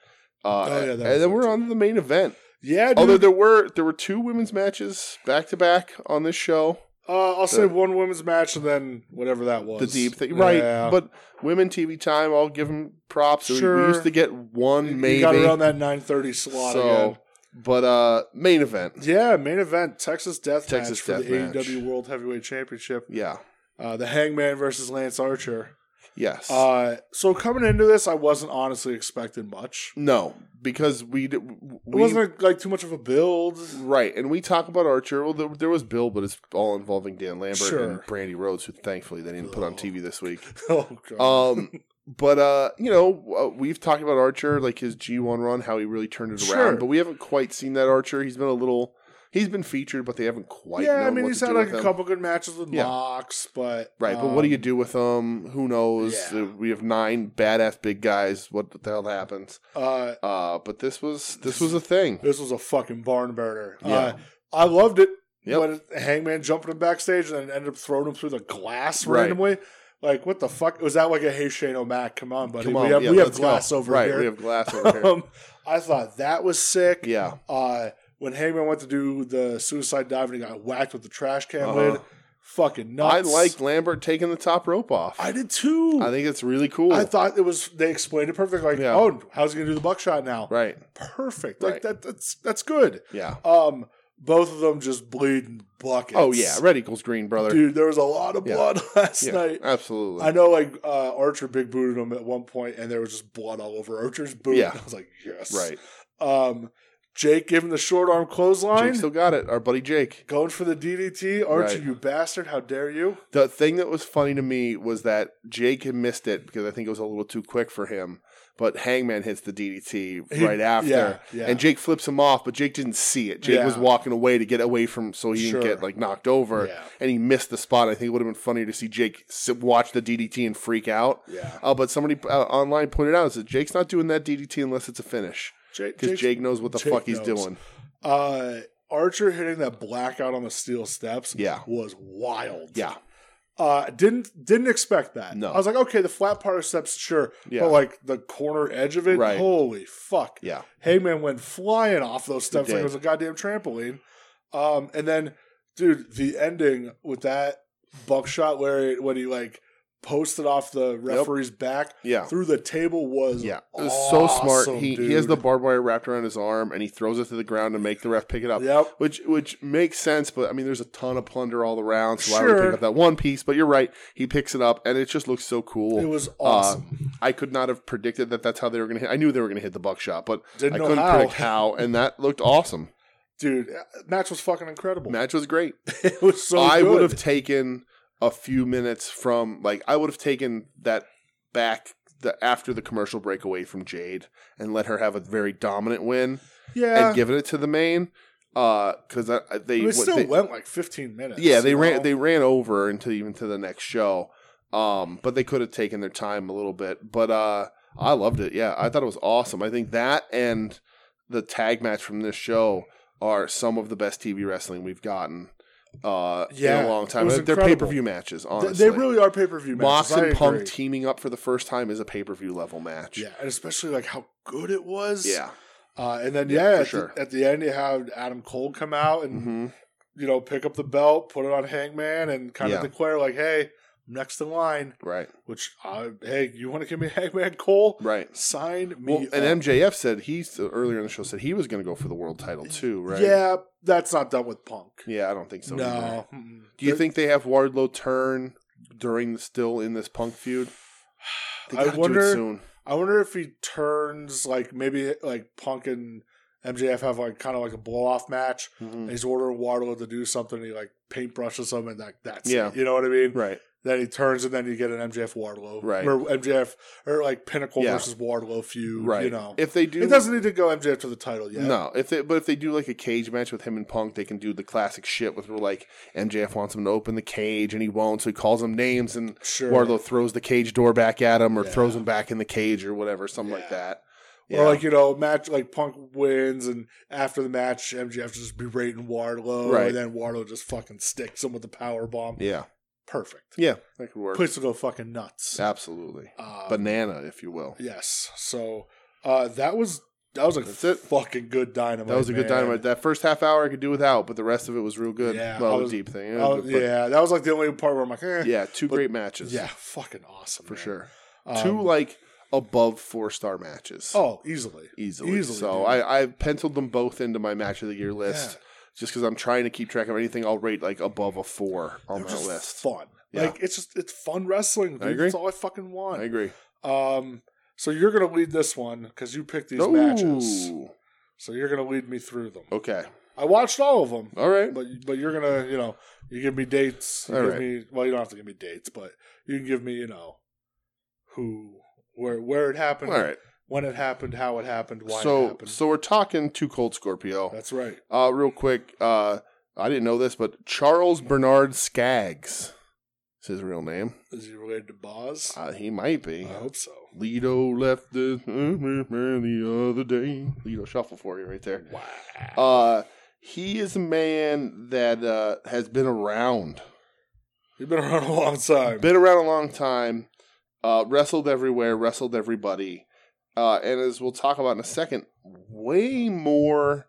[SPEAKER 2] Uh,
[SPEAKER 3] Oh, yeah, that
[SPEAKER 2] and
[SPEAKER 3] was
[SPEAKER 2] then
[SPEAKER 3] good,
[SPEAKER 2] we're
[SPEAKER 3] too.
[SPEAKER 2] on to the main event.
[SPEAKER 3] yeah. Dude.
[SPEAKER 2] Although there were there were two women's matches back to back on this show.
[SPEAKER 3] Uh, I'll say one women's match and then whatever that was.
[SPEAKER 2] the deep thing, right?
[SPEAKER 3] Yeah.
[SPEAKER 2] But women TV time, I'll give them props. We- We,
[SPEAKER 3] Sure.
[SPEAKER 2] used to get one maybe,
[SPEAKER 3] you got around that nine thirty slot
[SPEAKER 2] so.
[SPEAKER 3] again.
[SPEAKER 2] But uh, main event,
[SPEAKER 3] Yeah, main event Texas Death
[SPEAKER 2] Texas
[SPEAKER 3] Match for
[SPEAKER 2] Death
[SPEAKER 3] the
[SPEAKER 2] Match.
[SPEAKER 3] AEW World Heavyweight Championship.
[SPEAKER 2] yeah,
[SPEAKER 3] Uh, the Hangman versus Lance Archer.
[SPEAKER 2] yes,
[SPEAKER 3] Uh, so coming into this, I wasn't honestly expecting much.
[SPEAKER 2] no, because we d-
[SPEAKER 3] It
[SPEAKER 2] we
[SPEAKER 3] wasn't like too much of a build.
[SPEAKER 2] right, and we talk about Archer. Well, there, there was Bill, but it's all involving Dan Lambert
[SPEAKER 3] Sure.
[SPEAKER 2] and Brandy Rhodes, who thankfully they didn't put on TV this week.
[SPEAKER 3] Oh god.
[SPEAKER 2] Um, but uh, you know, uh, we've talked about Archer, like his G one run, how he really turned it
[SPEAKER 3] Sure.
[SPEAKER 2] around. But we haven't quite seen that Archer. He's been a little, he's been featured, but they haven't quite.
[SPEAKER 3] yeah, I
[SPEAKER 2] known
[SPEAKER 3] mean
[SPEAKER 2] what
[SPEAKER 3] he's
[SPEAKER 2] to
[SPEAKER 3] had
[SPEAKER 2] do
[SPEAKER 3] like
[SPEAKER 2] with
[SPEAKER 3] a
[SPEAKER 2] him.
[SPEAKER 3] couple good matches with
[SPEAKER 2] Yeah.
[SPEAKER 3] Mox, but
[SPEAKER 2] Right, but what do
[SPEAKER 3] um,
[SPEAKER 2] you do with them? Who knows? Uh,
[SPEAKER 3] yeah.
[SPEAKER 2] We have nine badass big guys. What the hell happens?
[SPEAKER 3] Uh,
[SPEAKER 2] Uh, but this was this was a thing.
[SPEAKER 3] this was a fucking barn burner. Uh,
[SPEAKER 2] Yeah.
[SPEAKER 3] I loved it.
[SPEAKER 2] Yep.
[SPEAKER 3] When Hangman jumped him backstage and then ended up throwing him through the glass
[SPEAKER 2] Right.
[SPEAKER 3] randomly. Like what the fuck? Was that like a hey Shane O'Mac? Come on, buddy.
[SPEAKER 2] Come on,
[SPEAKER 3] we have
[SPEAKER 2] yeah,
[SPEAKER 3] we have
[SPEAKER 2] let's go.
[SPEAKER 3] glass over
[SPEAKER 2] right,
[SPEAKER 3] here.
[SPEAKER 2] we have glass over here.
[SPEAKER 3] um, I thought that was sick.
[SPEAKER 2] Yeah,
[SPEAKER 3] Uh, when Hangman went to do the suicide dive and he got whacked with the trash can
[SPEAKER 2] Uh-huh.
[SPEAKER 3] lid, fucking nuts.
[SPEAKER 2] I liked Lambert taking the top rope off.
[SPEAKER 3] I did too.
[SPEAKER 2] I think it's really cool.
[SPEAKER 3] I thought it was. They explained it perfectly. Like,
[SPEAKER 2] Yeah.
[SPEAKER 3] oh, how's he gonna do the buckshot now?
[SPEAKER 2] right.
[SPEAKER 3] Perfect.
[SPEAKER 2] Right.
[SPEAKER 3] Like that. That's that's good.
[SPEAKER 2] Yeah.
[SPEAKER 3] Um, both of them just bleeding buckets.
[SPEAKER 2] Oh yeah. Red equals green, brother.
[SPEAKER 3] dude. There was a lot of
[SPEAKER 2] Yeah.
[SPEAKER 3] blood last
[SPEAKER 2] yeah,
[SPEAKER 3] night.
[SPEAKER 2] absolutely.
[SPEAKER 3] I know, like uh, Archer big booted him at one point, and there was just blood all over Archer's boot.
[SPEAKER 2] Yeah.
[SPEAKER 3] I was like, yes,
[SPEAKER 2] Right.
[SPEAKER 3] Um, Jake giving the short arm clothesline,
[SPEAKER 2] Jake still got it. Our buddy Jake.
[SPEAKER 3] going for the DDT. Archer,
[SPEAKER 2] Right.
[SPEAKER 3] you bastard! How dare you?
[SPEAKER 2] The thing that was funny to me was that Jake had missed it because I think it was a little too quick for him. But Hangman hits the DDT
[SPEAKER 3] He-
[SPEAKER 2] right after,
[SPEAKER 3] yeah, yeah.
[SPEAKER 2] and Jake flips him off. But Jake didn't see it. Jake
[SPEAKER 3] Yeah.
[SPEAKER 2] was walking away to get away from so he
[SPEAKER 3] Sure.
[SPEAKER 2] didn't get like knocked over,
[SPEAKER 3] Yeah.
[SPEAKER 2] and he missed the spot. I think it would have been funnier to see Jake sit, watch the DDT and freak out.
[SPEAKER 3] Yeah.
[SPEAKER 2] Uh, but somebody uh, online pointed out that Jake's not doing that DDT unless it's a finish
[SPEAKER 3] Jake,
[SPEAKER 2] because Jake knows what the
[SPEAKER 3] Jake
[SPEAKER 2] fuck he's
[SPEAKER 3] knows.
[SPEAKER 2] doing.
[SPEAKER 3] uh, Archer hitting that blackout on the steel steps,
[SPEAKER 2] Yeah.
[SPEAKER 3] was wild.
[SPEAKER 2] Yeah,
[SPEAKER 3] uh, didn't didn't expect that.
[SPEAKER 2] No.
[SPEAKER 3] I was like, okay, the flat part of steps, sure,
[SPEAKER 2] Yeah.
[SPEAKER 3] but like the corner edge of it,
[SPEAKER 2] Right.
[SPEAKER 3] holy fuck!
[SPEAKER 2] yeah,
[SPEAKER 3] Hangman went flying off those steps like
[SPEAKER 2] did.
[SPEAKER 3] it was a goddamn trampoline. Um, and then, dude, the ending with that buckshot where it, when he like posted off the referee's back
[SPEAKER 2] yeah.
[SPEAKER 3] through the table was
[SPEAKER 2] Yeah, it
[SPEAKER 3] awesome,
[SPEAKER 2] was so smart. He, he has the
[SPEAKER 3] dude.
[SPEAKER 2] barbed wire wrapped around his arm, and he throws it to the ground to make the ref pick it up.
[SPEAKER 3] Yep.
[SPEAKER 2] which which makes sense. But I mean, there's a ton of plunder all around, so why would he
[SPEAKER 3] Sure.
[SPEAKER 2] pick up that one piece? But you're right, he picks it up, and it just looks so cool.
[SPEAKER 3] It was
[SPEAKER 2] Uh,
[SPEAKER 3] awesome.
[SPEAKER 2] I could not have predicted that that's how they were going to hit. I knew they were going to hit the buckshot, but
[SPEAKER 3] Didn't
[SPEAKER 2] I
[SPEAKER 3] know
[SPEAKER 2] couldn't
[SPEAKER 3] how.
[SPEAKER 2] predict how. And that looked awesome.
[SPEAKER 3] dude. Match was fucking incredible.
[SPEAKER 2] Match was great.
[SPEAKER 3] it was so.
[SPEAKER 2] I
[SPEAKER 3] good.
[SPEAKER 2] would have taken a few minutes from like I would have taken that back the after the commercial break away from Jade and let her have a very dominant win
[SPEAKER 3] yeah.
[SPEAKER 2] and given it to the main because I I- they,
[SPEAKER 3] it
[SPEAKER 2] what-
[SPEAKER 3] still
[SPEAKER 2] they-
[SPEAKER 3] went like 15 minutes.
[SPEAKER 2] yeah they
[SPEAKER 3] you
[SPEAKER 2] ran
[SPEAKER 3] know?
[SPEAKER 2] they ran over until even to the next show um but they could have taken their time a little bit but uh I loved it yeah I thought it was awesome I think that and the tag match from this show are some of the best TV wrestling we've gotten uh in
[SPEAKER 3] Yeah,
[SPEAKER 2] a long
[SPEAKER 3] it
[SPEAKER 2] time
[SPEAKER 3] was
[SPEAKER 2] they're pay
[SPEAKER 3] incredible.
[SPEAKER 2] per view matches
[SPEAKER 3] They-
[SPEAKER 2] honestly
[SPEAKER 3] they really are pay per view matches.
[SPEAKER 2] Mox
[SPEAKER 3] I
[SPEAKER 2] and Punk
[SPEAKER 3] agree.
[SPEAKER 2] teaming up for the first time is a pay per view level match
[SPEAKER 3] Yeah, and especially like how good it was.
[SPEAKER 2] yeah
[SPEAKER 3] Uh, and then
[SPEAKER 2] Yeah,
[SPEAKER 3] yeah,
[SPEAKER 2] for
[SPEAKER 3] at,
[SPEAKER 2] sure.
[SPEAKER 3] the, at the end you have Adam Cole come out and
[SPEAKER 2] hmm
[SPEAKER 3] you know pick up the belt, put it on Hangman, and kind
[SPEAKER 2] Yeah.
[SPEAKER 3] of declare like, "Hey, I'm next in line."
[SPEAKER 2] right
[SPEAKER 3] Which I hey, you want to give me Hangman Cole?
[SPEAKER 2] right
[SPEAKER 3] Sign me. uh,
[SPEAKER 2] Well,
[SPEAKER 3] up.
[SPEAKER 2] and MJF said he's earlier in the show said he was going to go for the world title too, right?
[SPEAKER 3] Yeah, that's not done with Punk.
[SPEAKER 2] yeah. I don't think so. either.
[SPEAKER 3] no. Mm-mm.
[SPEAKER 2] Do you
[SPEAKER 3] There-
[SPEAKER 2] think they have Wardlow turn during the still in this Punk feud? They
[SPEAKER 3] I
[SPEAKER 2] gotta do it
[SPEAKER 3] wonder-
[SPEAKER 2] soon.
[SPEAKER 3] I wonder if he turns like maybe like Punk and MJF have like kind of like a blow off match.
[SPEAKER 2] Mhm.
[SPEAKER 3] And he's ordering Wardlow to do something. He like paintbrushes him, and like that's
[SPEAKER 2] Yeah.
[SPEAKER 3] it, you know what I mean.
[SPEAKER 2] Right.
[SPEAKER 3] Then he turns, and then you get an MJF Wardlow,
[SPEAKER 2] Right.
[SPEAKER 3] Or MJF or like Pinnacle
[SPEAKER 2] Yeah.
[SPEAKER 3] versus Wardlow feud,
[SPEAKER 2] Right.
[SPEAKER 3] You know,
[SPEAKER 2] If they do,
[SPEAKER 3] it doesn't need to go MJF to the title yet.
[SPEAKER 2] No, if they but if they do like a cage match with him and Punk, they can do the classic shit with where like MJF wants him to open the cage and he won't, so he calls him names and
[SPEAKER 3] sure.
[SPEAKER 2] Wardlow throws the cage door back at him or
[SPEAKER 3] Yeah.
[SPEAKER 2] throws him back in the cage or whatever, something like
[SPEAKER 3] Yeah.
[SPEAKER 2] that.
[SPEAKER 3] Or like you know, match like Punk wins, and after the match, MJF just berating Wardlow,
[SPEAKER 2] Right.
[SPEAKER 3] and then Wardlow just fucking sticks him with the power bomb.
[SPEAKER 2] yeah,
[SPEAKER 3] Perfect.
[SPEAKER 2] yeah, that could work.
[SPEAKER 3] Place will go fucking nuts.
[SPEAKER 2] Absolutely.
[SPEAKER 3] Uh,
[SPEAKER 2] Banana, if you will.
[SPEAKER 3] yes. So uh, that was that was a
[SPEAKER 2] That's it.
[SPEAKER 3] fucking good dynamite.
[SPEAKER 2] That was a good
[SPEAKER 3] man.
[SPEAKER 2] dynamite. That first half hour I could do without, but the rest of it was real good.
[SPEAKER 3] Yeah,
[SPEAKER 2] well,
[SPEAKER 3] I
[SPEAKER 2] the
[SPEAKER 3] was-
[SPEAKER 2] deep thing.
[SPEAKER 3] Oh,
[SPEAKER 2] but-
[SPEAKER 3] yeah, that was like the only part where I'm like, eh.
[SPEAKER 2] Yeah, two
[SPEAKER 3] But-
[SPEAKER 2] great matches.
[SPEAKER 3] yeah, fucking awesome
[SPEAKER 2] For
[SPEAKER 3] man.
[SPEAKER 2] sure.
[SPEAKER 3] Um,
[SPEAKER 2] two like above four star matches.
[SPEAKER 3] oh, easily,
[SPEAKER 2] easily.
[SPEAKER 3] easily,
[SPEAKER 2] so
[SPEAKER 3] dude.
[SPEAKER 2] I, I penciled them both into my match of the year list.
[SPEAKER 3] Yeah.
[SPEAKER 2] Just because I'm trying to keep track of anything, I'll rate like above a four on that
[SPEAKER 3] They're just
[SPEAKER 2] list.
[SPEAKER 3] fun.
[SPEAKER 2] Yeah.
[SPEAKER 3] Like it's just it's fun wrestling. Dude.
[SPEAKER 2] I agree.
[SPEAKER 3] That's all I fucking
[SPEAKER 2] I
[SPEAKER 3] want.
[SPEAKER 2] agree.
[SPEAKER 3] Um, so you're gonna lead this one because you picked these matches.
[SPEAKER 2] Ooh.
[SPEAKER 3] So you're gonna lead me through them.
[SPEAKER 2] Okay.
[SPEAKER 3] I watched all of them,
[SPEAKER 2] All right.
[SPEAKER 3] but but you're gonna you know you give me dates. You
[SPEAKER 2] All
[SPEAKER 3] give
[SPEAKER 2] right.
[SPEAKER 3] me well, you don't have to give me dates, but you can give me you know who where where it happened,
[SPEAKER 2] All right.
[SPEAKER 3] when it happened, how it happened, why it
[SPEAKER 2] So
[SPEAKER 3] happened.
[SPEAKER 2] so we're talking two cold Scorpio.
[SPEAKER 3] That's right.
[SPEAKER 2] Uh, real quick, uh, I didn't know this, but Charles Bernard Skaggs is his real name.
[SPEAKER 3] Is he related to Boz?
[SPEAKER 2] Uh, he might be.
[SPEAKER 3] I hope so.
[SPEAKER 2] Lido left the the other day. Lido shuffle for you right there.
[SPEAKER 3] Wow.
[SPEAKER 2] Uh, he is a man that uh, has been around,
[SPEAKER 3] You've been around a long time.
[SPEAKER 2] been around a long time, uh, wrestled everywhere, wrestled everybody, uh, and as we'll talk about in a second, way more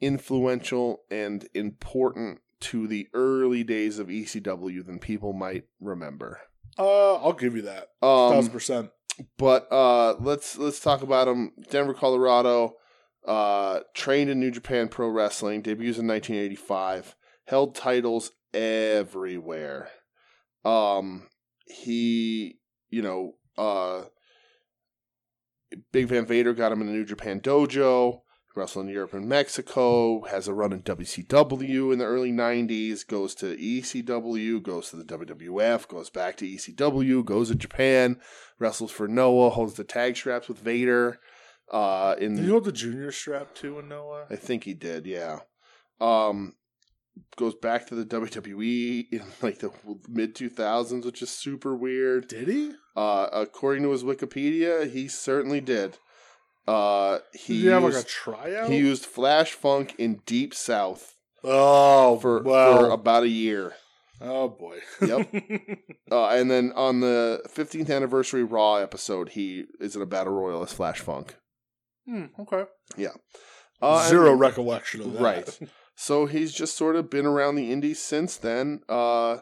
[SPEAKER 2] influential and important to the early days of ECW than people might remember.
[SPEAKER 3] Uh, I'll give you that.
[SPEAKER 2] Um,
[SPEAKER 3] Thousand percent.
[SPEAKER 2] but uh, let's let's talk about him. Denver, Colorado. Uh, trained in New Japan Pro Wrestling. Debuts in 1985. Held titles everywhere. Um, he, you know, uh, Big Van Vader got him in the New Japan Dojo. Wrestled in Europe and Mexico. Has a run in WCW in the early 90s. Goes to ECW. Goes to the WWF. Goes back to ECW. Goes to Japan wrestles for Noah, holds the tag straps with Vader. Uh, in
[SPEAKER 3] Did you hold the junior strap too in Noah?
[SPEAKER 2] I think he did, yeah. Um, goes back to the WWE in like the mid two thousands, which is super weird.
[SPEAKER 3] Did he?
[SPEAKER 2] Uh, according to his Wikipedia, he certainly did. Uh,
[SPEAKER 3] Did
[SPEAKER 2] he
[SPEAKER 3] you have like a
[SPEAKER 2] used,
[SPEAKER 3] tryout?
[SPEAKER 2] he used Flash Funk in Deep South
[SPEAKER 3] oh,
[SPEAKER 2] for,
[SPEAKER 3] wow.
[SPEAKER 2] for about a year.
[SPEAKER 3] oh boy.
[SPEAKER 2] Yep. Uh, and then on the 15th anniversary Raw episode, he is in a battle royal as Flash Funk.
[SPEAKER 3] Hmm, okay.
[SPEAKER 2] Uh,
[SPEAKER 3] Zero
[SPEAKER 2] and-
[SPEAKER 3] recollection of that.
[SPEAKER 2] Right. So he's just sort of been around the indies since then. Uh,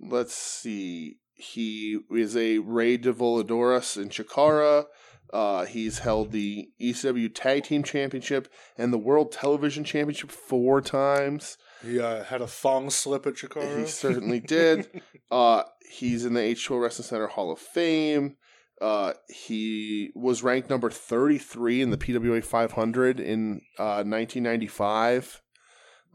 [SPEAKER 2] let's see. He is a Rey de Voladoras in Chikara. Uh, he's held the ECW Tag Team Championship and the World Television Championship four times.
[SPEAKER 3] He uh, had a thong slip at Chicago.
[SPEAKER 2] He certainly did. Uh, he's in the H2O Wrestling Center Hall of Fame. Uh, he was ranked number 33 in the PWA 500 in uh, 1995.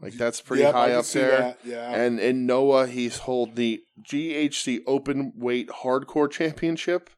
[SPEAKER 2] Like, that's pretty
[SPEAKER 3] Yep, I
[SPEAKER 2] high
[SPEAKER 3] can
[SPEAKER 2] up
[SPEAKER 3] see
[SPEAKER 2] there.
[SPEAKER 3] that, Yeah.
[SPEAKER 2] And in Noah, he's hold the GHC Open Weight Hardcore Championship,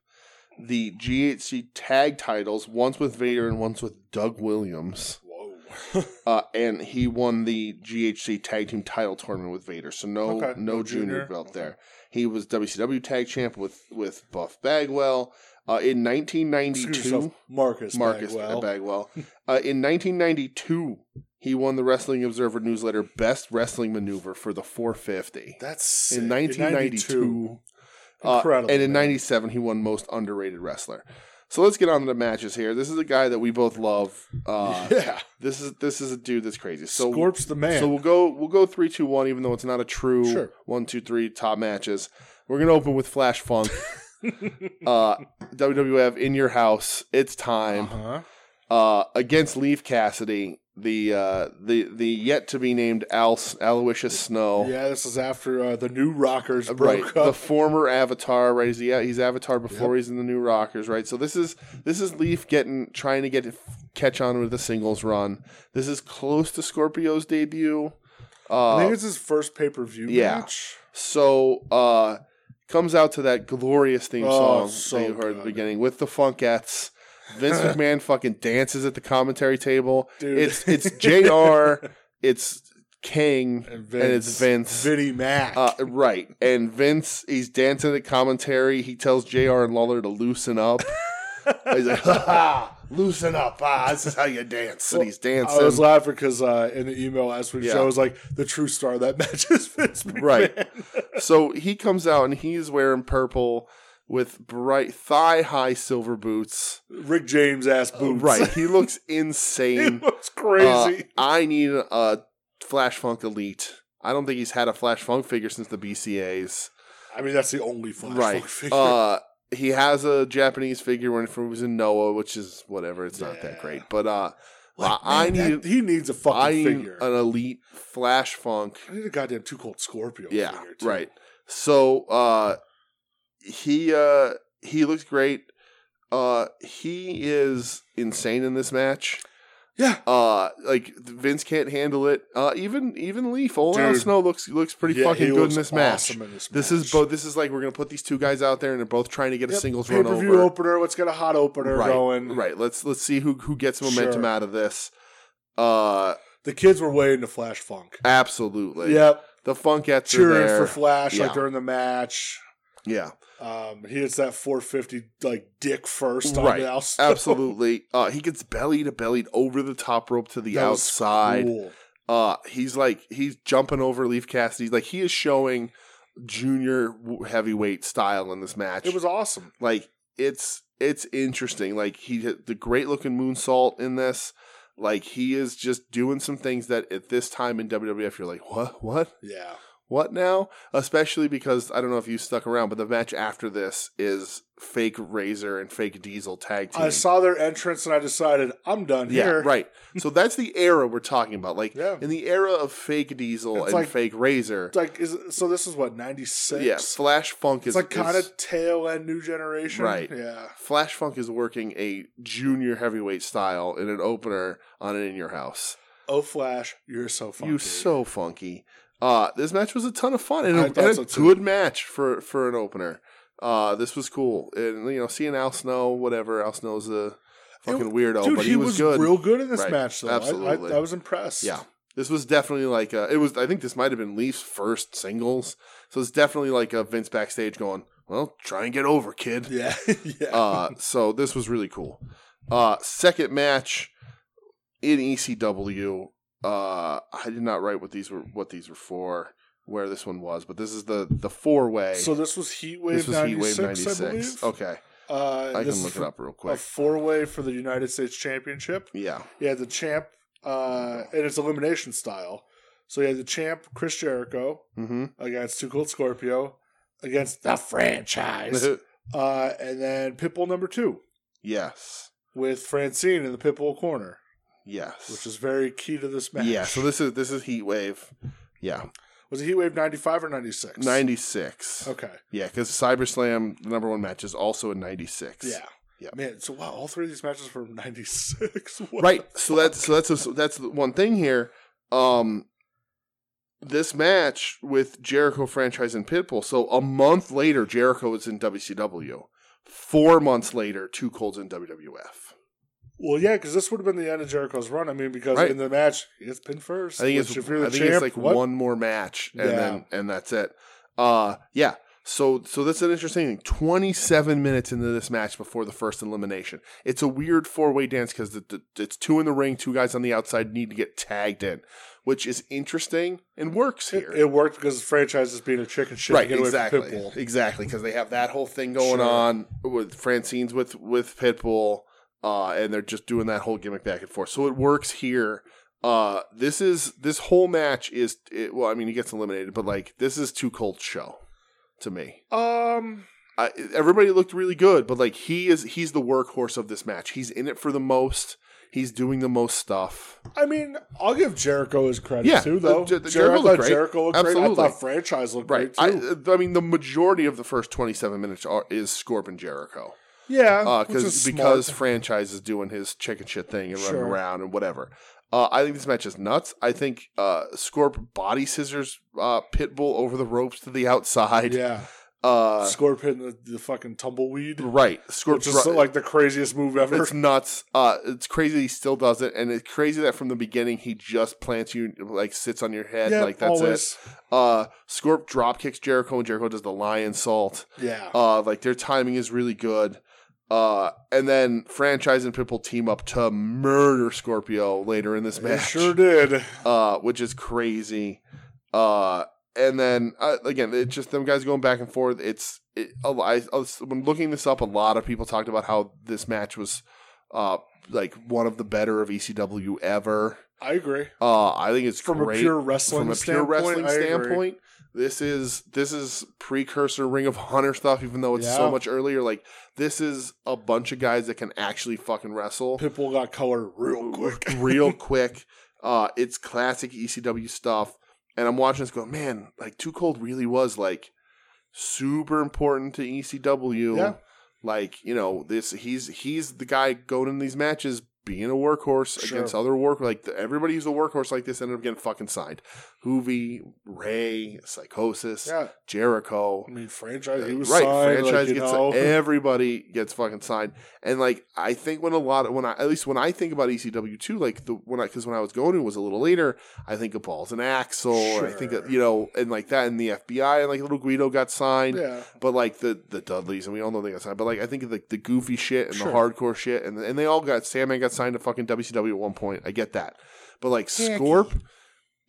[SPEAKER 2] the GHC Tag titles, once with Vader and once with Doug Williams.
[SPEAKER 3] Whoa.
[SPEAKER 2] Uh, and he won the GHC Tag Team Title Tournament with Vader, so no
[SPEAKER 3] Okay.
[SPEAKER 2] no
[SPEAKER 3] No
[SPEAKER 2] junior,
[SPEAKER 3] junior.
[SPEAKER 2] belt
[SPEAKER 3] Okay.
[SPEAKER 2] there. He was WCW Tag Champ with with Buff Bagwell uh, in
[SPEAKER 3] Excuse
[SPEAKER 2] 1992.
[SPEAKER 3] yourself, Marcus.
[SPEAKER 2] Marcus Bagwell.
[SPEAKER 3] Bagwell.
[SPEAKER 2] Uh, in 1992, he won the Wrestling Observer newsletter Best Wrestling Maneuver for the 450.
[SPEAKER 3] That's sick.
[SPEAKER 2] in 1992. Uh,
[SPEAKER 3] Incredible.
[SPEAKER 2] and in
[SPEAKER 3] man.
[SPEAKER 2] '97, he won Most Underrated Wrestler. So let's get on to the matches here. This is a guy that we both love. Uh,
[SPEAKER 3] yeah.
[SPEAKER 2] This is this is a dude that's crazy. So
[SPEAKER 3] Scorp's the man.
[SPEAKER 2] so we'll go we'll go three two one, even though it's not a true
[SPEAKER 3] Sure.
[SPEAKER 2] one two three top matches. We're gonna open with Flash Funk, uh, WWF in your house. It's time
[SPEAKER 3] uh-huh.
[SPEAKER 2] uh, against Leaf Cassidy, the uh, the the yet to be named Al Aloysius Snow.
[SPEAKER 3] Yeah, this is after uh, the new Rockers
[SPEAKER 2] Right,
[SPEAKER 3] broke
[SPEAKER 2] the
[SPEAKER 3] up.
[SPEAKER 2] former Avatar, right? He's, the, he's Avatar before he's in the New Rockers, right? So this is this is Leaf getting trying to get catch on with the singles run. This is close to Scorpio's debut. Uh,
[SPEAKER 3] I think it's his first pay per view
[SPEAKER 2] yeah.
[SPEAKER 3] match.
[SPEAKER 2] So uh comes out to that glorious theme song
[SPEAKER 3] Oh, so
[SPEAKER 2] that you heard at the
[SPEAKER 3] good.
[SPEAKER 2] beginning with the Funkettes. Vince McMahon fucking dances at the commentary table.
[SPEAKER 3] Dude.
[SPEAKER 2] It's it's JR, it's King, and,
[SPEAKER 3] And Vince.
[SPEAKER 2] it's Vince.
[SPEAKER 3] Vinnie Mac.
[SPEAKER 2] Uh, right. And Vince, he's dancing at commentary. He tells JR and Lawler to loosen up. he's like, ha ha, loosen up. Ah, this is how you dance. And he's dancing.
[SPEAKER 3] I was laughing because uh, in the email as we
[SPEAKER 2] Yeah.
[SPEAKER 3] show, I was like, the true star of that match is Vince McMahon.
[SPEAKER 2] Right. so he comes out and he's wearing purple with bright thigh high silver boots.
[SPEAKER 3] Rick James ass boots.
[SPEAKER 2] Uh, Right. He looks
[SPEAKER 3] he
[SPEAKER 2] insane.
[SPEAKER 3] looks crazy.
[SPEAKER 2] Uh, I need a Flash Funk Elite. I don't think he's had a Flash Funk figure since the BCAs.
[SPEAKER 3] I mean, that's the only Flash
[SPEAKER 2] right.
[SPEAKER 3] Funk figure.
[SPEAKER 2] Uh, he has a Japanese figure when it was in Noah, which is whatever. It's not that
[SPEAKER 3] Yeah.
[SPEAKER 2] great. But uh,
[SPEAKER 3] Like,
[SPEAKER 2] I
[SPEAKER 3] man,
[SPEAKER 2] need.
[SPEAKER 3] that- he needs a fucking
[SPEAKER 2] I need
[SPEAKER 3] figure.
[SPEAKER 2] an elite Flash Funk
[SPEAKER 3] I need a goddamn two cold Scorpio.
[SPEAKER 2] yeah
[SPEAKER 3] figure too.
[SPEAKER 2] right so uh he uh he looks great uh he is insane in this match
[SPEAKER 3] Yeah.
[SPEAKER 2] uh like vince can't handle it uh even even leaf old Al
[SPEAKER 3] Dude.
[SPEAKER 2] snow looks looks pretty
[SPEAKER 3] Yeah,
[SPEAKER 2] fucking
[SPEAKER 3] he
[SPEAKER 2] good
[SPEAKER 3] looks
[SPEAKER 2] in this
[SPEAKER 3] awesome
[SPEAKER 2] match
[SPEAKER 3] in this
[SPEAKER 2] this
[SPEAKER 3] match.
[SPEAKER 2] is both this is like we're gonna put these two guys out there and they're both trying to get a
[SPEAKER 3] Yep,
[SPEAKER 2] singles run
[SPEAKER 3] pay-per-view
[SPEAKER 2] over
[SPEAKER 3] opener. Let's get a hot opener
[SPEAKER 2] right
[SPEAKER 3] going.
[SPEAKER 2] right let's let's see who who gets momentum
[SPEAKER 3] Sure.
[SPEAKER 2] out of this uh
[SPEAKER 3] The kids were way into Flash Funk.
[SPEAKER 2] absolutely
[SPEAKER 3] Yep.
[SPEAKER 2] the funkettes are
[SPEAKER 3] Cheering
[SPEAKER 2] there
[SPEAKER 3] for Flash
[SPEAKER 2] Yeah.
[SPEAKER 3] like during the match.
[SPEAKER 2] yeah
[SPEAKER 3] Um, he hits that 450 like dick first
[SPEAKER 2] Right.
[SPEAKER 3] on the outside.
[SPEAKER 2] Absolutely. Uh, he gets belly to bellied over the top rope to the
[SPEAKER 3] That was
[SPEAKER 2] outside.
[SPEAKER 3] cool.
[SPEAKER 2] Uh, he's like he's jumping over Leaf Cassidy. Like he is showing junior w- heavyweight style in this match.
[SPEAKER 3] It was awesome.
[SPEAKER 2] like it's it's interesting. Like he hit the great looking moonsault in this. Like he is just doing some things that at this time in WWF you're like, what, what,
[SPEAKER 3] Yeah.
[SPEAKER 2] what now? Especially because I don't know if you stuck around, but the match after this is fake Razor and fake Diesel tag team.
[SPEAKER 3] I saw their entrance and I decided I'm done
[SPEAKER 2] yeah,
[SPEAKER 3] here.
[SPEAKER 2] right. So that's the era we're talking about. Like
[SPEAKER 3] Yeah.
[SPEAKER 2] in the era of fake Diesel
[SPEAKER 3] It's
[SPEAKER 2] and
[SPEAKER 3] like-
[SPEAKER 2] fake Razor.
[SPEAKER 3] It's like is so this is what 96.
[SPEAKER 2] Yeah, Flash Funk is
[SPEAKER 3] It's like
[SPEAKER 2] is-
[SPEAKER 3] kind of tail end new generation.
[SPEAKER 2] Right.
[SPEAKER 3] Yeah.
[SPEAKER 2] Flash Funk is working a junior heavyweight style in an opener on an In Your House.
[SPEAKER 3] Oh Flash, you're so funny.
[SPEAKER 2] You so funky. Uh, this match was a ton of fun and
[SPEAKER 3] I
[SPEAKER 2] a,
[SPEAKER 3] thought
[SPEAKER 2] and a
[SPEAKER 3] so too.
[SPEAKER 2] good match for, for an opener. Uh, this was cool, and you know, seeing Al Snow, whatever Al Snow's a fucking weirdo,
[SPEAKER 3] Dude,
[SPEAKER 2] but
[SPEAKER 3] he, was,
[SPEAKER 2] good.
[SPEAKER 3] real good in this
[SPEAKER 2] Right.
[SPEAKER 3] match though.
[SPEAKER 2] Absolutely.
[SPEAKER 3] I, I, I was impressed.
[SPEAKER 2] Yeah. This was definitely like uh it was. I think this might have been Leaf's first singles, so it's definitely like a Vince backstage going, "Well, try and get over, kid."
[SPEAKER 3] Yeah. yeah.
[SPEAKER 2] uh, so this was really cool. Uh, second match in ECW. Uh, I did not write what these were what these were for, where this one was, but this is the the four way.
[SPEAKER 3] so this was Heat
[SPEAKER 2] this
[SPEAKER 3] Wave
[SPEAKER 2] was Heat Wave
[SPEAKER 3] '96, I
[SPEAKER 2] '96.
[SPEAKER 3] believe.
[SPEAKER 2] Okay,
[SPEAKER 3] Uh,
[SPEAKER 2] I
[SPEAKER 3] this
[SPEAKER 2] can
[SPEAKER 3] is
[SPEAKER 2] look it
[SPEAKER 3] for
[SPEAKER 2] up real
[SPEAKER 3] A
[SPEAKER 2] quick.
[SPEAKER 3] four way for the United States Championship.
[SPEAKER 2] Yeah,
[SPEAKER 3] You had the champ, uh, and it's elimination style. So you had the champ Chris Jericho
[SPEAKER 2] mm-hmm.
[SPEAKER 3] against Too Cold Scorpio against the franchise, uh, and then Pitbull number two
[SPEAKER 2] yes,
[SPEAKER 3] with Francine in the Pitbull corner,
[SPEAKER 2] yes,
[SPEAKER 3] which is very key to this match.
[SPEAKER 2] yeah. So this is this is Heat Wave. Yeah,
[SPEAKER 3] was it Heat Wave '95 or '96?
[SPEAKER 2] '96.
[SPEAKER 3] Okay.
[SPEAKER 2] Yeah, because Cyber Slam, the number one match, is also in '96.
[SPEAKER 3] Yeah.
[SPEAKER 2] Yeah.
[SPEAKER 3] Man, so wow, all three of these matches were from '96.
[SPEAKER 2] right so that's so that's so that's the one thing here um this match with jericho franchise and pitbull so a month later jericho is in wcw four months later two colds in wwf
[SPEAKER 3] Well, yeah, because this would have been the end of Jericho's run. I mean, because
[SPEAKER 2] Right.
[SPEAKER 3] in the match, it's been first.
[SPEAKER 2] i think it's
[SPEAKER 3] which if you're the
[SPEAKER 2] i think
[SPEAKER 3] champ,
[SPEAKER 2] it's like
[SPEAKER 3] what?
[SPEAKER 2] one more match and
[SPEAKER 3] Yeah.
[SPEAKER 2] then and that's it uh yeah so so that's an interesting thing 27 minutes into this match before the first elimination it's a weird four-way dance because the, the, it's two in the ring two guys on the outside need to get tagged in which is interesting and works here
[SPEAKER 3] It worked because the franchise is being a chicken shit to
[SPEAKER 2] right
[SPEAKER 3] get away
[SPEAKER 2] exactly
[SPEAKER 3] from Pitbull.
[SPEAKER 2] exactly because they have that whole thing going
[SPEAKER 3] Sure.
[SPEAKER 2] on with francine's with with pitbull uh and they're just doing that whole gimmick back and forth so it works here uh this is this whole match is it, well i mean he gets eliminated but like this is too cold show to me
[SPEAKER 3] Um,
[SPEAKER 2] I, everybody looked really good but like he is he's the workhorse of this match he's in it for the most he's doing the most stuff
[SPEAKER 3] I mean, I'll give Jericho his credit
[SPEAKER 2] Yeah,
[SPEAKER 3] too, though.
[SPEAKER 2] uh, Jer-
[SPEAKER 3] Jer-
[SPEAKER 2] Jericho
[SPEAKER 3] I
[SPEAKER 2] looked
[SPEAKER 3] thought
[SPEAKER 2] great.
[SPEAKER 3] Jericho looked great. I
[SPEAKER 2] Absolutely.
[SPEAKER 3] thought franchise looked
[SPEAKER 2] right
[SPEAKER 3] great
[SPEAKER 2] I,
[SPEAKER 3] too.
[SPEAKER 2] I mean the majority of the first 27 minutes are, is scorp and jericho
[SPEAKER 3] yeah,
[SPEAKER 2] uh,
[SPEAKER 3] which
[SPEAKER 2] cause,
[SPEAKER 3] is
[SPEAKER 2] because
[SPEAKER 3] smart.
[SPEAKER 2] franchise is doing his chicken shit thing and running
[SPEAKER 3] Sure.
[SPEAKER 2] around and whatever. Uh, I think this match is nuts. I think uh, Scorp body scissors uh, Pitbull over the ropes to the outside.
[SPEAKER 3] yeah,
[SPEAKER 2] Uh,
[SPEAKER 3] Scorpion the, the fucking tumbleweed,
[SPEAKER 2] right, Scorp
[SPEAKER 3] which is so, like the craziest move ever.
[SPEAKER 2] it's nuts. Uh, it's crazy he still does it, and it's crazy that from the beginning he just plants you like sits on your head
[SPEAKER 3] Yeah,
[SPEAKER 2] like that's it.
[SPEAKER 3] always.
[SPEAKER 2] Uh, Scorp drop kicks Jericho, and Jericho does the lion salt.
[SPEAKER 3] Yeah,
[SPEAKER 2] Uh, like their timing is really good. Uh, and then franchise and Pitbull team up to murder Scorpio later in this
[SPEAKER 3] they
[SPEAKER 2] match,
[SPEAKER 3] sure did.
[SPEAKER 2] uh, which is crazy. Uh, and then uh, again, it's just them guys going back and forth. It's it, a lo- I, I was- when looking this up, a lot of people talked about how this match was uh, like one of the better of ECW ever.
[SPEAKER 3] I agree.
[SPEAKER 2] Uh, I think it's
[SPEAKER 3] From
[SPEAKER 2] great
[SPEAKER 3] a pure wrestling
[SPEAKER 2] from a pure
[SPEAKER 3] standpoint,
[SPEAKER 2] wrestling
[SPEAKER 3] I agree.
[SPEAKER 2] standpoint, this is this is precursor Ring of Honor stuff. Even though it's so
[SPEAKER 3] Yeah.
[SPEAKER 2] much earlier, like this is a bunch of guys that can actually fucking wrestle
[SPEAKER 3] Pitbull got color real quick.
[SPEAKER 2] real quick. Uh, it's classic ECW stuff, and I'm watching this going, man, like Too Cold really was like super important to ECW.
[SPEAKER 3] Yeah.
[SPEAKER 2] Like you know this, he's he's the guy going in these matches. Being a workhorse
[SPEAKER 3] Sure.
[SPEAKER 2] against other work, like the, everybody who's a workhorse like this ended up getting fucking signed. Hoovy, Ray, Psychosis,
[SPEAKER 3] Yeah,
[SPEAKER 2] Jericho,
[SPEAKER 3] I mean, franchise. He was
[SPEAKER 2] right
[SPEAKER 3] signed,
[SPEAKER 2] franchise
[SPEAKER 3] like, you
[SPEAKER 2] gets
[SPEAKER 3] know.
[SPEAKER 2] everybody gets fucking signed and like i think when a lot of when i at least when i think about ecw too like the when i because when i was going to it was a little later i think of balls and axel and i think
[SPEAKER 3] Sure.
[SPEAKER 2] of, you know and like that and the fbi and like little guido got signed
[SPEAKER 3] yeah,
[SPEAKER 2] but like the the dudleys and we all know they got signed but like i think of like the goofy shit and
[SPEAKER 3] Sure.
[SPEAKER 2] the hardcore shit and, and they all got sandman got signed to fucking wcw at one point i get that but like
[SPEAKER 3] Hecky.
[SPEAKER 2] scorp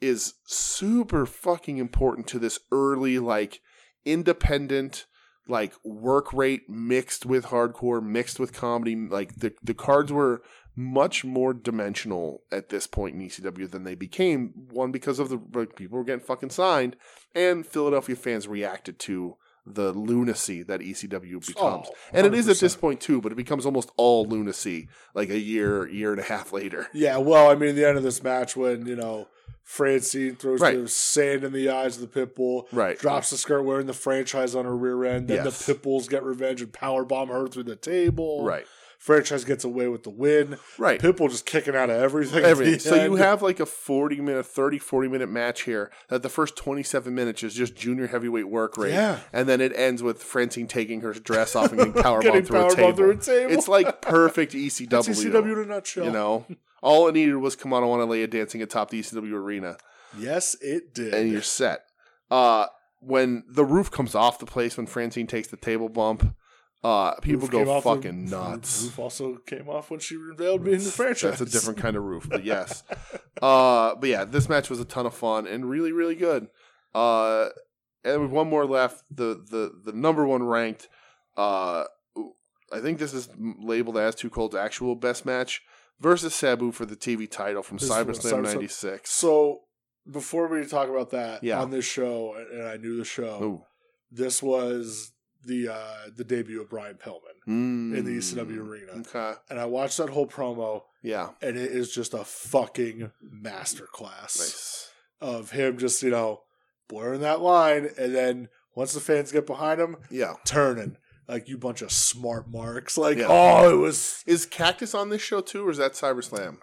[SPEAKER 2] is super fucking important to this early like independent like work rate mixed with hardcore mixed with comedy like the the cards were much more dimensional at this point in ECW than they became. One because of the like, people were getting fucking signed, and Philadelphia fans reacted to the lunacy that ECW becomes.
[SPEAKER 3] Oh,
[SPEAKER 2] and it is at
[SPEAKER 3] 100%.
[SPEAKER 2] this point too, but it becomes almost all lunacy like a year, year and a half later.
[SPEAKER 3] Yeah, well, I mean, the end of this match when you know Francine throws
[SPEAKER 2] Right.
[SPEAKER 3] the sand in the eyes of the pit bull,
[SPEAKER 2] Right.
[SPEAKER 3] drops the skirt wearing the franchise on her rear end, then
[SPEAKER 2] Yes.
[SPEAKER 3] the pit bulls get revenge and power bomb her through the table.
[SPEAKER 2] Right.
[SPEAKER 3] franchise gets away with the win.
[SPEAKER 2] Right.
[SPEAKER 3] Pit bull just kicking out of everything. at
[SPEAKER 2] Everything.
[SPEAKER 3] the
[SPEAKER 2] So you
[SPEAKER 3] end.
[SPEAKER 2] have like a 40 minute, 30, 40 minute match here that the first 27 minutes is just junior heavyweight work rate.
[SPEAKER 3] Yeah.
[SPEAKER 2] And then it ends with Francine taking her dress off and getting powerbombed
[SPEAKER 3] Getting
[SPEAKER 2] through, a
[SPEAKER 3] powerbombed
[SPEAKER 2] table.
[SPEAKER 3] through a table. E
[SPEAKER 2] It's like perfect ECW.
[SPEAKER 3] CCW in a nutshell.
[SPEAKER 2] you know? All it needed was Kamano Wanalea dancing atop the ECW arena
[SPEAKER 3] Yes, it did.
[SPEAKER 2] and you're set. Uh, when the roof comes off the place, when Francine takes the table bump, uh, people
[SPEAKER 3] Roof came
[SPEAKER 2] go
[SPEAKER 3] off the-
[SPEAKER 2] fucking nuts.
[SPEAKER 3] Roof also came off when she revealed being the franchise.
[SPEAKER 2] That's a different kind of roof, but yes. uh, but yeah, this match was a ton of fun and really, really good. Uh, and with one more left, the the the number one ranked. Uh, I think this is labeled as Too Cold's actual best match versus Sabu for the TV title from
[SPEAKER 3] This is what-
[SPEAKER 2] CyberSlam
[SPEAKER 3] Cyber-
[SPEAKER 2] '96.
[SPEAKER 3] So before we talk about that
[SPEAKER 2] Yeah.
[SPEAKER 3] on this show, and I knew the show.
[SPEAKER 2] Oh,
[SPEAKER 3] this was the uh the debut of Brian Pillman,
[SPEAKER 2] Mm.
[SPEAKER 3] In the ECW arena.
[SPEAKER 2] Okay,
[SPEAKER 3] and I watched that whole promo,
[SPEAKER 2] yeah,
[SPEAKER 3] and it is just a fucking masterclass
[SPEAKER 2] nice.
[SPEAKER 3] of him just you know blurring that line, and then once the fans get behind him,
[SPEAKER 2] Yeah,
[SPEAKER 3] turning like you bunch of smart marks, like
[SPEAKER 2] Yeah.
[SPEAKER 3] oh it was
[SPEAKER 2] is Cactus on this show too, or is that CyberSlam?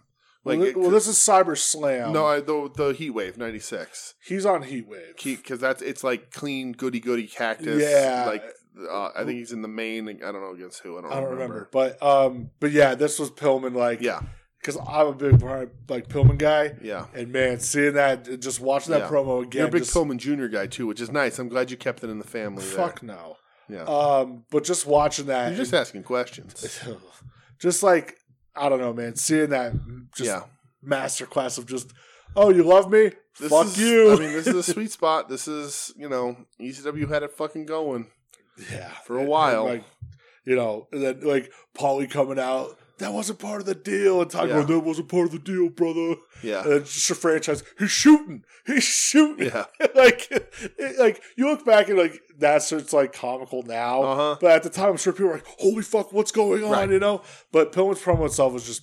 [SPEAKER 3] well,
[SPEAKER 2] Like,
[SPEAKER 3] thi-
[SPEAKER 2] it-
[SPEAKER 3] well this is Cyber Slam.
[SPEAKER 2] no, I, the the Heat Wave '96.
[SPEAKER 3] he's on Heat Wave.
[SPEAKER 2] because that's it's like clean goody goody cactus.
[SPEAKER 3] Yeah.
[SPEAKER 2] like uh, I think he's in the main. I don't know against who. I don't,
[SPEAKER 3] I don't
[SPEAKER 2] remember.
[SPEAKER 3] remember, but um, but yeah, this was Pillman like
[SPEAKER 2] Yeah,
[SPEAKER 3] because I'm a big Brian like Pillman guy.
[SPEAKER 2] yeah.
[SPEAKER 3] And man, seeing that, just watching that
[SPEAKER 2] Yeah.
[SPEAKER 3] promo again,
[SPEAKER 2] You're a big
[SPEAKER 3] just-
[SPEAKER 2] Pillman Jr. guy too, which is nice. I'm glad you kept it in the family.
[SPEAKER 3] Fuck no.
[SPEAKER 2] there. yeah.
[SPEAKER 3] Um, but just watching that,
[SPEAKER 2] You're just asking questions.
[SPEAKER 3] just like I don't know, man. Seeing that, just
[SPEAKER 2] Yeah.
[SPEAKER 3] masterclass of just, oh, you love me?
[SPEAKER 2] This
[SPEAKER 3] Fuck
[SPEAKER 2] is-
[SPEAKER 3] you.
[SPEAKER 2] I mean, this is a sweet spot. This is you know ECW had it fucking going.
[SPEAKER 3] yeah,
[SPEAKER 2] for a while.
[SPEAKER 3] like, you know, and then like Polly coming out. That wasn't part of the deal. And Todd
[SPEAKER 2] Yeah.
[SPEAKER 3] going, that wasn't part of the deal, brother. And
[SPEAKER 2] Yeah,
[SPEAKER 3] then just a franchise, he's shooting. He's shooting.
[SPEAKER 2] yeah.
[SPEAKER 3] like, it, like you look back and like that's it's like comical now.
[SPEAKER 2] Uh huh.
[SPEAKER 3] But at the time, I'm sure people were like, "Holy fuck, what's going on?"
[SPEAKER 2] Right.
[SPEAKER 3] You know. But Pillman's promo itself was just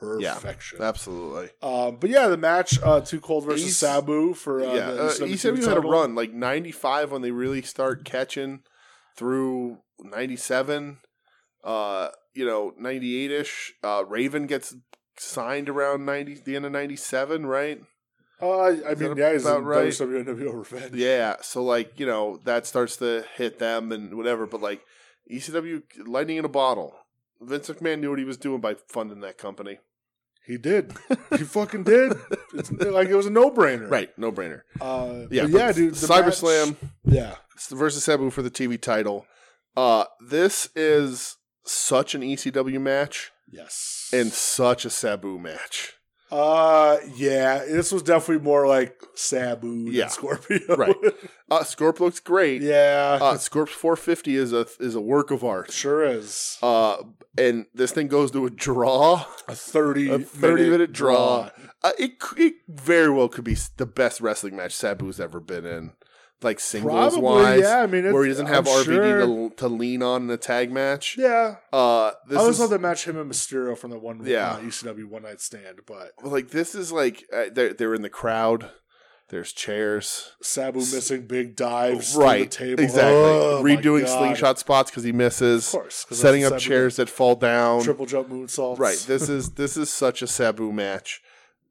[SPEAKER 3] perfection.
[SPEAKER 2] Absolutely.
[SPEAKER 3] um, but yeah, the match uh, Too Cold versus
[SPEAKER 2] East-
[SPEAKER 3] Sabu for uh,
[SPEAKER 2] yeah,
[SPEAKER 3] the
[SPEAKER 2] uh,
[SPEAKER 3] ECW
[SPEAKER 2] ECW had a
[SPEAKER 3] title.
[SPEAKER 2] run like '95 when they really start catching through '97. Uh, you know, '98 ish. Uh, Raven gets signed around '90, the end of '97, right?
[SPEAKER 3] Uh, I
[SPEAKER 2] Is
[SPEAKER 3] mean,
[SPEAKER 2] that
[SPEAKER 3] yeah, he's
[SPEAKER 2] about
[SPEAKER 3] in
[SPEAKER 2] right?
[SPEAKER 3] WWO Revenge.
[SPEAKER 2] Yeah, so like you know that starts to hit them and whatever, but like ECW, lightning in a bottle. Vince McMahon knew what he was doing by funding that company.
[SPEAKER 3] He did. he fucking did. It's, like it was a no brainer.
[SPEAKER 2] Right, no brainer.
[SPEAKER 3] Uh,
[SPEAKER 2] Yeah,
[SPEAKER 3] yeah,
[SPEAKER 2] but
[SPEAKER 3] yeah, dude. the match-
[SPEAKER 2] CyberSlam.
[SPEAKER 3] Yeah.
[SPEAKER 2] versus Sabu for the TV title. Uh, this is such an ECW match
[SPEAKER 3] Yes.
[SPEAKER 2] and such a Sabu match.
[SPEAKER 3] uh, yeah, this was definitely more like Sabu
[SPEAKER 2] Yeah.
[SPEAKER 3] than Scorpio.
[SPEAKER 2] Right. Uh, Scorp looks great.
[SPEAKER 3] yeah.
[SPEAKER 2] Uh, Scorp's 450 is a is a work of art.
[SPEAKER 3] sure is.
[SPEAKER 2] Uh, and this thing goes to a draw,
[SPEAKER 3] a 30
[SPEAKER 2] a 30 minute draw. Uh, it c- it very well could be s- the best wrestling match Sabu's ever been in, like singles
[SPEAKER 3] Probably,
[SPEAKER 2] wise.
[SPEAKER 3] yeah. I mean, it's,
[SPEAKER 2] Where he doesn't have
[SPEAKER 3] I'm
[SPEAKER 2] RVD
[SPEAKER 3] sure.
[SPEAKER 2] to, to lean on in a tag match.
[SPEAKER 3] Yeah,
[SPEAKER 2] Uh, this is,
[SPEAKER 3] I always love that match him and Mysterio from the one
[SPEAKER 2] Yeah.
[SPEAKER 3] uh, ECW one night stand, but
[SPEAKER 2] Well, like this is like uh, they're they're in the crowd. There's chairs,
[SPEAKER 3] Sabu missing big dives
[SPEAKER 2] right?
[SPEAKER 3] through the table,
[SPEAKER 2] Exactly.
[SPEAKER 3] Oh, my
[SPEAKER 2] Redoing
[SPEAKER 3] God.
[SPEAKER 2] slingshot spots because he
[SPEAKER 3] of
[SPEAKER 2] misses.
[SPEAKER 3] course, 'cause
[SPEAKER 2] Setting
[SPEAKER 3] that's
[SPEAKER 2] up
[SPEAKER 3] Sabu.
[SPEAKER 2] chairs that fall down.
[SPEAKER 3] triple jump moonsaults,
[SPEAKER 2] Right. This is this is such a Sabu match.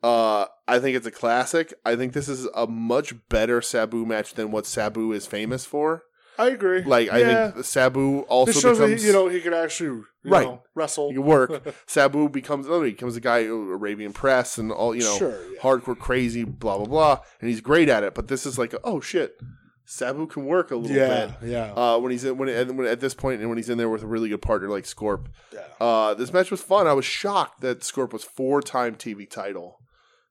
[SPEAKER 2] Uh, I think it's a classic. I think this is a much better Sabu match than what Sabu is famous for.
[SPEAKER 3] I agree.
[SPEAKER 2] Like I
[SPEAKER 3] Yeah.
[SPEAKER 2] think Sabu also
[SPEAKER 3] this shows that
[SPEAKER 2] becomes
[SPEAKER 3] he- you know he could actually you
[SPEAKER 2] Right.
[SPEAKER 3] know, wrestle.
[SPEAKER 2] he can work. Sabu becomes another. He becomes a guy who- Arabian Press and all you know
[SPEAKER 3] sure, yeah.
[SPEAKER 2] hardcore crazy blah blah blah, and he's great at it. But this is like oh shit, Sabu can work a little
[SPEAKER 3] yeah,
[SPEAKER 2] bit.
[SPEAKER 3] yeah,
[SPEAKER 2] Uh, when he's in, when, and when at this point and when he's in there with a really good partner like Scorp,
[SPEAKER 3] yeah.
[SPEAKER 2] uh, this match was fun. I was shocked that Scorp was four time TV title,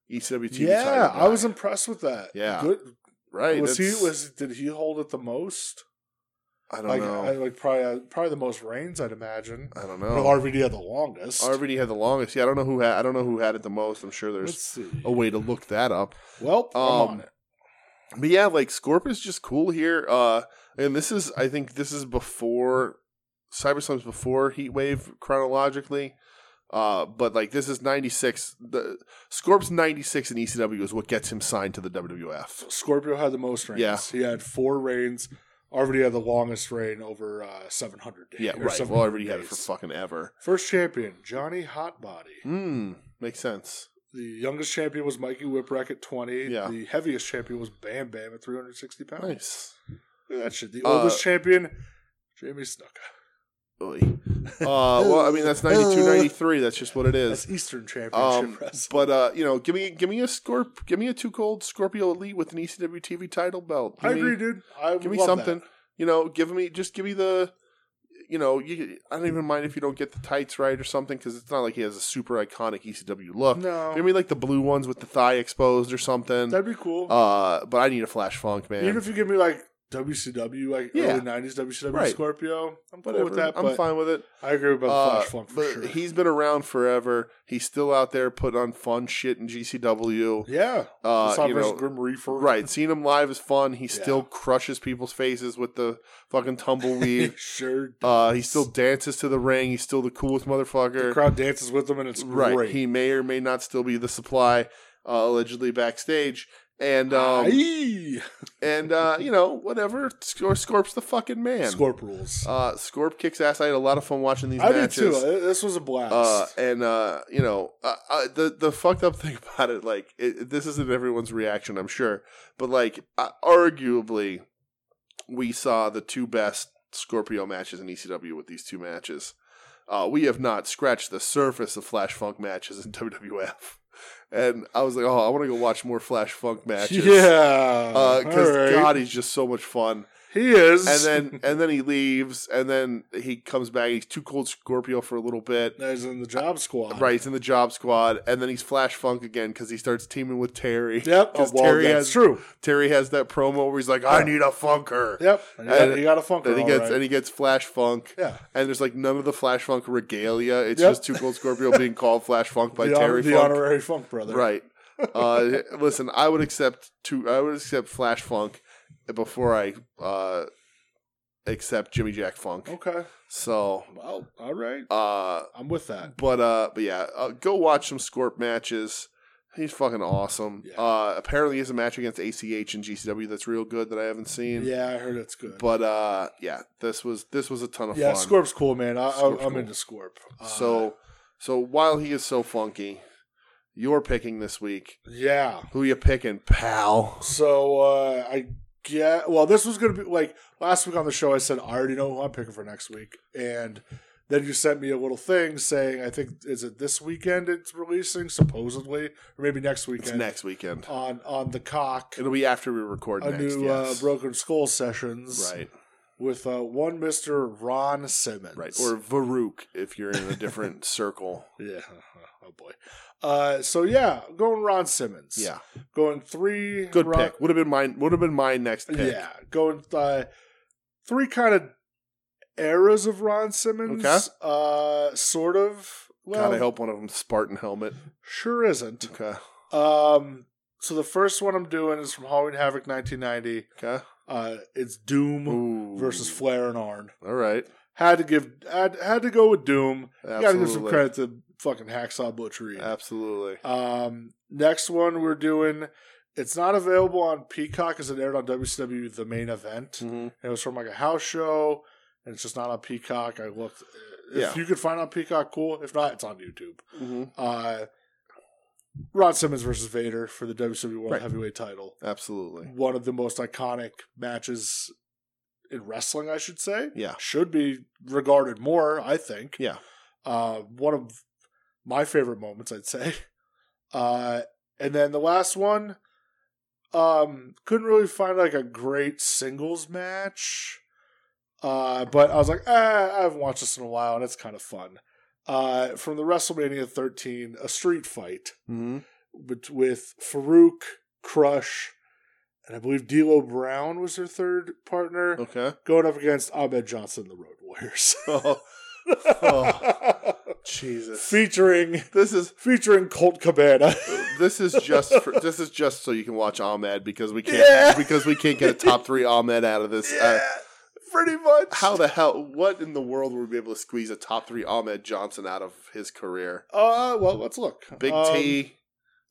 [SPEAKER 2] E ECW TV
[SPEAKER 3] Yeah,
[SPEAKER 2] title.
[SPEAKER 3] I was
[SPEAKER 2] guy.
[SPEAKER 3] impressed with that.
[SPEAKER 2] Yeah.
[SPEAKER 3] Good.
[SPEAKER 2] right.
[SPEAKER 3] was he
[SPEAKER 2] that's-
[SPEAKER 3] was did he hold it the most?
[SPEAKER 2] I don't
[SPEAKER 3] Like,
[SPEAKER 2] know.
[SPEAKER 3] I, like probably uh, probably the most reigns, I'd imagine.
[SPEAKER 2] I, don't
[SPEAKER 3] Well,
[SPEAKER 2] know.
[SPEAKER 3] RVD had the longest.
[SPEAKER 2] RVD had the longest. Yeah, I don't know who had. I don't know who had it the most. I'm sure
[SPEAKER 3] Let's
[SPEAKER 2] there's
[SPEAKER 3] see.
[SPEAKER 2] a way to look that up.
[SPEAKER 3] Well, I'm
[SPEAKER 2] Um,
[SPEAKER 3] on it.
[SPEAKER 2] But yeah, like Scorp is just cool here. Uh and this is I think this is before Cyberslum's before Heat Wave chronologically. Uh but like this is 96 the Scorp's 96 in ECW is what gets him signed to the WWF.
[SPEAKER 3] Scorpio had the most reigns.
[SPEAKER 2] Yeah.
[SPEAKER 3] He had four reigns. RVD had the longest reign over uh, 700 days.
[SPEAKER 2] Yeah,
[SPEAKER 3] or
[SPEAKER 2] right.
[SPEAKER 3] 700
[SPEAKER 2] Well, I already had it for
[SPEAKER 3] days.
[SPEAKER 2] fucking ever.
[SPEAKER 3] First champion, Johnny Hotbody.
[SPEAKER 2] Hmm, makes sense.
[SPEAKER 3] The youngest champion was Mikey Whipwreck at 20.
[SPEAKER 2] Yeah.
[SPEAKER 3] The heaviest champion was Bam Bam at 360 pounds.
[SPEAKER 2] Nice.
[SPEAKER 3] Look at that shit. The
[SPEAKER 2] Uh,
[SPEAKER 3] oldest champion, Jamie Snuka.
[SPEAKER 2] Oy. Uh well, I mean that's 92 93. That's just what it is.
[SPEAKER 3] That's Eastern Championship
[SPEAKER 2] Um,
[SPEAKER 3] Wrestling.
[SPEAKER 2] but uh, you know, give me give me a Scorp, give me a two cold Scorpio Elite with an E ECW TV title belt. Give
[SPEAKER 3] I
[SPEAKER 2] me-
[SPEAKER 3] agree, dude. I would
[SPEAKER 2] give me
[SPEAKER 3] love
[SPEAKER 2] something.
[SPEAKER 3] that.
[SPEAKER 2] You know, give me just give me the. You know, you, I don't even mind if you don't get the tights right or something because it's not like he has a super iconic ECW look.
[SPEAKER 3] No.
[SPEAKER 2] Give me like the blue ones with the thigh exposed or something.
[SPEAKER 3] That'd be cool.
[SPEAKER 2] Uh, but I need a Flash Funk man.
[SPEAKER 3] Even if you give me like WCW, like
[SPEAKER 2] Yeah.
[SPEAKER 3] early 90s WCW
[SPEAKER 2] Right.
[SPEAKER 3] Scorpio, I'm cool
[SPEAKER 2] Whatever.
[SPEAKER 3] with that.
[SPEAKER 2] I'm
[SPEAKER 3] but
[SPEAKER 2] fine with it.
[SPEAKER 3] I agree about
[SPEAKER 2] Uh,
[SPEAKER 3] Flash Funk for
[SPEAKER 2] but
[SPEAKER 3] sure.
[SPEAKER 2] he's been around forever. He's still out there putting on fun shit in GCW.
[SPEAKER 3] yeah.
[SPEAKER 2] Uh,
[SPEAKER 3] Hassan
[SPEAKER 2] you
[SPEAKER 3] versus
[SPEAKER 2] know,
[SPEAKER 3] Grim Reaper.
[SPEAKER 2] Right, seeing him live is fun. He
[SPEAKER 3] Yeah.
[SPEAKER 2] still crushes people's faces with the fucking tumbleweed.
[SPEAKER 3] sure.
[SPEAKER 2] uh, he still dances to the ring. He's still the coolest
[SPEAKER 3] the
[SPEAKER 2] motherfucker.
[SPEAKER 3] crowd dances with him, and it's
[SPEAKER 2] right,
[SPEAKER 3] great.
[SPEAKER 2] he may or may not still be the supply uh, allegedly backstage, and um,
[SPEAKER 3] Aye.
[SPEAKER 2] and uh, you know whatever. Scor- Scorp's the fucking man.
[SPEAKER 3] Scorp rules.
[SPEAKER 2] Uh, Scorp kicks ass. I had a lot of fun watching these
[SPEAKER 3] I did
[SPEAKER 2] matches.
[SPEAKER 3] too. Uh, This was a blast.
[SPEAKER 2] Uh, and uh, you know uh, uh, the the fucked up thing about it, like it, this isn't everyone's reaction, I'm sure, but like uh, arguably, we saw the two best Scorpio matches in ECW with these two matches. Uh, we have not scratched the surface of Flash Funk matches in WWF, and I was like, oh, I want to go watch more Flash Funk matches.
[SPEAKER 3] yeah.
[SPEAKER 2] because
[SPEAKER 3] All right.
[SPEAKER 2] God, he's just so much fun
[SPEAKER 3] he is.
[SPEAKER 2] and then and then he leaves, and then he comes back. He's too cold Scorpio for a little bit.
[SPEAKER 3] he's in the job squad.
[SPEAKER 2] Right, he's in the job squad, and then he's Flash Funk again because he starts teaming with Terry.
[SPEAKER 3] Yep. Oh,
[SPEAKER 2] 'Cause
[SPEAKER 3] well,
[SPEAKER 2] Terry
[SPEAKER 3] that's
[SPEAKER 2] has
[SPEAKER 3] true.
[SPEAKER 2] Terry has that promo where he's like, "I need a funker."
[SPEAKER 3] Yep. And he, got,
[SPEAKER 2] And-
[SPEAKER 3] he got a funker.
[SPEAKER 2] Then he
[SPEAKER 3] all
[SPEAKER 2] gets
[SPEAKER 3] right.
[SPEAKER 2] and he gets Flash Funk.
[SPEAKER 3] Yeah.
[SPEAKER 2] And there's like none of the Flash Funk regalia. It's
[SPEAKER 3] Yep.
[SPEAKER 2] just Two Cold Scorpio being called Flash Funk by
[SPEAKER 3] the, hon-
[SPEAKER 2] Terry
[SPEAKER 3] the
[SPEAKER 2] Funk.
[SPEAKER 3] honorary funk brother.
[SPEAKER 2] Right. Uh, listen, I would accept two. I would accept Flash Funk before I uh, accept Jimmy Jack Funk.
[SPEAKER 3] Okay.
[SPEAKER 2] So,
[SPEAKER 3] Well, all right.
[SPEAKER 2] uh,
[SPEAKER 3] I'm with that.
[SPEAKER 2] but uh, but yeah, uh, go watch some Scorp matches. He's fucking awesome.
[SPEAKER 3] Yeah.
[SPEAKER 2] Uh, apparently, he has a match against ACH and GCW that's real good that I haven't seen.
[SPEAKER 3] Yeah, I heard it's good.
[SPEAKER 2] But uh, yeah, this was this was a ton of
[SPEAKER 3] yeah,
[SPEAKER 2] fun.
[SPEAKER 3] Scorp's cool, man. I, I, I'm
[SPEAKER 2] Scorp's cool.
[SPEAKER 3] into Scorp. Uh,
[SPEAKER 2] So so while he is so funky, you're picking this week.
[SPEAKER 3] yeah.
[SPEAKER 2] Who you picking, pal?
[SPEAKER 3] So uh, I get well. This was gonna be like last week on the show. I said I already know who I'm picking for next week, and then you sent me a little thing saying I think is it this weekend it's releasing supposedly, or maybe next
[SPEAKER 2] It's
[SPEAKER 3] weekend
[SPEAKER 2] next weekend.
[SPEAKER 3] on on the cock.
[SPEAKER 2] It'll be after we record
[SPEAKER 3] A
[SPEAKER 2] next.
[SPEAKER 3] new
[SPEAKER 2] yes.
[SPEAKER 3] uh, Broken Skull sessions
[SPEAKER 2] right,
[SPEAKER 3] with uh, one Mister Ron Simmons,
[SPEAKER 2] right, or Varuk if you're in a different circle.
[SPEAKER 3] yeah, oh boy. Uh, so yeah, going Ron Simmons.
[SPEAKER 2] Yeah,
[SPEAKER 3] going three.
[SPEAKER 2] good
[SPEAKER 3] Ron-
[SPEAKER 2] pick. Would have been mine. Would have been my next pick.
[SPEAKER 3] Yeah, going uh, three kind of eras of Ron Simmons.
[SPEAKER 2] Okay.
[SPEAKER 3] Uh, sort of. Well,
[SPEAKER 2] Gotta help one of them Spartan helmet.
[SPEAKER 3] Sure isn't.
[SPEAKER 2] Okay.
[SPEAKER 3] Um, so the first one I'm doing is from Halloween Havoc 1990.
[SPEAKER 2] Okay.
[SPEAKER 3] Uh, it's Doom
[SPEAKER 2] Ooh.
[SPEAKER 3] versus Flair and Arn.
[SPEAKER 2] All right.
[SPEAKER 3] Had to give. Had, had to go with Doom. You Got to give some
[SPEAKER 2] Absolutely.
[SPEAKER 3] credit to fucking Hacksaw Butchery.
[SPEAKER 2] Absolutely.
[SPEAKER 3] Um, next one we're doing. It's not available on Peacock because it aired on WCW the main
[SPEAKER 2] Hmm.
[SPEAKER 3] event. It was from like a house show, and it's just not on Peacock. I looked. If
[SPEAKER 2] Yeah.
[SPEAKER 3] you could find it on Peacock, cool. If not, it's on YouTube.
[SPEAKER 2] Mhm.
[SPEAKER 3] Uh, Ron Simmons versus Vader for the WWE World
[SPEAKER 2] Right.
[SPEAKER 3] Heavyweight Title.
[SPEAKER 2] Absolutely.
[SPEAKER 3] One of the most iconic matches in wrestling, I should say.
[SPEAKER 2] Yeah.
[SPEAKER 3] Should be regarded more, I think.
[SPEAKER 2] Yeah.
[SPEAKER 3] Uh, one of my favorite moments, I'd say. Uh, and then the last one, um, couldn't really find like a great singles match. Uh, but I was like, ah, I haven't watched this in a while, and it's kind of fun. Uh, from the WrestleMania 13, a street fight
[SPEAKER 2] Mm-hmm.
[SPEAKER 3] with, with Farouk, Crush, and I believe D'Lo Brown was her third partner,
[SPEAKER 2] Okay.
[SPEAKER 3] going up against Ahmed Johnson, and the Road Warriors,
[SPEAKER 2] Oh, Oh. Jesus.
[SPEAKER 3] featuring
[SPEAKER 2] This is
[SPEAKER 3] featuring Colt Cabana.
[SPEAKER 2] this is just for, this is just so you can watch Ahmed because we can't
[SPEAKER 3] Yeah.
[SPEAKER 2] because we can't get a top three Ahmed out of this. Uh,
[SPEAKER 3] pretty much.
[SPEAKER 2] how the hell? What in the world would we be able to squeeze a top three Ahmed Johnson out of his career?
[SPEAKER 3] Uh, well, let's look.
[SPEAKER 2] Big
[SPEAKER 3] Um,
[SPEAKER 2] T,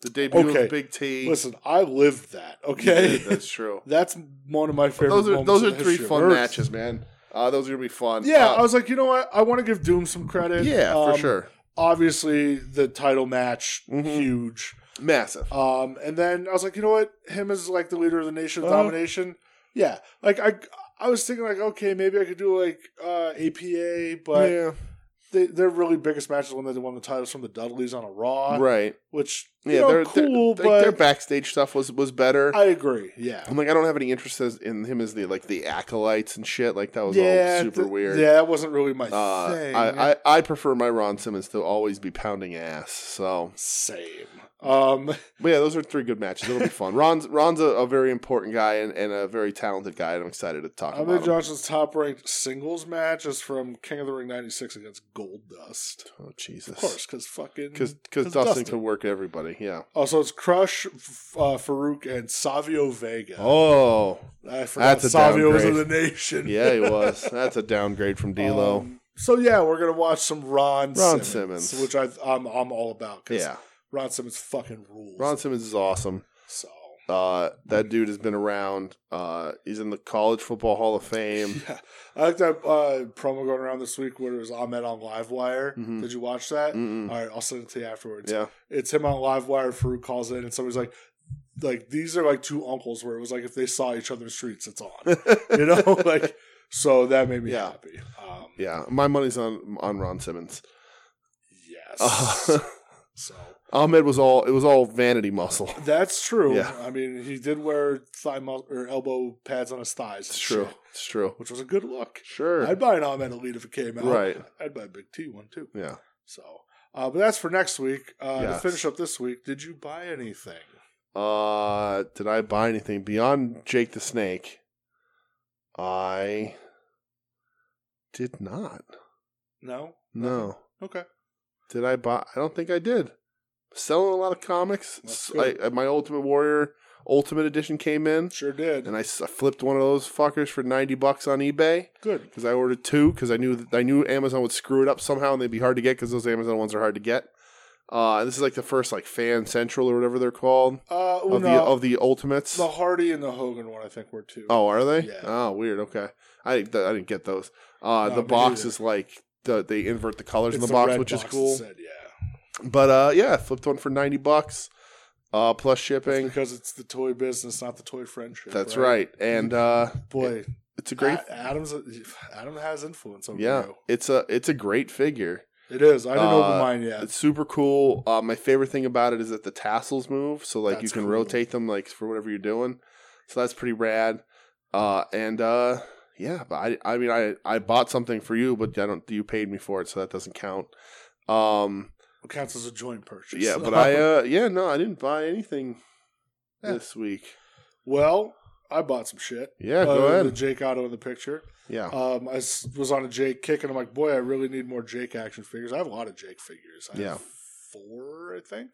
[SPEAKER 2] the debut
[SPEAKER 3] okay.
[SPEAKER 2] of Big T.
[SPEAKER 3] Listen, I lived that.
[SPEAKER 2] Yeah,
[SPEAKER 3] Okay,
[SPEAKER 2] that's true.
[SPEAKER 3] that's one of my favorite.
[SPEAKER 2] those are
[SPEAKER 3] moments
[SPEAKER 2] those
[SPEAKER 3] in
[SPEAKER 2] are
[SPEAKER 3] the
[SPEAKER 2] three
[SPEAKER 3] history of
[SPEAKER 2] fun
[SPEAKER 3] Earth.
[SPEAKER 2] matches, man. Uh, those are gonna be fun.
[SPEAKER 3] Yeah, I
[SPEAKER 2] Uh,
[SPEAKER 3] was like, you know what? I want to give Doom some credit.
[SPEAKER 2] yeah,
[SPEAKER 3] Um,
[SPEAKER 2] for sure.
[SPEAKER 3] Obviously, the title match,
[SPEAKER 2] Mhm.
[SPEAKER 3] huge.
[SPEAKER 2] Massive.
[SPEAKER 3] Um, and then I was like, you know what? Him as like the leader of the nation of
[SPEAKER 2] Uh-huh.
[SPEAKER 3] domination. Yeah, like I, I was thinking like, okay, maybe I could do like uh, APA, but
[SPEAKER 2] yeah.
[SPEAKER 3] they, their really biggest match is when they won the titles from the Dudleys on a Raw,
[SPEAKER 2] Right.
[SPEAKER 3] which uh, you
[SPEAKER 2] Yeah,
[SPEAKER 3] know,
[SPEAKER 2] they're
[SPEAKER 3] cool,
[SPEAKER 2] they're,
[SPEAKER 3] but
[SPEAKER 2] their backstage stuff was was better.
[SPEAKER 3] I agree. Yeah,
[SPEAKER 2] I'm like, I don't have any interest as- in him as the like the acolytes and shit. Like that was all super
[SPEAKER 3] th-
[SPEAKER 2] weird.
[SPEAKER 3] Yeah, that wasn't really my
[SPEAKER 2] Uh,
[SPEAKER 3] thing.
[SPEAKER 2] I, I I prefer my Ron Simmons to always be pounding ass. So,
[SPEAKER 3] Same. Um,
[SPEAKER 2] but yeah, those are three good matches. It'll be fun. Ron's Ron's a, a very important guy and, and a very talented guy, and I'm excited to talk
[SPEAKER 3] Ahmed
[SPEAKER 2] about him.
[SPEAKER 3] Johnson's top ranked singles match is from King of the Ring '96 against Gold Dust.
[SPEAKER 2] Oh
[SPEAKER 3] Of course,
[SPEAKER 2] Jesus,
[SPEAKER 3] because fucking
[SPEAKER 2] because because Dustin, could work everybody. Yeah.
[SPEAKER 3] Also, it's Crush, F- uh, Farouk, and Savio Vega.
[SPEAKER 2] Oh
[SPEAKER 3] I forgot
[SPEAKER 2] that's a
[SPEAKER 3] Savio was in the
[SPEAKER 2] downgrade.
[SPEAKER 3] nation.
[SPEAKER 2] yeah, he was. That's a downgrade from D'Lo.
[SPEAKER 3] Um, so yeah, we're gonna watch some Ron,
[SPEAKER 2] Ron
[SPEAKER 3] Simmons,
[SPEAKER 2] Simmons.
[SPEAKER 3] which I, I'm I'm all about. 'cause
[SPEAKER 2] yeah,
[SPEAKER 3] Ron Simmons fucking rules.
[SPEAKER 2] Ron Simmons is awesome.
[SPEAKER 3] so
[SPEAKER 2] Uh, that dude has been around. Uh, he's in the College Football Hall of Fame.
[SPEAKER 3] yeah, I like that uh, promo going around this week where it was Ahmed on Livewire.
[SPEAKER 2] Mhm.
[SPEAKER 3] Did you watch that?
[SPEAKER 2] Mm-mm.
[SPEAKER 3] All right, I'll send it to you afterwards.
[SPEAKER 2] Yeah.
[SPEAKER 3] It's him on Livewire. Farouk calls in, and somebody's like, "Like these are like two uncles where it was like if they saw each other in the streets, it's on." you know, like so that made me
[SPEAKER 2] Yeah.
[SPEAKER 3] happy. Um,
[SPEAKER 2] yeah. My money's on on Ron Simmons.
[SPEAKER 3] Yes.
[SPEAKER 2] Uh,
[SPEAKER 3] so
[SPEAKER 2] Ahmed was all it was all vanity muscle.
[SPEAKER 3] that's true.
[SPEAKER 2] Yeah.
[SPEAKER 3] I mean, he did wear thigh mu- or elbow pads on his thighs.
[SPEAKER 2] It's
[SPEAKER 3] and
[SPEAKER 2] true.
[SPEAKER 3] shit,
[SPEAKER 2] It's true.
[SPEAKER 3] which was a good look.
[SPEAKER 2] Sure.
[SPEAKER 3] I'd buy an Ahmed Elite if it came out.
[SPEAKER 2] Right.
[SPEAKER 3] I'd buy a Big T one too.
[SPEAKER 2] yeah.
[SPEAKER 3] So, uh, but that's for next week. Uh, To
[SPEAKER 2] Yes.
[SPEAKER 3] finish up this week, did you buy anything?
[SPEAKER 2] Uh, did I buy anything beyond Jake the Snake? I did not.
[SPEAKER 3] No.
[SPEAKER 2] No.
[SPEAKER 3] Okay.
[SPEAKER 2] Did I buy? I don't think I did. Selling a lot of comics.
[SPEAKER 3] That's
[SPEAKER 2] I,
[SPEAKER 3] good.
[SPEAKER 2] I- uh, my Ultimate Warrior Ultimate Edition came in,
[SPEAKER 3] Sure did.
[SPEAKER 2] and I, s- I flipped one of those fuckers for ninety bucks on eBay
[SPEAKER 3] Good.
[SPEAKER 2] because I ordered two because I knew that I knew Amazon would screw it up somehow and they'd be hard to get because those Amazon ones are hard to get. Uh, this is like the first like Fan Central or whatever they're called
[SPEAKER 3] Uh, well,
[SPEAKER 2] of
[SPEAKER 3] no,
[SPEAKER 2] the of the Ultimates.
[SPEAKER 3] the Hardy and the Hogan one, I think were two.
[SPEAKER 2] Oh, are they?
[SPEAKER 3] Yeah.
[SPEAKER 2] Oh, weird. Okay, I th- I didn't get those. Uh,
[SPEAKER 3] No,
[SPEAKER 2] the
[SPEAKER 3] me
[SPEAKER 2] box
[SPEAKER 3] neither.
[SPEAKER 2] is like the they invert the colors
[SPEAKER 3] It's
[SPEAKER 2] in the, box,
[SPEAKER 3] red
[SPEAKER 2] which is
[SPEAKER 3] box that
[SPEAKER 2] cool.
[SPEAKER 3] said, yeah.
[SPEAKER 2] But uh, yeah, I flipped one for ninety bucks, uh, plus
[SPEAKER 3] It's
[SPEAKER 2] shipping.
[SPEAKER 3] because it's the toy business, not the toy friendship.
[SPEAKER 2] That's right. and uh,
[SPEAKER 3] Boy,
[SPEAKER 2] it's a great.
[SPEAKER 3] A- Adam's Adam has influence over
[SPEAKER 2] yeah,
[SPEAKER 3] you.
[SPEAKER 2] it's a it's a great figure.
[SPEAKER 3] It is. I didn't open
[SPEAKER 2] Uh,
[SPEAKER 3] mine yet.
[SPEAKER 2] It's super cool. Uh, my favorite thing about it is that the tassels move, so like you
[SPEAKER 3] That's
[SPEAKER 2] can
[SPEAKER 3] cool.
[SPEAKER 2] rotate them like for whatever you're doing. So that's pretty rad. Uh, and uh, yeah, but I I mean I I bought something for you, but I don't you paid me for it, so that doesn't count. Um,
[SPEAKER 3] It counts as a joint purchase.
[SPEAKER 2] yeah, but I uh, yeah no, I didn't buy anything
[SPEAKER 3] Yeah.
[SPEAKER 2] this week.
[SPEAKER 3] well, I bought some shit.
[SPEAKER 2] Yeah, go
[SPEAKER 3] Other than
[SPEAKER 2] ahead.
[SPEAKER 3] The Jake Otto in the picture.
[SPEAKER 2] yeah,
[SPEAKER 3] Um, I s- was on a Jake kick, and I'm like, boy, I really need more Jake action figures. I have a lot of Jake figures. I
[SPEAKER 2] Yeah.
[SPEAKER 3] have four, I think.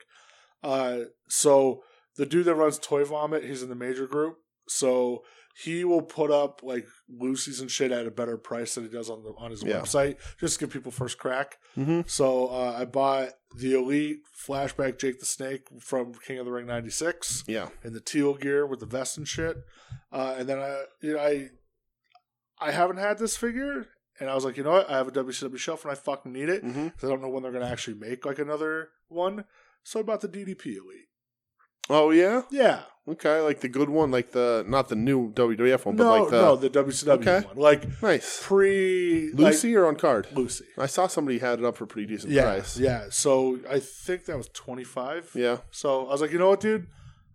[SPEAKER 3] Uh, so the dude that runs Toy Vomit, he's in the major group. So he will put up like Lucy's and shit at a better price than he does on the on his
[SPEAKER 2] Yeah.
[SPEAKER 3] website, just to give people first crack.
[SPEAKER 2] mm-hmm.
[SPEAKER 3] So uh, I bought the Elite Flashback Jake the Snake from King of the Ring '96
[SPEAKER 2] yeah,
[SPEAKER 3] and the teal gear with the vest and shit. Uh, and then I, you know, I, I haven't had this figure, and I was like, you know what? I have a WCW shelf, and I fucking need it.
[SPEAKER 2] mm-hmm.
[SPEAKER 3] 'cause I don't know when they're gonna actually make like another one. So I bought the DDP Elite.
[SPEAKER 2] Oh yeah,
[SPEAKER 3] Yeah,
[SPEAKER 2] okay, like the good one, like the not the new WWF one,
[SPEAKER 3] no,
[SPEAKER 2] Oh, but like the
[SPEAKER 3] no, the WCW
[SPEAKER 2] Okay.
[SPEAKER 3] one, like
[SPEAKER 2] nice
[SPEAKER 3] pre
[SPEAKER 2] Lucy or on card.
[SPEAKER 3] like, Lucy.
[SPEAKER 2] I saw somebody had it up for a pretty decent
[SPEAKER 3] Yeah,
[SPEAKER 2] price.
[SPEAKER 3] yeah. So I think that was twenty five.
[SPEAKER 2] Yeah,
[SPEAKER 3] So I was like, you know what, dude,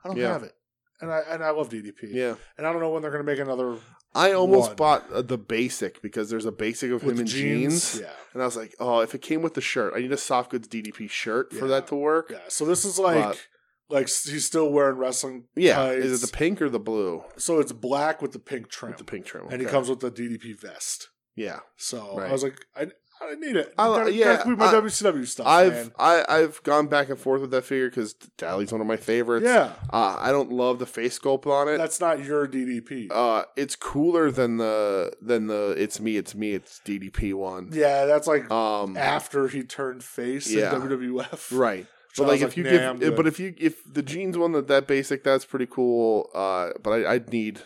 [SPEAKER 3] I don't
[SPEAKER 2] Yeah.
[SPEAKER 3] have it, and I and I love DDP.
[SPEAKER 2] yeah.
[SPEAKER 3] and I don't know when they're gonna make another
[SPEAKER 2] I almost
[SPEAKER 3] One.
[SPEAKER 2] bought uh, the basic because there's a basic of him in jeans,
[SPEAKER 3] Yeah,
[SPEAKER 2] and I was like, oh, if it came with the shirt, I need a soft goods DDP shirt for
[SPEAKER 3] Yeah.
[SPEAKER 2] that to work.
[SPEAKER 3] Yeah, so this is like
[SPEAKER 2] But-
[SPEAKER 3] Like s- he's still wearing wrestling.
[SPEAKER 2] Yeah,
[SPEAKER 3] tights.
[SPEAKER 2] is it the pink or the blue?
[SPEAKER 3] so it's black with the pink trim,
[SPEAKER 2] With the pink trim,
[SPEAKER 3] and he
[SPEAKER 2] okay.
[SPEAKER 3] comes with the DDP vest.
[SPEAKER 2] Yeah,
[SPEAKER 3] So
[SPEAKER 2] Right.
[SPEAKER 3] I was like, I, I need it.
[SPEAKER 2] I-
[SPEAKER 3] gotta,
[SPEAKER 2] yeah,
[SPEAKER 3] gotta keep my
[SPEAKER 2] I-
[SPEAKER 3] WCW stuff.
[SPEAKER 2] I've
[SPEAKER 3] man.
[SPEAKER 2] I, I've gone back and forth with that figure because Dally's one of my favorites.
[SPEAKER 3] yeah,
[SPEAKER 2] uh, I don't love the face sculpt on it.
[SPEAKER 3] that's not your DDP.
[SPEAKER 2] uh, it's cooler than the than the it's me it's me it's DDP one.
[SPEAKER 3] yeah, that's like
[SPEAKER 2] Um,
[SPEAKER 3] after he turned face
[SPEAKER 2] yeah.
[SPEAKER 3] in WWF.
[SPEAKER 2] right.
[SPEAKER 3] So I
[SPEAKER 2] But like
[SPEAKER 3] was
[SPEAKER 2] if you
[SPEAKER 3] nah, I'm
[SPEAKER 2] give, eh,
[SPEAKER 3] good.
[SPEAKER 2] but if you if the jeans one that that basic that's pretty cool. Uh, but I, I'd need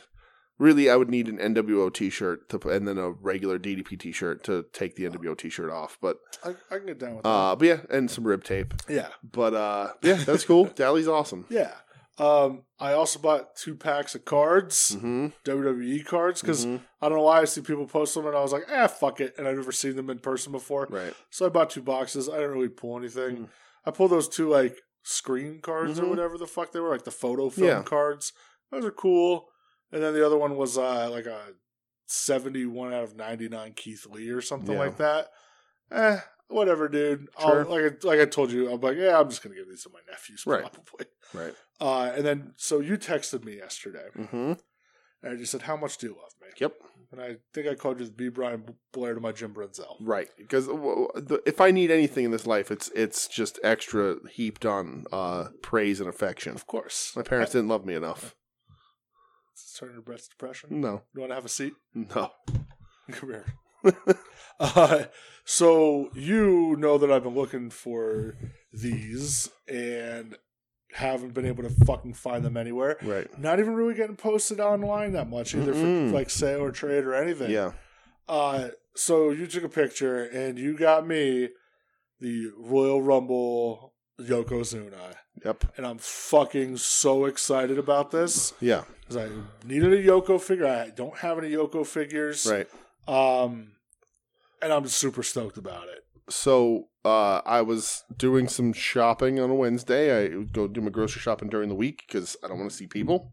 [SPEAKER 2] really I would need an NWO T-shirt to and then a regular DDP T-shirt to take the NWO T-shirt off. But
[SPEAKER 3] I, I can get down with
[SPEAKER 2] uh, but yeah, and some rib tape.
[SPEAKER 3] that. Yeah,
[SPEAKER 2] But uh, yeah, that's cool. Dally's awesome.
[SPEAKER 3] yeah. Um, I also bought two packs of cards,
[SPEAKER 2] Mm-hmm.
[SPEAKER 3] WWE cards, because
[SPEAKER 2] Mhm.
[SPEAKER 3] I don't know why I see people post them, and I was like, ah, fuck it, and I've never seen them in person before.
[SPEAKER 2] Right.
[SPEAKER 3] So I bought two boxes. I didn't really pull anything.
[SPEAKER 2] Mm.
[SPEAKER 3] I pulled those two like screen cards or
[SPEAKER 2] Mhm.
[SPEAKER 3] whatever the fuck they were, like the photo film
[SPEAKER 2] Yeah.
[SPEAKER 3] cards. Those are cool. And then the other one was uh, like a seventy-one out of ninety-nine Keith Lee or something
[SPEAKER 2] Yeah.
[SPEAKER 3] like that. Eh, whatever, dude.
[SPEAKER 2] Sure.
[SPEAKER 3] I'll, like I, like I told you, I'm like, yeah, I'm just gonna give these to my nephews
[SPEAKER 2] Right.
[SPEAKER 3] probably.
[SPEAKER 2] Right.
[SPEAKER 3] Uh, and then so you texted me yesterday,
[SPEAKER 2] Mm-hmm.
[SPEAKER 3] and you said, "How much do you love me?"
[SPEAKER 2] Yep.
[SPEAKER 3] And I think I called you the B. Brian Blair to my Jim Brenzel.
[SPEAKER 2] Right, because w- w- the- if I need anything in this life, it's it's just extra heaped on uh, praise and affection.
[SPEAKER 3] Of course.
[SPEAKER 2] My parents didn't love me enough.
[SPEAKER 3] Turn your breath's depression.
[SPEAKER 2] No,
[SPEAKER 3] You want to have a seat?
[SPEAKER 2] no,
[SPEAKER 3] Come here. uh, so you know that I've been looking for these and haven't been able to fucking find them anywhere.
[SPEAKER 2] right,
[SPEAKER 3] Not even really getting posted online that much either
[SPEAKER 2] Mm-mm.
[SPEAKER 3] for like sale or trade or anything.
[SPEAKER 2] yeah,
[SPEAKER 3] Uh, so you took a picture and you got me the Royal Rumble Yokozuna.
[SPEAKER 2] yep,
[SPEAKER 3] And I'm fucking so excited about this
[SPEAKER 2] yeah,
[SPEAKER 3] because I needed a Yoko figure. I don't have any Yoko figures.
[SPEAKER 2] right.
[SPEAKER 3] Um, and I'm super stoked about it.
[SPEAKER 2] So uh, I was doing some shopping on a Wednesday. I would go do my grocery shopping during the week because I don't want to see people.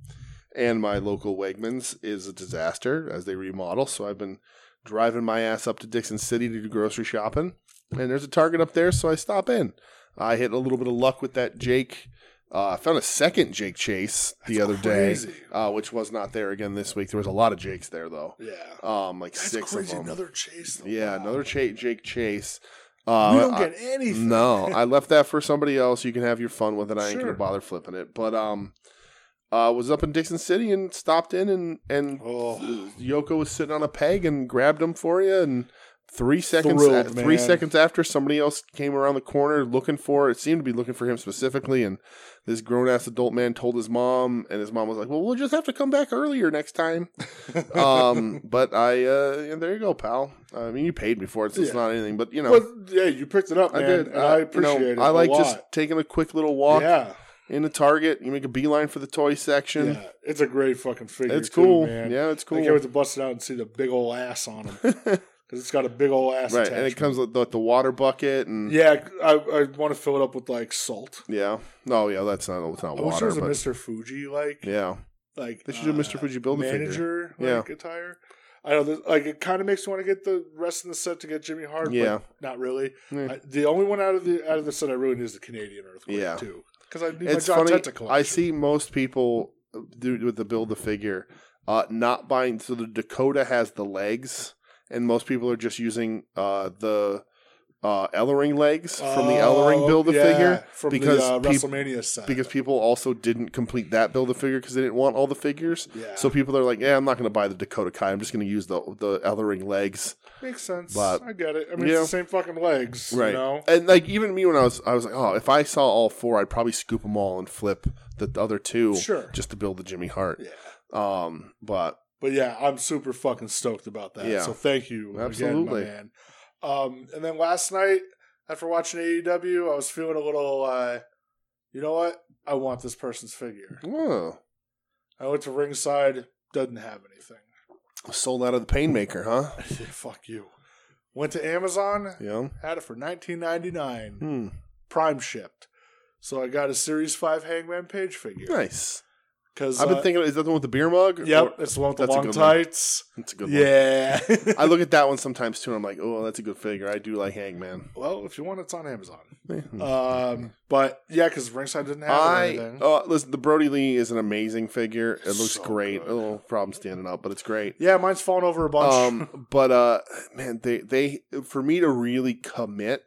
[SPEAKER 2] And my local Wegmans is a disaster as they remodel. So I've been driving my ass up to Dixon City to do grocery shopping. And there's a Target up there, so I stop in. I hit a little bit of luck with that Jake. Uh, I found a second Jake Chase the
[SPEAKER 3] That's
[SPEAKER 2] other
[SPEAKER 3] crazy.
[SPEAKER 2] day, uh, which was not there again this week. There was a lot of Jakes there though,
[SPEAKER 3] Yeah,
[SPEAKER 2] um, like
[SPEAKER 3] that's
[SPEAKER 2] six
[SPEAKER 3] crazy.
[SPEAKER 2] of them.
[SPEAKER 3] Another chase. Though.
[SPEAKER 2] yeah,
[SPEAKER 3] Wow.
[SPEAKER 2] another Cha- Jake Chase. Uh,
[SPEAKER 3] we don't
[SPEAKER 2] I-
[SPEAKER 3] get anything.
[SPEAKER 2] no, I left that for somebody else. You can have your fun with it. I ain't
[SPEAKER 3] Sure.
[SPEAKER 2] gonna bother flipping it. But um, uh, was up in Dixon City and stopped in and and
[SPEAKER 3] Oh,
[SPEAKER 2] Yoko was sitting on a peg and grabbed him for you. And three seconds,
[SPEAKER 3] Thrilled,
[SPEAKER 2] uh, three
[SPEAKER 3] man.
[SPEAKER 2] seconds after, somebody else came around the corner looking for. It seemed to be looking for him specifically. And this grown ass adult man told his mom, and his mom was like, "Well, we'll just have to come back earlier next time." um, but I, uh, yeah, there you go, pal. I mean, you paid me for it, so it's
[SPEAKER 3] Yeah.
[SPEAKER 2] not anything. But you know.
[SPEAKER 3] well, yeah, you picked it up,
[SPEAKER 2] I
[SPEAKER 3] man.
[SPEAKER 2] did.
[SPEAKER 3] and I, appreciate
[SPEAKER 2] you
[SPEAKER 3] it.
[SPEAKER 2] know, I like
[SPEAKER 3] a lot.
[SPEAKER 2] just taking a quick little walk
[SPEAKER 3] yeah,
[SPEAKER 2] in the Target. You make a beeline for the toy section.
[SPEAKER 3] yeah. It's a great fucking figure.
[SPEAKER 2] It's
[SPEAKER 3] too,
[SPEAKER 2] cool.
[SPEAKER 3] man.
[SPEAKER 2] yeah, it's
[SPEAKER 3] I can't wait
[SPEAKER 2] cool.
[SPEAKER 3] to bust it out and see the big old ass on him because it's got a big old ass.
[SPEAKER 2] Right, and it
[SPEAKER 3] attachment.
[SPEAKER 2] comes with the, the water bucket and
[SPEAKER 3] Yeah, I, I want to fill it up with like salt.
[SPEAKER 2] yeah. No, yeah, that's not it's not
[SPEAKER 3] I wish
[SPEAKER 2] water,
[SPEAKER 3] there was a
[SPEAKER 2] but
[SPEAKER 3] Mr. Fuji like
[SPEAKER 2] yeah,
[SPEAKER 3] like uh,
[SPEAKER 2] they should do Mr. Fuji build a figure.
[SPEAKER 3] manager
[SPEAKER 2] Yeah.
[SPEAKER 3] like attire. I know, this, like it kind of makes me want to get the rest of the set to get Jimmy Hart.
[SPEAKER 2] Yeah.
[SPEAKER 3] but not really.
[SPEAKER 2] Yeah.
[SPEAKER 3] I, the only one out of the out of the set I really need is the Canadian Earthquake
[SPEAKER 2] Yeah.
[SPEAKER 3] too, because I need
[SPEAKER 2] it's
[SPEAKER 3] my John
[SPEAKER 2] funny.
[SPEAKER 3] Tenta collection.
[SPEAKER 2] I see most people uh, do with the build a figure, uh, not buying. So the Dakota has the legs, and most people are just using uh the uh Ellering legs from the Ellering
[SPEAKER 3] Oh,
[SPEAKER 2] build a
[SPEAKER 3] yeah,
[SPEAKER 2] figure
[SPEAKER 3] from
[SPEAKER 2] because
[SPEAKER 3] the uh,
[SPEAKER 2] peop-
[SPEAKER 3] WrestleMania set.
[SPEAKER 2] because people also didn't complete that build a figure because they didn't want all the figures.
[SPEAKER 3] yeah,
[SPEAKER 2] So people are like, "Yeah, I'm not going to buy the Dakota Kai. I'm just going to use the the Ellering legs."
[SPEAKER 3] makes sense.
[SPEAKER 2] but-
[SPEAKER 3] I get it. I mean,
[SPEAKER 2] Yeah.
[SPEAKER 3] it's the same fucking legs,
[SPEAKER 2] Right.
[SPEAKER 3] You know?
[SPEAKER 2] And like even me when I was I was like, "Oh, if I saw all four, I'd probably scoop them all and flip the other two
[SPEAKER 3] Sure.
[SPEAKER 2] just to build the Jimmy Hart."
[SPEAKER 3] Yeah.
[SPEAKER 2] Um, but
[SPEAKER 3] But yeah, I'm super fucking stoked about that.
[SPEAKER 2] Yeah.
[SPEAKER 3] So thank you,
[SPEAKER 2] Absolutely.
[SPEAKER 3] absolutely, again, my man. Um, and then last night, after watching AEW, I was feeling a little, uh, you know what? I want this person's figure.
[SPEAKER 2] whoa,
[SPEAKER 3] I went to ringside, doesn't have anything.
[SPEAKER 2] sold out of the Painmaker, huh?
[SPEAKER 3] Fuck you. Went to Amazon,
[SPEAKER 2] Yeah.
[SPEAKER 3] had it for 19.99,
[SPEAKER 2] Hmm.
[SPEAKER 3] prime shipped. So I got a Series Five Hangman Page figure.
[SPEAKER 2] Nice.
[SPEAKER 3] Because
[SPEAKER 2] I've been thinking, is that the one with the beer mug?
[SPEAKER 3] Yep,
[SPEAKER 2] Or-
[SPEAKER 3] it's the one with the
[SPEAKER 2] That's a
[SPEAKER 3] long
[SPEAKER 2] good one.
[SPEAKER 3] tights.
[SPEAKER 2] that's a good one.
[SPEAKER 3] Yeah.
[SPEAKER 2] I look at that one sometimes too, and I'm like, oh, that's a good figure. I do like Hangman.
[SPEAKER 3] well, if you want, it's on Amazon.
[SPEAKER 2] Mhm.
[SPEAKER 3] Um, but yeah, because Ringside didn't have it or
[SPEAKER 2] I
[SPEAKER 3] anything.
[SPEAKER 2] oh listen, the Brody Lee is an amazing figure. It looks
[SPEAKER 3] So
[SPEAKER 2] great.
[SPEAKER 3] good.
[SPEAKER 2] A little problem standing up, but it's great.
[SPEAKER 3] yeah, mine's fallen over a bunch.
[SPEAKER 2] Um, but uh, man, they they for me to really commit,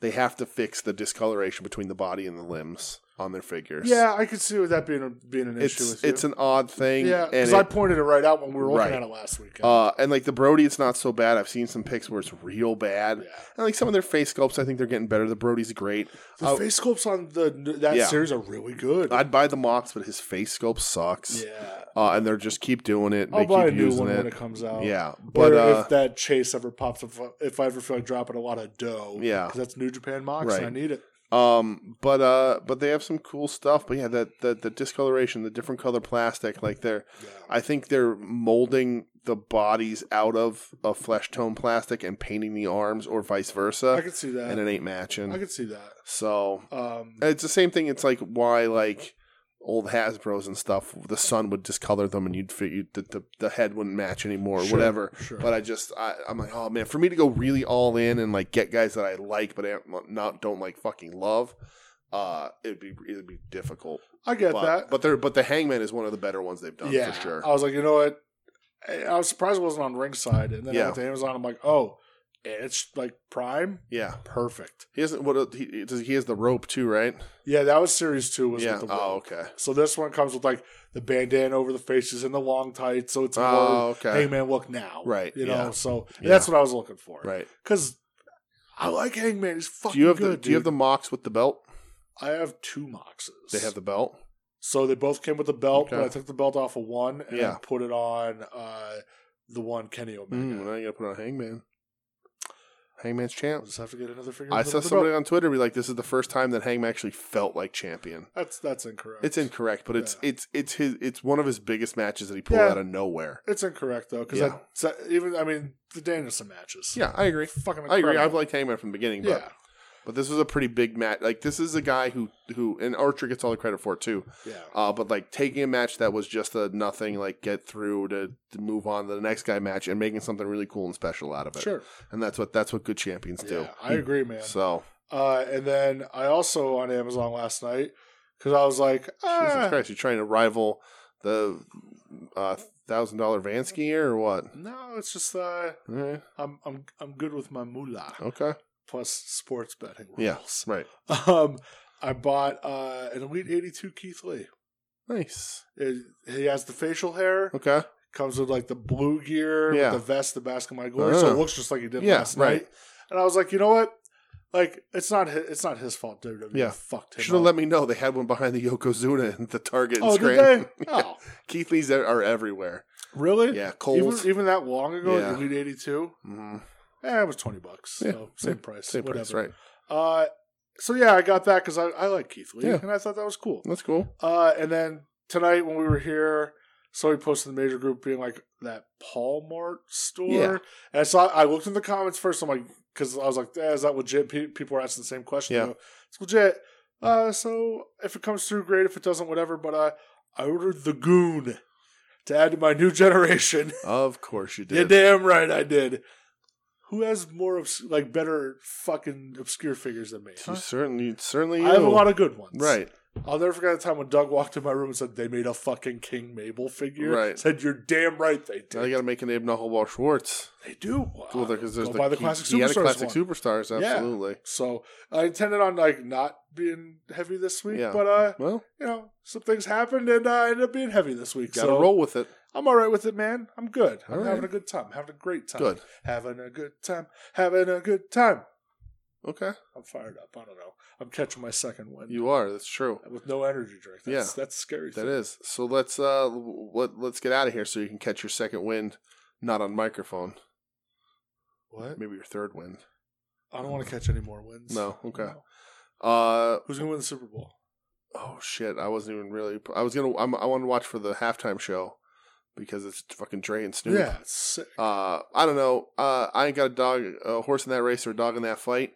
[SPEAKER 2] they have to fix the discoloration between the body and the limbs on their figures.
[SPEAKER 3] yeah, I could see with that being a, being an issue
[SPEAKER 2] it's
[SPEAKER 3] with you.
[SPEAKER 2] it's an odd thing.
[SPEAKER 3] yeah,
[SPEAKER 2] and
[SPEAKER 3] because I
[SPEAKER 2] it-
[SPEAKER 3] pointed it right out when we were looking
[SPEAKER 2] Right.
[SPEAKER 3] at it last weekend.
[SPEAKER 2] uh, and like the Brody, it's not so bad. I've seen some pics where it's real bad.
[SPEAKER 3] yeah.
[SPEAKER 2] And like some of their face sculpts, I think they're getting better. The Brody's great.
[SPEAKER 3] The
[SPEAKER 2] uh,
[SPEAKER 3] face sculpts on the that
[SPEAKER 2] Yeah.
[SPEAKER 3] series are really good.
[SPEAKER 2] Uh, I'd buy the mocks, but his face sculpt sucks.
[SPEAKER 3] yeah,
[SPEAKER 2] Uh, and they're just keep doing it. and
[SPEAKER 3] I'll
[SPEAKER 2] they
[SPEAKER 3] buy a
[SPEAKER 2] keep
[SPEAKER 3] new
[SPEAKER 2] using
[SPEAKER 3] one when
[SPEAKER 2] it.
[SPEAKER 3] it comes out.
[SPEAKER 2] Yeah, but
[SPEAKER 3] But
[SPEAKER 2] uh,
[SPEAKER 3] if that chase ever pops up, if I ever feel like dropping a lot of dough,
[SPEAKER 2] Yeah.
[SPEAKER 3] 'cause that's New Japan Mox, and I
[SPEAKER 2] Right.
[SPEAKER 3] need it.
[SPEAKER 2] um, but uh, but they have some cool stuff. But yeah, that that the discoloration, the different color plastic, like they're,
[SPEAKER 3] Yeah.
[SPEAKER 2] I think they're molding the bodies out of a flesh tone plastic and painting the arms, or vice versa,
[SPEAKER 3] I could see that.
[SPEAKER 2] and it ain't
[SPEAKER 3] I
[SPEAKER 2] matching.
[SPEAKER 3] could see that.
[SPEAKER 2] So
[SPEAKER 3] Um,
[SPEAKER 2] it's the same thing. It's like why like old Hasbro's and stuff, the sun would discolor them, and you'd figure the, the the head wouldn't match anymore, or
[SPEAKER 3] Sure,
[SPEAKER 2] whatever.
[SPEAKER 3] sure.
[SPEAKER 2] But I just I, I'm like, oh man, for me to go really all in and like get guys that I like, but I don't- not don't like fucking love. Uh, it'd be it'd be difficult,
[SPEAKER 3] I get
[SPEAKER 2] but
[SPEAKER 3] that.
[SPEAKER 2] but they're but the Hangman is one of the better ones they've done
[SPEAKER 3] yeah, Oh.
[SPEAKER 2] for sure.
[SPEAKER 3] I was like, you know what? I I was surprised it wasn't on Ringside, and then I
[SPEAKER 2] Yeah.
[SPEAKER 3] went to Amazon. I'm like, oh, it's like Prime,
[SPEAKER 2] yeah,
[SPEAKER 3] perfect.
[SPEAKER 2] he hasn't. What uh, he does? He has the rope too, right?
[SPEAKER 3] Yeah, that was series two. Was
[SPEAKER 2] Yeah.
[SPEAKER 3] with the
[SPEAKER 2] Oh,
[SPEAKER 3] rope.
[SPEAKER 2] okay.
[SPEAKER 3] So this one comes with like the bandana over the faces and the long tights, so it's a more
[SPEAKER 2] Oh, okay.
[SPEAKER 3] Hangman look now,
[SPEAKER 2] Right,
[SPEAKER 3] You know,
[SPEAKER 2] yeah.
[SPEAKER 3] so
[SPEAKER 2] Yeah.
[SPEAKER 3] that's what I was looking for,
[SPEAKER 2] Right.
[SPEAKER 3] Because I like Hangman. He's fucking
[SPEAKER 2] Do you have
[SPEAKER 3] good.
[SPEAKER 2] the Do you have the
[SPEAKER 3] dude.
[SPEAKER 2] mocks with the belt?
[SPEAKER 3] I have two Moxes.
[SPEAKER 2] They have the belt.
[SPEAKER 3] So they both came with the belt, but
[SPEAKER 2] Okay.
[SPEAKER 3] I took the belt off of one and
[SPEAKER 2] Yeah.
[SPEAKER 3] put it on uh, the one Kenny Omega.
[SPEAKER 2] Mm, now you gotta put on Hangman. Hangman's champ.
[SPEAKER 3] I'll just have to get another figure.
[SPEAKER 2] I
[SPEAKER 3] with the-
[SPEAKER 2] saw
[SPEAKER 3] with the
[SPEAKER 2] somebody
[SPEAKER 3] belt.
[SPEAKER 2] on Twitter be like, "This is the first time that Hangman actually felt like champion."
[SPEAKER 3] That's that's incorrect.
[SPEAKER 2] It's incorrect, but it's it's it's his it's one of his biggest matches that he pulled
[SPEAKER 3] Yeah.
[SPEAKER 2] out of nowhere.
[SPEAKER 3] It's incorrect though, because
[SPEAKER 2] Yeah.
[SPEAKER 3] even I mean the Danielson matches.
[SPEAKER 2] Yeah, I agree.
[SPEAKER 3] fucking.
[SPEAKER 2] I agree.
[SPEAKER 3] incredible.
[SPEAKER 2] I've liked Hangman from the beginning, but
[SPEAKER 3] yeah,
[SPEAKER 2] but this was a pretty big match. Like this is a guy who who and Archer gets all the credit for it too.
[SPEAKER 3] yeah.
[SPEAKER 2] Uh, but like taking a match that was just a nothing, like get through to, to move on to the next guy match and making something really cool and special out of it.
[SPEAKER 3] Sure.
[SPEAKER 2] And that's what that's what good champions do.
[SPEAKER 3] Yeah, I agree, man.
[SPEAKER 2] So
[SPEAKER 3] Uh, and then I also on Amazon last night because I was like,
[SPEAKER 2] Jesus
[SPEAKER 3] ah,
[SPEAKER 2] Christ, you're trying to rival the uh, thousand dollar Vansky here or what?
[SPEAKER 3] no, it's just uh,
[SPEAKER 2] Eh,
[SPEAKER 3] I'm I'm I'm good with my moolah
[SPEAKER 2] okay,
[SPEAKER 3] plus sports betting
[SPEAKER 2] Oh. Yeah.
[SPEAKER 3] rules.
[SPEAKER 2] right,
[SPEAKER 3] Um, I bought uh, an Elite 82 Keith Lee.
[SPEAKER 2] nice.
[SPEAKER 3] It, he has the facial hair,
[SPEAKER 2] Okay,
[SPEAKER 3] comes with like the blue gear, with
[SPEAKER 2] Yeah.
[SPEAKER 3] the vest, the mask of my glory, so
[SPEAKER 2] Uh.
[SPEAKER 3] it looks just like he did
[SPEAKER 2] Yeah,
[SPEAKER 3] last
[SPEAKER 2] right.
[SPEAKER 3] night. And I was like, you know what? Like, it's not his, it's not his fault. WWE
[SPEAKER 2] Yeah.
[SPEAKER 3] fucked him.
[SPEAKER 2] should have
[SPEAKER 3] up.
[SPEAKER 2] let me know they had one behind the Yokozuna and the Target.
[SPEAKER 3] Oh,
[SPEAKER 2] in
[SPEAKER 3] did
[SPEAKER 2] Scranton.
[SPEAKER 3] they? Oh,
[SPEAKER 2] Keith Lee's there, are everywhere.
[SPEAKER 3] really?
[SPEAKER 2] Yeah,
[SPEAKER 3] Even,
[SPEAKER 2] Coles.
[SPEAKER 3] even that long ago,
[SPEAKER 2] Yeah.
[SPEAKER 3] the Elite 82,
[SPEAKER 2] Mhm.
[SPEAKER 3] eh, it was 20 bucks.
[SPEAKER 2] Yeah,
[SPEAKER 3] So same price.
[SPEAKER 2] Same
[SPEAKER 3] whatever.
[SPEAKER 2] price, right?
[SPEAKER 3] Uh, so yeah, I got that because I, I like Keith Lee
[SPEAKER 2] Yeah.
[SPEAKER 3] and I thought that was cool.
[SPEAKER 2] That's cool.
[SPEAKER 3] Uh, and then tonight when we were here, somebody posted in the major group being like that Paul Mart store.
[SPEAKER 2] Yeah.
[SPEAKER 3] And I saw, I looked in the comments first. I'm like, because I was like, eh, is that legit? Pe- People were asking the same question.
[SPEAKER 2] Yeah.
[SPEAKER 3] I go, It's legit. Uh, so if it comes through, great. If it doesn't, whatever. But uh, I ordered the Goon to add to my new generation.
[SPEAKER 2] Of course you did.
[SPEAKER 3] You're damn right I did. Who has more obs- like better fucking obscure figures than me?
[SPEAKER 2] You certainly, certainly.
[SPEAKER 3] I have a
[SPEAKER 2] do.
[SPEAKER 3] lot of good ones.
[SPEAKER 2] right.
[SPEAKER 3] I'll never forget the time when Doug walked in my room and said they made a fucking King Mabel figure.
[SPEAKER 2] Right.
[SPEAKER 3] Said you're damn right they
[SPEAKER 2] Now they
[SPEAKER 3] did.
[SPEAKER 2] got to make an Abe Knuckleball Schwartz.
[SPEAKER 3] they do.
[SPEAKER 2] Well, because there's
[SPEAKER 3] Uh, Go
[SPEAKER 2] the,
[SPEAKER 3] buy the
[SPEAKER 2] he-
[SPEAKER 3] classic
[SPEAKER 2] he had a
[SPEAKER 3] Superstars
[SPEAKER 2] classic
[SPEAKER 3] one.
[SPEAKER 2] superstars.
[SPEAKER 3] Yeah.
[SPEAKER 2] Absolutely.
[SPEAKER 3] So I intended on like not being heavy this week,
[SPEAKER 2] Yeah.
[SPEAKER 3] but uh,
[SPEAKER 2] Well,
[SPEAKER 3] you know, some things happened and I ended up being heavy this week.
[SPEAKER 2] got to
[SPEAKER 3] so
[SPEAKER 2] roll with it.
[SPEAKER 3] I'm all right with it, man. I'm good. I'm
[SPEAKER 2] All
[SPEAKER 3] having
[SPEAKER 2] right.
[SPEAKER 3] a good time. Having a great time.
[SPEAKER 2] Good.
[SPEAKER 3] Having a good time. Having a good time.
[SPEAKER 2] Okay,
[SPEAKER 3] I'm fired up. I don't know. I'm catching my second one
[SPEAKER 2] you are. That's true.
[SPEAKER 3] with no energy drink. That's, that's scary.
[SPEAKER 2] That
[SPEAKER 3] thing.
[SPEAKER 2] is. So let's uh let, let's get out of here so you can catch your second wind, not on microphone.
[SPEAKER 3] What?
[SPEAKER 2] Maybe your third wind.
[SPEAKER 3] I don't want to catch any more wins.
[SPEAKER 2] No, okay. Uh
[SPEAKER 3] Who's gonna win the Super Bowl?
[SPEAKER 2] oh shit, I wasn't even really I was going to I want to watch for the halftime show because it's fucking Dre and Snoop.
[SPEAKER 3] Yeah, it's sick.
[SPEAKER 2] Uh I don't know. Uh I ain't got a dog a horse in that race or a dog in that fight.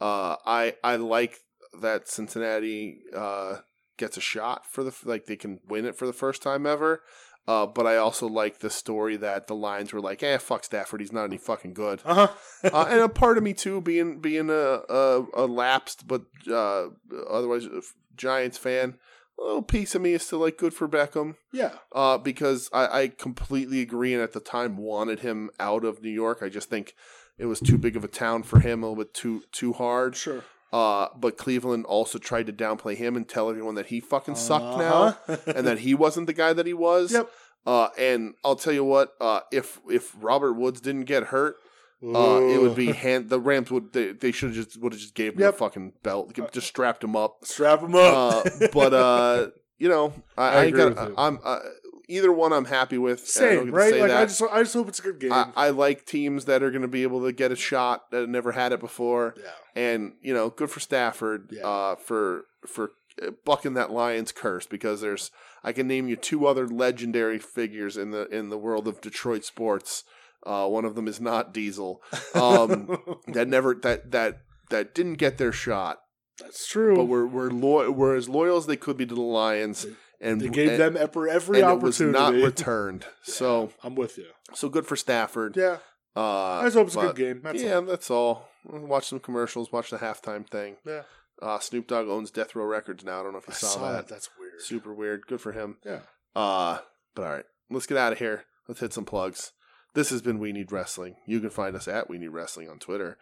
[SPEAKER 2] Uh I I like that Cincinnati uh gets a shot for the f- like they can win it for the first time ever. Uh, but I also like the story that the lines were like, "Eh, fuck Stafford, he's not any fucking good."
[SPEAKER 3] Uh huh.
[SPEAKER 2] uh, and a part of me too, being being a a, a lapsed but uh, otherwise a f- Giants fan, a little piece of me is still like good for Beckham
[SPEAKER 3] yeah.
[SPEAKER 2] uh, because I, I completely agree and at the time wanted him out of New York. I just think it was too big of a town for him, a little bit too too hard.
[SPEAKER 3] Sure.
[SPEAKER 2] Uh, but Cleveland also tried to downplay him and tell everyone that he fucking sucked
[SPEAKER 3] Uh-huh.
[SPEAKER 2] now and that he wasn't the guy that he was.
[SPEAKER 3] Yep.
[SPEAKER 2] Uh, and I'll tell you what, uh, if if Robert Woods didn't get hurt, uh, it would be hand. The Rams would they, they should have just would have just gave him
[SPEAKER 3] Yep. Uh,
[SPEAKER 2] a fucking belt, just strapped him up
[SPEAKER 3] strap him up.
[SPEAKER 2] uh, but uh, you know, I,
[SPEAKER 3] I
[SPEAKER 2] I, ain't
[SPEAKER 3] agree
[SPEAKER 2] got.
[SPEAKER 3] with you.
[SPEAKER 2] I'm uh, either one. I'm happy with. I don't
[SPEAKER 3] Same,
[SPEAKER 2] get to
[SPEAKER 3] right?
[SPEAKER 2] say
[SPEAKER 3] Like
[SPEAKER 2] that.
[SPEAKER 3] I just, I just hope it's a good game.
[SPEAKER 2] I, I like teams that are going to be able to get a shot that never had it before,
[SPEAKER 3] yeah.
[SPEAKER 2] and you know, good for Stafford
[SPEAKER 3] Yeah.
[SPEAKER 2] uh, for for uh, bucking that Lions curse because there's I can name you two other legendary figures in the in the world of Detroit sports. Uh, one of them is not Diesel. Um, that never that that that didn't get their shot
[SPEAKER 3] That's true.
[SPEAKER 2] but we're we're loyal. We're as loyal as they could be to the Lions, and
[SPEAKER 3] they gave
[SPEAKER 2] and,
[SPEAKER 3] them every, every
[SPEAKER 2] e-, and it was
[SPEAKER 3] opportunity.
[SPEAKER 2] not returned. So
[SPEAKER 3] I'm with you.
[SPEAKER 2] so good for Stafford.
[SPEAKER 3] Yeah,
[SPEAKER 2] Uh,
[SPEAKER 3] I just hope it's a
[SPEAKER 2] but-
[SPEAKER 3] good game. That's
[SPEAKER 2] yeah,
[SPEAKER 3] all.
[SPEAKER 2] that's all. Watch some commercials. Watch the halftime thing.
[SPEAKER 3] yeah.
[SPEAKER 2] Uh, Snoop Dogg owns Death Row Records now. I don't know if
[SPEAKER 3] I
[SPEAKER 2] you
[SPEAKER 3] saw, that. That's weird.
[SPEAKER 2] Super weird. Good for him.
[SPEAKER 3] Yeah.
[SPEAKER 2] Uh, but all right, let's get out of here. Let's hit some plugs. This has been We Need Wrestling. You can find us at We Need Wrestling on Twitter,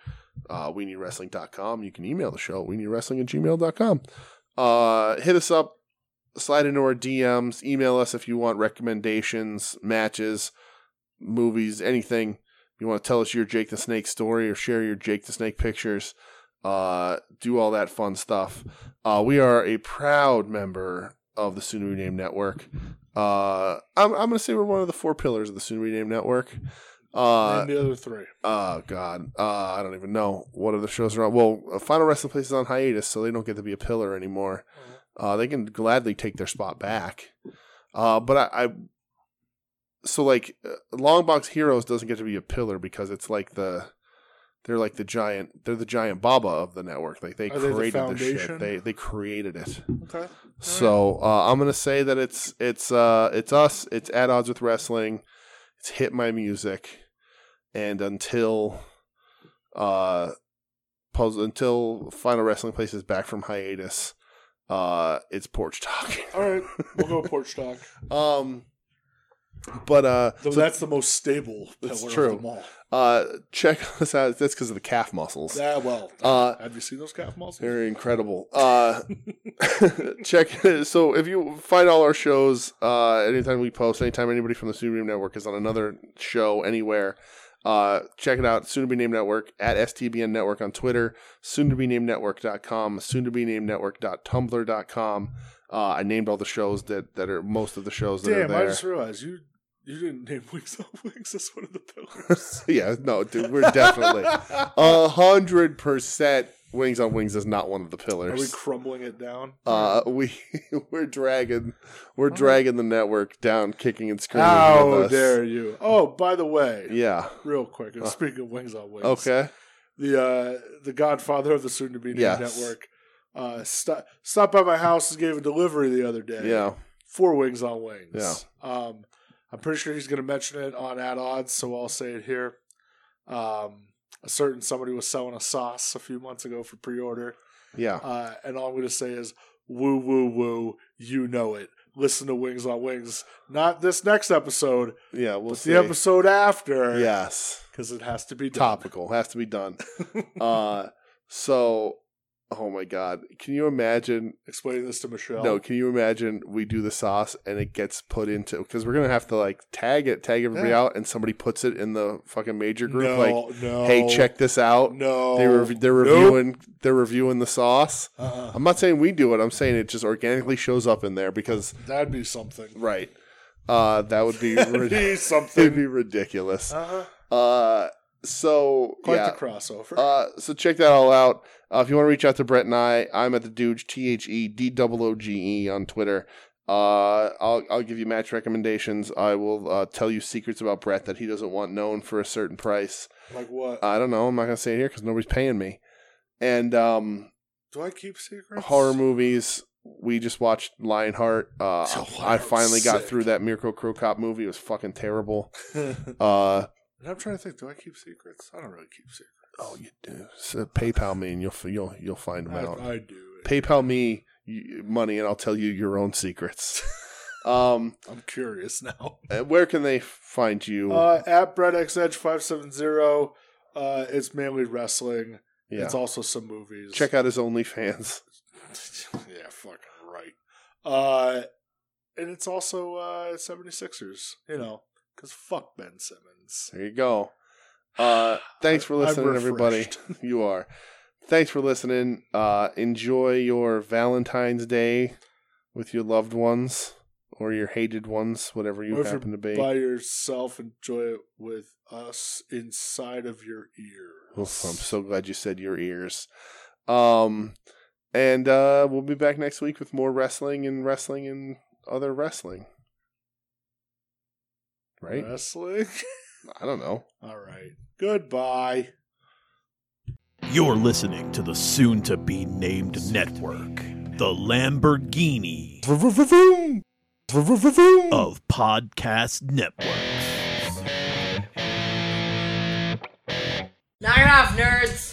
[SPEAKER 2] uh, we need wrestling.com. You can email the show, we need wrestling at gmail.com. Uh, hit us up, slide into our DMs, email us if you want recommendations, matches, movies, anything. If you want to tell us your Jake the Snake story or share your Jake the Snake pictures, uh, do all that fun stuff. Uh, we are a proud member of the Soon Rename Network. Uh, I'm, I'm going to say we're one of the four pillars of the Soon Rename Network. Uh,
[SPEAKER 3] and the other three.
[SPEAKER 2] oh God, uh, I don't even know what other shows are on. Well, uh, Final Wrestling Place is on hiatus, so they don't get to be a pillar anymore.
[SPEAKER 3] Mm-hmm.
[SPEAKER 2] Uh, they can gladly take their spot back. Uh, but I, I so like uh, Longbox Heroes doesn't get to be a pillar because it's like the they're like the giant they're the giant Baba of the network. Like they
[SPEAKER 3] Are they the
[SPEAKER 2] created this
[SPEAKER 3] foundation?
[SPEAKER 2] shit. They they created it.
[SPEAKER 3] Okay.
[SPEAKER 2] So uh, I'm gonna say that it's it's uh, it's us. It's at odds with wrestling. It's hit my music, and until uh, puzzle until Final Wrestling Place is back from hiatus, uh, it's porch talk.
[SPEAKER 3] All right, we'll go porch talk.
[SPEAKER 2] um, but uh,
[SPEAKER 3] Though
[SPEAKER 2] so,
[SPEAKER 3] that's the most stable pillar
[SPEAKER 2] That's
[SPEAKER 3] of
[SPEAKER 2] true.
[SPEAKER 3] them all.
[SPEAKER 2] uh, check us out. That's because of the calf muscles.
[SPEAKER 3] Yeah, well,
[SPEAKER 2] Uh,
[SPEAKER 3] have you seen those calf muscles?
[SPEAKER 2] Very incredible. Uh, check. So if you find all our shows, uh, anytime we post, anytime anybody from the Studio Name Network is on another show anywhere, uh, check it out. Soon to be named network at STBN Network on Twitter, soon to be named network.com, soon to be named network.tumblr.com. Uh, I named all the shows that, that are most of the shows that are
[SPEAKER 3] Damn,
[SPEAKER 2] there.
[SPEAKER 3] I just realized you you didn't name Wings Up Wings as one of the pillars.
[SPEAKER 2] yeah, no, dude, we're definitely a hundred percent. Wings on Wings is not one of the pillars.
[SPEAKER 3] Are we crumbling it down?
[SPEAKER 2] Uh, we we're dragging we're dragging the network down, kicking and screaming. with
[SPEAKER 3] How
[SPEAKER 2] us.
[SPEAKER 3] dare you? Oh, by the way,
[SPEAKER 2] Yeah. Uh,
[SPEAKER 3] real quick, and speaking of Wings on Wings,
[SPEAKER 2] Okay.
[SPEAKER 3] the uh, the Godfather of the soon to be
[SPEAKER 2] Yes.
[SPEAKER 3] network. Uh, stop stopped by my house and gave a delivery the other day.
[SPEAKER 2] Yeah.
[SPEAKER 3] four wings on wings.
[SPEAKER 2] Yeah.
[SPEAKER 3] Um, I'm pretty sure he's going to mention it on At Odds, so I'll say it here. Um, a certain somebody was selling a sauce a few months ago for pre-order,
[SPEAKER 2] Yeah.
[SPEAKER 3] uh, and all I'm going to say is woo woo woo. You know it. Listen to Wings on Wings. Not this next episode,
[SPEAKER 2] Yeah. We'll
[SPEAKER 3] but
[SPEAKER 2] see.
[SPEAKER 3] the episode after.
[SPEAKER 2] Yes.
[SPEAKER 3] because it has to be done.
[SPEAKER 2] Topical has to be done. uh, so, oh my God, can you imagine?
[SPEAKER 3] Explaining this to Michelle.
[SPEAKER 2] No, can you imagine we do the sauce and it gets put into because we're gonna have to like tag it, tag everybody
[SPEAKER 3] Yeah.
[SPEAKER 2] out, and somebody puts it in the fucking major group
[SPEAKER 3] no,
[SPEAKER 2] like,
[SPEAKER 3] no,
[SPEAKER 2] hey, check this out.
[SPEAKER 3] No,
[SPEAKER 2] They were they're
[SPEAKER 3] Nope.
[SPEAKER 2] reviewing they're reviewing the sauce.
[SPEAKER 3] Uh-uh.
[SPEAKER 2] I'm not saying we do it. I'm saying it just organically shows up in there because
[SPEAKER 3] That'd be something.
[SPEAKER 2] right. Uh, that would be
[SPEAKER 3] That'd
[SPEAKER 2] rid-
[SPEAKER 3] be
[SPEAKER 2] it'd
[SPEAKER 3] something.
[SPEAKER 2] be ridiculous.
[SPEAKER 3] Uh-huh.
[SPEAKER 2] Uh, so
[SPEAKER 3] Quite
[SPEAKER 2] yeah.
[SPEAKER 3] the crossover.
[SPEAKER 2] Uh, so check that all out. Uh, if you want to reach out to Brett and I, I'm at the Dooge T H E D O O G E on Twitter. Uh, I'll I'll give you match recommendations. I will uh, tell you secrets about Brett that he doesn't want known for a certain price.
[SPEAKER 3] like what?
[SPEAKER 2] I don't know. I'm not gonna say it here because nobody's paying me. And um,
[SPEAKER 3] Do I keep secrets?
[SPEAKER 2] horror movies, we just watched Lionheart. Uh,
[SPEAKER 3] Oh,
[SPEAKER 2] I finally got
[SPEAKER 3] sick.
[SPEAKER 2] through that Mirko Crow Cop movie. It was fucking terrible.
[SPEAKER 3] and
[SPEAKER 2] Uh,
[SPEAKER 3] I'm trying to think. Do I keep secrets? I don't really keep secrets.
[SPEAKER 2] oh, you do. So PayPal me, and you'll f- you'll you'll find them out.
[SPEAKER 3] I, I do.
[SPEAKER 2] PayPal me y- money, and I'll tell you your own secrets. um,
[SPEAKER 3] I'm curious now.
[SPEAKER 2] uh, where can they find you?
[SPEAKER 3] Uh, at Brett X Edge five seven zero. Uh, it's mainly wrestling.
[SPEAKER 2] yeah.
[SPEAKER 3] It's also some movies.
[SPEAKER 2] Check out his OnlyFans.
[SPEAKER 3] yeah, fucking right. Uh, and it's also uh 76ers, you know, because fuck Ben Simmons.
[SPEAKER 2] There you go. Uh, thanks for
[SPEAKER 3] I'm
[SPEAKER 2] listening, everybody.
[SPEAKER 3] refreshed.
[SPEAKER 2] You are. Thanks for listening. Uh, enjoy your Valentine's Day with your loved ones or your hated ones, whatever you
[SPEAKER 3] Or if you're
[SPEAKER 2] happen to be.
[SPEAKER 3] By yourself, enjoy it with us inside of your ear.
[SPEAKER 2] Oof, I'm so glad you said your ears. Um, and uh, we'll be back next week with more wrestling and wrestling and other wrestling. Right?
[SPEAKER 3] Wrestling?
[SPEAKER 2] I don't know.
[SPEAKER 3] All right. Goodbye.
[SPEAKER 4] You're listening to the soon to be named network, the Lamborghini of Podcast Networks.
[SPEAKER 5] Knock it off, nerds!